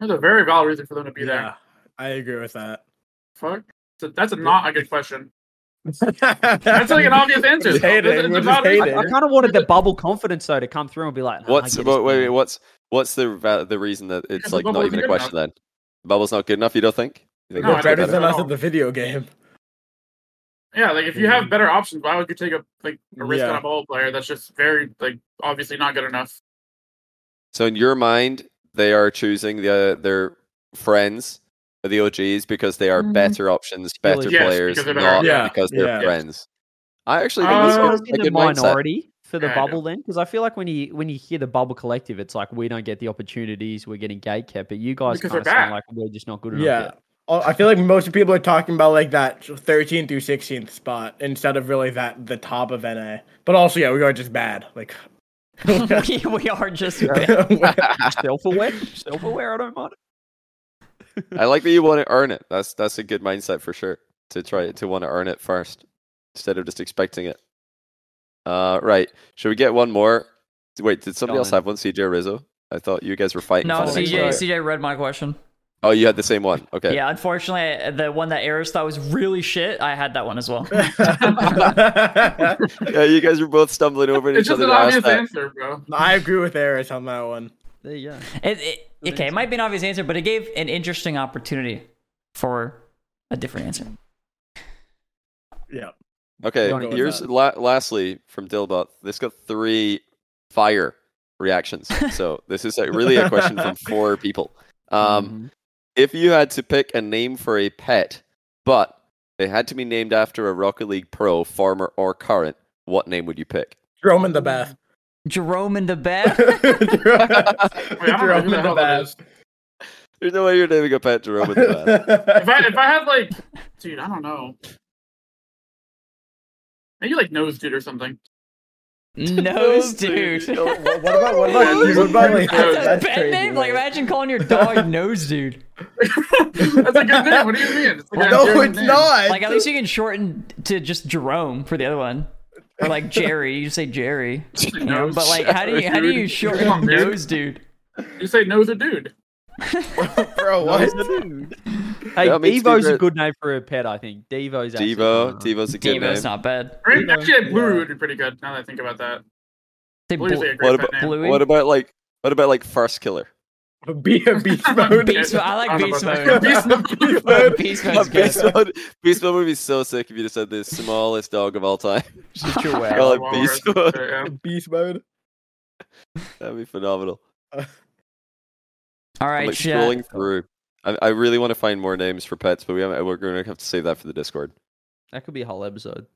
[SPEAKER 4] There's a very valid reason for them to be
[SPEAKER 5] Yeah,
[SPEAKER 4] there.
[SPEAKER 5] I agree with that.
[SPEAKER 4] Fuck. So that's a, not a good question. That's like an obvious answer.
[SPEAKER 5] Just hate it.
[SPEAKER 4] It's- it's
[SPEAKER 5] We're
[SPEAKER 4] a
[SPEAKER 5] just
[SPEAKER 4] valid
[SPEAKER 5] hating.
[SPEAKER 4] reason.
[SPEAKER 3] I kind of wanted the bubble confidence though to come through and be like, nah, I
[SPEAKER 2] What's
[SPEAKER 3] get
[SPEAKER 2] wait,
[SPEAKER 3] it.
[SPEAKER 2] wait, what's what's the va- the reason that it's
[SPEAKER 4] the
[SPEAKER 2] like not
[SPEAKER 4] bubble's
[SPEAKER 2] even a
[SPEAKER 4] good
[SPEAKER 2] question then? Bubble's not good enough. You don't think? You think
[SPEAKER 4] No,
[SPEAKER 2] that's
[SPEAKER 4] I
[SPEAKER 5] better
[SPEAKER 4] don't
[SPEAKER 5] than
[SPEAKER 4] know.
[SPEAKER 5] us at the video game.
[SPEAKER 4] Yeah, like if you have better options, why would you take a like a risk
[SPEAKER 5] Yeah.
[SPEAKER 4] on a ball player that's just very like obviously not good enough?
[SPEAKER 2] So in your mind, they are choosing the, uh, their friends, the OGs, because they are
[SPEAKER 4] Mm.
[SPEAKER 2] better options, better
[SPEAKER 4] Yes,
[SPEAKER 2] players,
[SPEAKER 4] because they're better.
[SPEAKER 2] not
[SPEAKER 5] Yeah,
[SPEAKER 2] because they're
[SPEAKER 5] yeah.
[SPEAKER 2] friends. I actually think that's
[SPEAKER 4] Uh,
[SPEAKER 2] good-
[SPEAKER 3] Is
[SPEAKER 2] a
[SPEAKER 3] the
[SPEAKER 2] good mindset.
[SPEAKER 3] minority for the
[SPEAKER 4] Yeah, I
[SPEAKER 3] bubble then? Because I feel like when you when you hear the bubble collective, it's like we don't get the opportunities, we're getting gatekept. But you guys
[SPEAKER 4] Because
[SPEAKER 3] kind of
[SPEAKER 4] they're
[SPEAKER 3] sound
[SPEAKER 4] bad.
[SPEAKER 3] like we're just not good enough.
[SPEAKER 5] Yeah. Oh, I feel like most people are talking about like that 13th through 16th spot instead of really that the top of NA. But also, yeah, we are just bad. Like,
[SPEAKER 1] we, we are just bad.
[SPEAKER 3] Self aware, self aware. I don't mind. it.
[SPEAKER 2] I like that you want to earn it. That's that's a good mindset for sure. To try to want to earn it first instead of just expecting it. Uh, right. Should we get one more? Wait, did somebody
[SPEAKER 3] Go
[SPEAKER 2] else
[SPEAKER 3] on.
[SPEAKER 2] have one? CJ Rizzo. I thought you guys were fighting.
[SPEAKER 1] No,
[SPEAKER 2] for the next
[SPEAKER 1] CJ,
[SPEAKER 2] one.
[SPEAKER 1] CJ read my question.
[SPEAKER 2] Oh, you had the same one. Okay.
[SPEAKER 1] Yeah, unfortunately, the one that Eris thought was really shit, I had that one as well.
[SPEAKER 2] Yeah, you guys were both stumbling over at
[SPEAKER 4] It's
[SPEAKER 2] each
[SPEAKER 4] just
[SPEAKER 2] other.
[SPEAKER 4] an
[SPEAKER 2] to ask
[SPEAKER 4] obvious
[SPEAKER 2] that.
[SPEAKER 4] answer, bro.
[SPEAKER 5] I agree with Eris on that one.
[SPEAKER 3] There you go.
[SPEAKER 1] It, it, okay, it might be an obvious answer, but it gave an interesting opportunity for a different answer.
[SPEAKER 5] Yeah.
[SPEAKER 2] Okay.
[SPEAKER 3] Don't go
[SPEAKER 5] with
[SPEAKER 2] Yours.
[SPEAKER 5] that.
[SPEAKER 2] La- lastly, from Dilbot, this got three fire reactions. so this is like really a question from four people. Um,
[SPEAKER 3] Mm-hmm.
[SPEAKER 2] if you had to pick a name for a pet, but they had to be named after a Rocket League pro, former or current, what name would you pick?
[SPEAKER 5] Throw him in the bath.
[SPEAKER 1] Jerome in the bath.
[SPEAKER 5] Throw him in
[SPEAKER 4] Wait, I don't know who the
[SPEAKER 5] the
[SPEAKER 4] hell that is.
[SPEAKER 5] bath.
[SPEAKER 2] There's no way you're naming a pet Jerome in the bath.
[SPEAKER 4] If I if I had like, dude, I don't know. Maybe like nose dude or something.
[SPEAKER 1] Nose dude.
[SPEAKER 2] Oh,
[SPEAKER 5] What what about what about
[SPEAKER 4] Nose
[SPEAKER 5] what about like
[SPEAKER 4] dude.
[SPEAKER 1] That's
[SPEAKER 5] that's
[SPEAKER 1] a bad
[SPEAKER 5] crazy,
[SPEAKER 1] name. Like,
[SPEAKER 5] man.
[SPEAKER 1] imagine calling your dog Nose Dude.
[SPEAKER 4] That's a good name. What do you mean? It's like a
[SPEAKER 5] No,
[SPEAKER 4] German
[SPEAKER 5] it's
[SPEAKER 4] name.
[SPEAKER 5] not.
[SPEAKER 1] Like, at least you can shorten to just Jerome for the other one, or like Jerry. You just say Jerry. You know, but like, how do you how do you
[SPEAKER 4] Dude.
[SPEAKER 1] shorten
[SPEAKER 4] Come on, dude.
[SPEAKER 1] Nose Dude?
[SPEAKER 4] You say nose or dude.
[SPEAKER 5] bro. What?
[SPEAKER 3] Hey,
[SPEAKER 2] That makes
[SPEAKER 3] Devo's a
[SPEAKER 2] different-
[SPEAKER 3] good name for a pet, I think. Devo's actually
[SPEAKER 2] Devo,
[SPEAKER 3] one.
[SPEAKER 2] Devo's a good
[SPEAKER 1] Devo's
[SPEAKER 2] name.
[SPEAKER 1] not bad.
[SPEAKER 4] I mean,
[SPEAKER 5] Yeah.
[SPEAKER 4] Actually, blue
[SPEAKER 5] Yeah.
[SPEAKER 4] would be pretty good. Now that I think about that,
[SPEAKER 1] Say
[SPEAKER 4] blue
[SPEAKER 1] Blu-
[SPEAKER 4] is a
[SPEAKER 2] What
[SPEAKER 4] great pet
[SPEAKER 2] about-
[SPEAKER 4] name.
[SPEAKER 1] Bluey.
[SPEAKER 2] What about like what about like first killer?
[SPEAKER 5] Be a beast mode.
[SPEAKER 1] Beast Mode. I like
[SPEAKER 4] don't know
[SPEAKER 1] Beast Mode.
[SPEAKER 4] about that. Beast mode.
[SPEAKER 5] Mode.
[SPEAKER 1] Beast
[SPEAKER 2] Uh,
[SPEAKER 1] Mode's good.
[SPEAKER 2] Beast Mode, Beast Mode would be so sick if you just had the smallest dog of all time.
[SPEAKER 3] Chihuahua.
[SPEAKER 2] Call it
[SPEAKER 4] Chihuahua or
[SPEAKER 2] Beast
[SPEAKER 4] something,
[SPEAKER 2] Mode.
[SPEAKER 4] yeah.
[SPEAKER 5] Beast mode.
[SPEAKER 2] That'd be phenomenal.
[SPEAKER 1] All
[SPEAKER 2] I'm
[SPEAKER 1] right,
[SPEAKER 2] like
[SPEAKER 1] chat.
[SPEAKER 2] scrolling through. I, I really want to find more names for pets, but we haven't, we're going to have to save that for the Discord.
[SPEAKER 3] That could be a whole episode.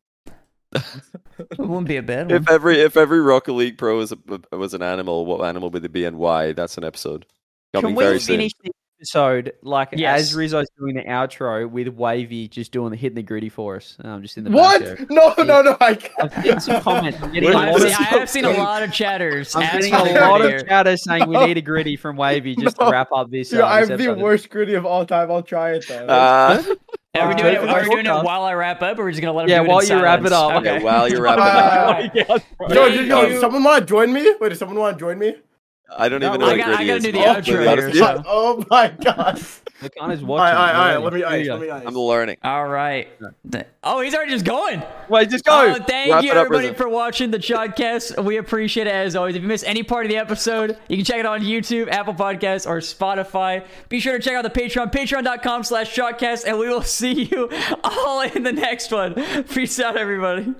[SPEAKER 1] It wouldn't be a bad one.
[SPEAKER 2] If every if every Rocket League pro was a, was an animal, what animal would it be and why? That's an episode coming
[SPEAKER 3] Can we
[SPEAKER 2] very
[SPEAKER 3] finish
[SPEAKER 2] soon.
[SPEAKER 3] the episode like
[SPEAKER 1] Yes.
[SPEAKER 3] as Rizzo's doing the outro with Wavy just doing the hitting the gritty for us? Um, just in the back there.
[SPEAKER 5] What? No, no, no. I can't.
[SPEAKER 3] I've seen some comments. I'm getting a
[SPEAKER 2] Wait,
[SPEAKER 3] lot
[SPEAKER 1] I've
[SPEAKER 3] of
[SPEAKER 1] seen, I have seen a lot of chatters.
[SPEAKER 3] I'm
[SPEAKER 1] asking
[SPEAKER 3] getting a
[SPEAKER 1] for
[SPEAKER 3] lot
[SPEAKER 1] here.
[SPEAKER 3] of chatter saying we
[SPEAKER 5] No.
[SPEAKER 3] need a gritty from Wavy just
[SPEAKER 5] No.
[SPEAKER 3] to wrap up this.
[SPEAKER 5] Dude,
[SPEAKER 3] uh,
[SPEAKER 5] I'm
[SPEAKER 3] this
[SPEAKER 5] the
[SPEAKER 3] episode.
[SPEAKER 5] worst gritty of all time. I'll try it
[SPEAKER 2] Uh,
[SPEAKER 5] though.
[SPEAKER 1] Are we
[SPEAKER 5] Uh,
[SPEAKER 1] doing it,
[SPEAKER 5] Jason,
[SPEAKER 1] are we
[SPEAKER 5] I
[SPEAKER 1] doing it
[SPEAKER 3] hope not.
[SPEAKER 1] while I wrap up, or are we just gonna let him?
[SPEAKER 3] Yeah,
[SPEAKER 1] do it
[SPEAKER 3] while
[SPEAKER 1] in
[SPEAKER 3] you wrap it
[SPEAKER 1] silence?
[SPEAKER 3] up.
[SPEAKER 1] Okay.
[SPEAKER 2] yeah, while you're wrapping up,
[SPEAKER 5] Uh, yo, yo, yo,
[SPEAKER 2] Um,
[SPEAKER 5] someone want to join me? Wait, does someone want to join me?
[SPEAKER 2] I don't even know.
[SPEAKER 1] I
[SPEAKER 2] what
[SPEAKER 1] gotta- I
[SPEAKER 2] gritty
[SPEAKER 1] gotta
[SPEAKER 2] is.
[SPEAKER 1] do the
[SPEAKER 2] Oh,
[SPEAKER 1] outro
[SPEAKER 2] without
[SPEAKER 1] here,
[SPEAKER 2] a-
[SPEAKER 1] so- Yeah.
[SPEAKER 5] Oh my god!
[SPEAKER 3] Lakana's watching.
[SPEAKER 5] All right, all right, all right.
[SPEAKER 3] really.
[SPEAKER 5] Let me
[SPEAKER 3] Here
[SPEAKER 5] ice.
[SPEAKER 3] you go.
[SPEAKER 5] Let me ice.
[SPEAKER 2] I'm learning.
[SPEAKER 1] All right. Th- Oh, he's already just going.
[SPEAKER 3] Wait, just go.
[SPEAKER 1] Oh, thank
[SPEAKER 2] Wrap
[SPEAKER 1] you
[SPEAKER 2] it up,
[SPEAKER 1] everybody
[SPEAKER 2] Rizzo.
[SPEAKER 1] for watching the podcast. We appreciate it as always. If you missed any part of the episode, you can check it on YouTube, Apple Podcasts, or Spotify. Be sure to check out the Patreon, patreon.com slash shotcast, and we will see you all in the next one. Peace out, everybody.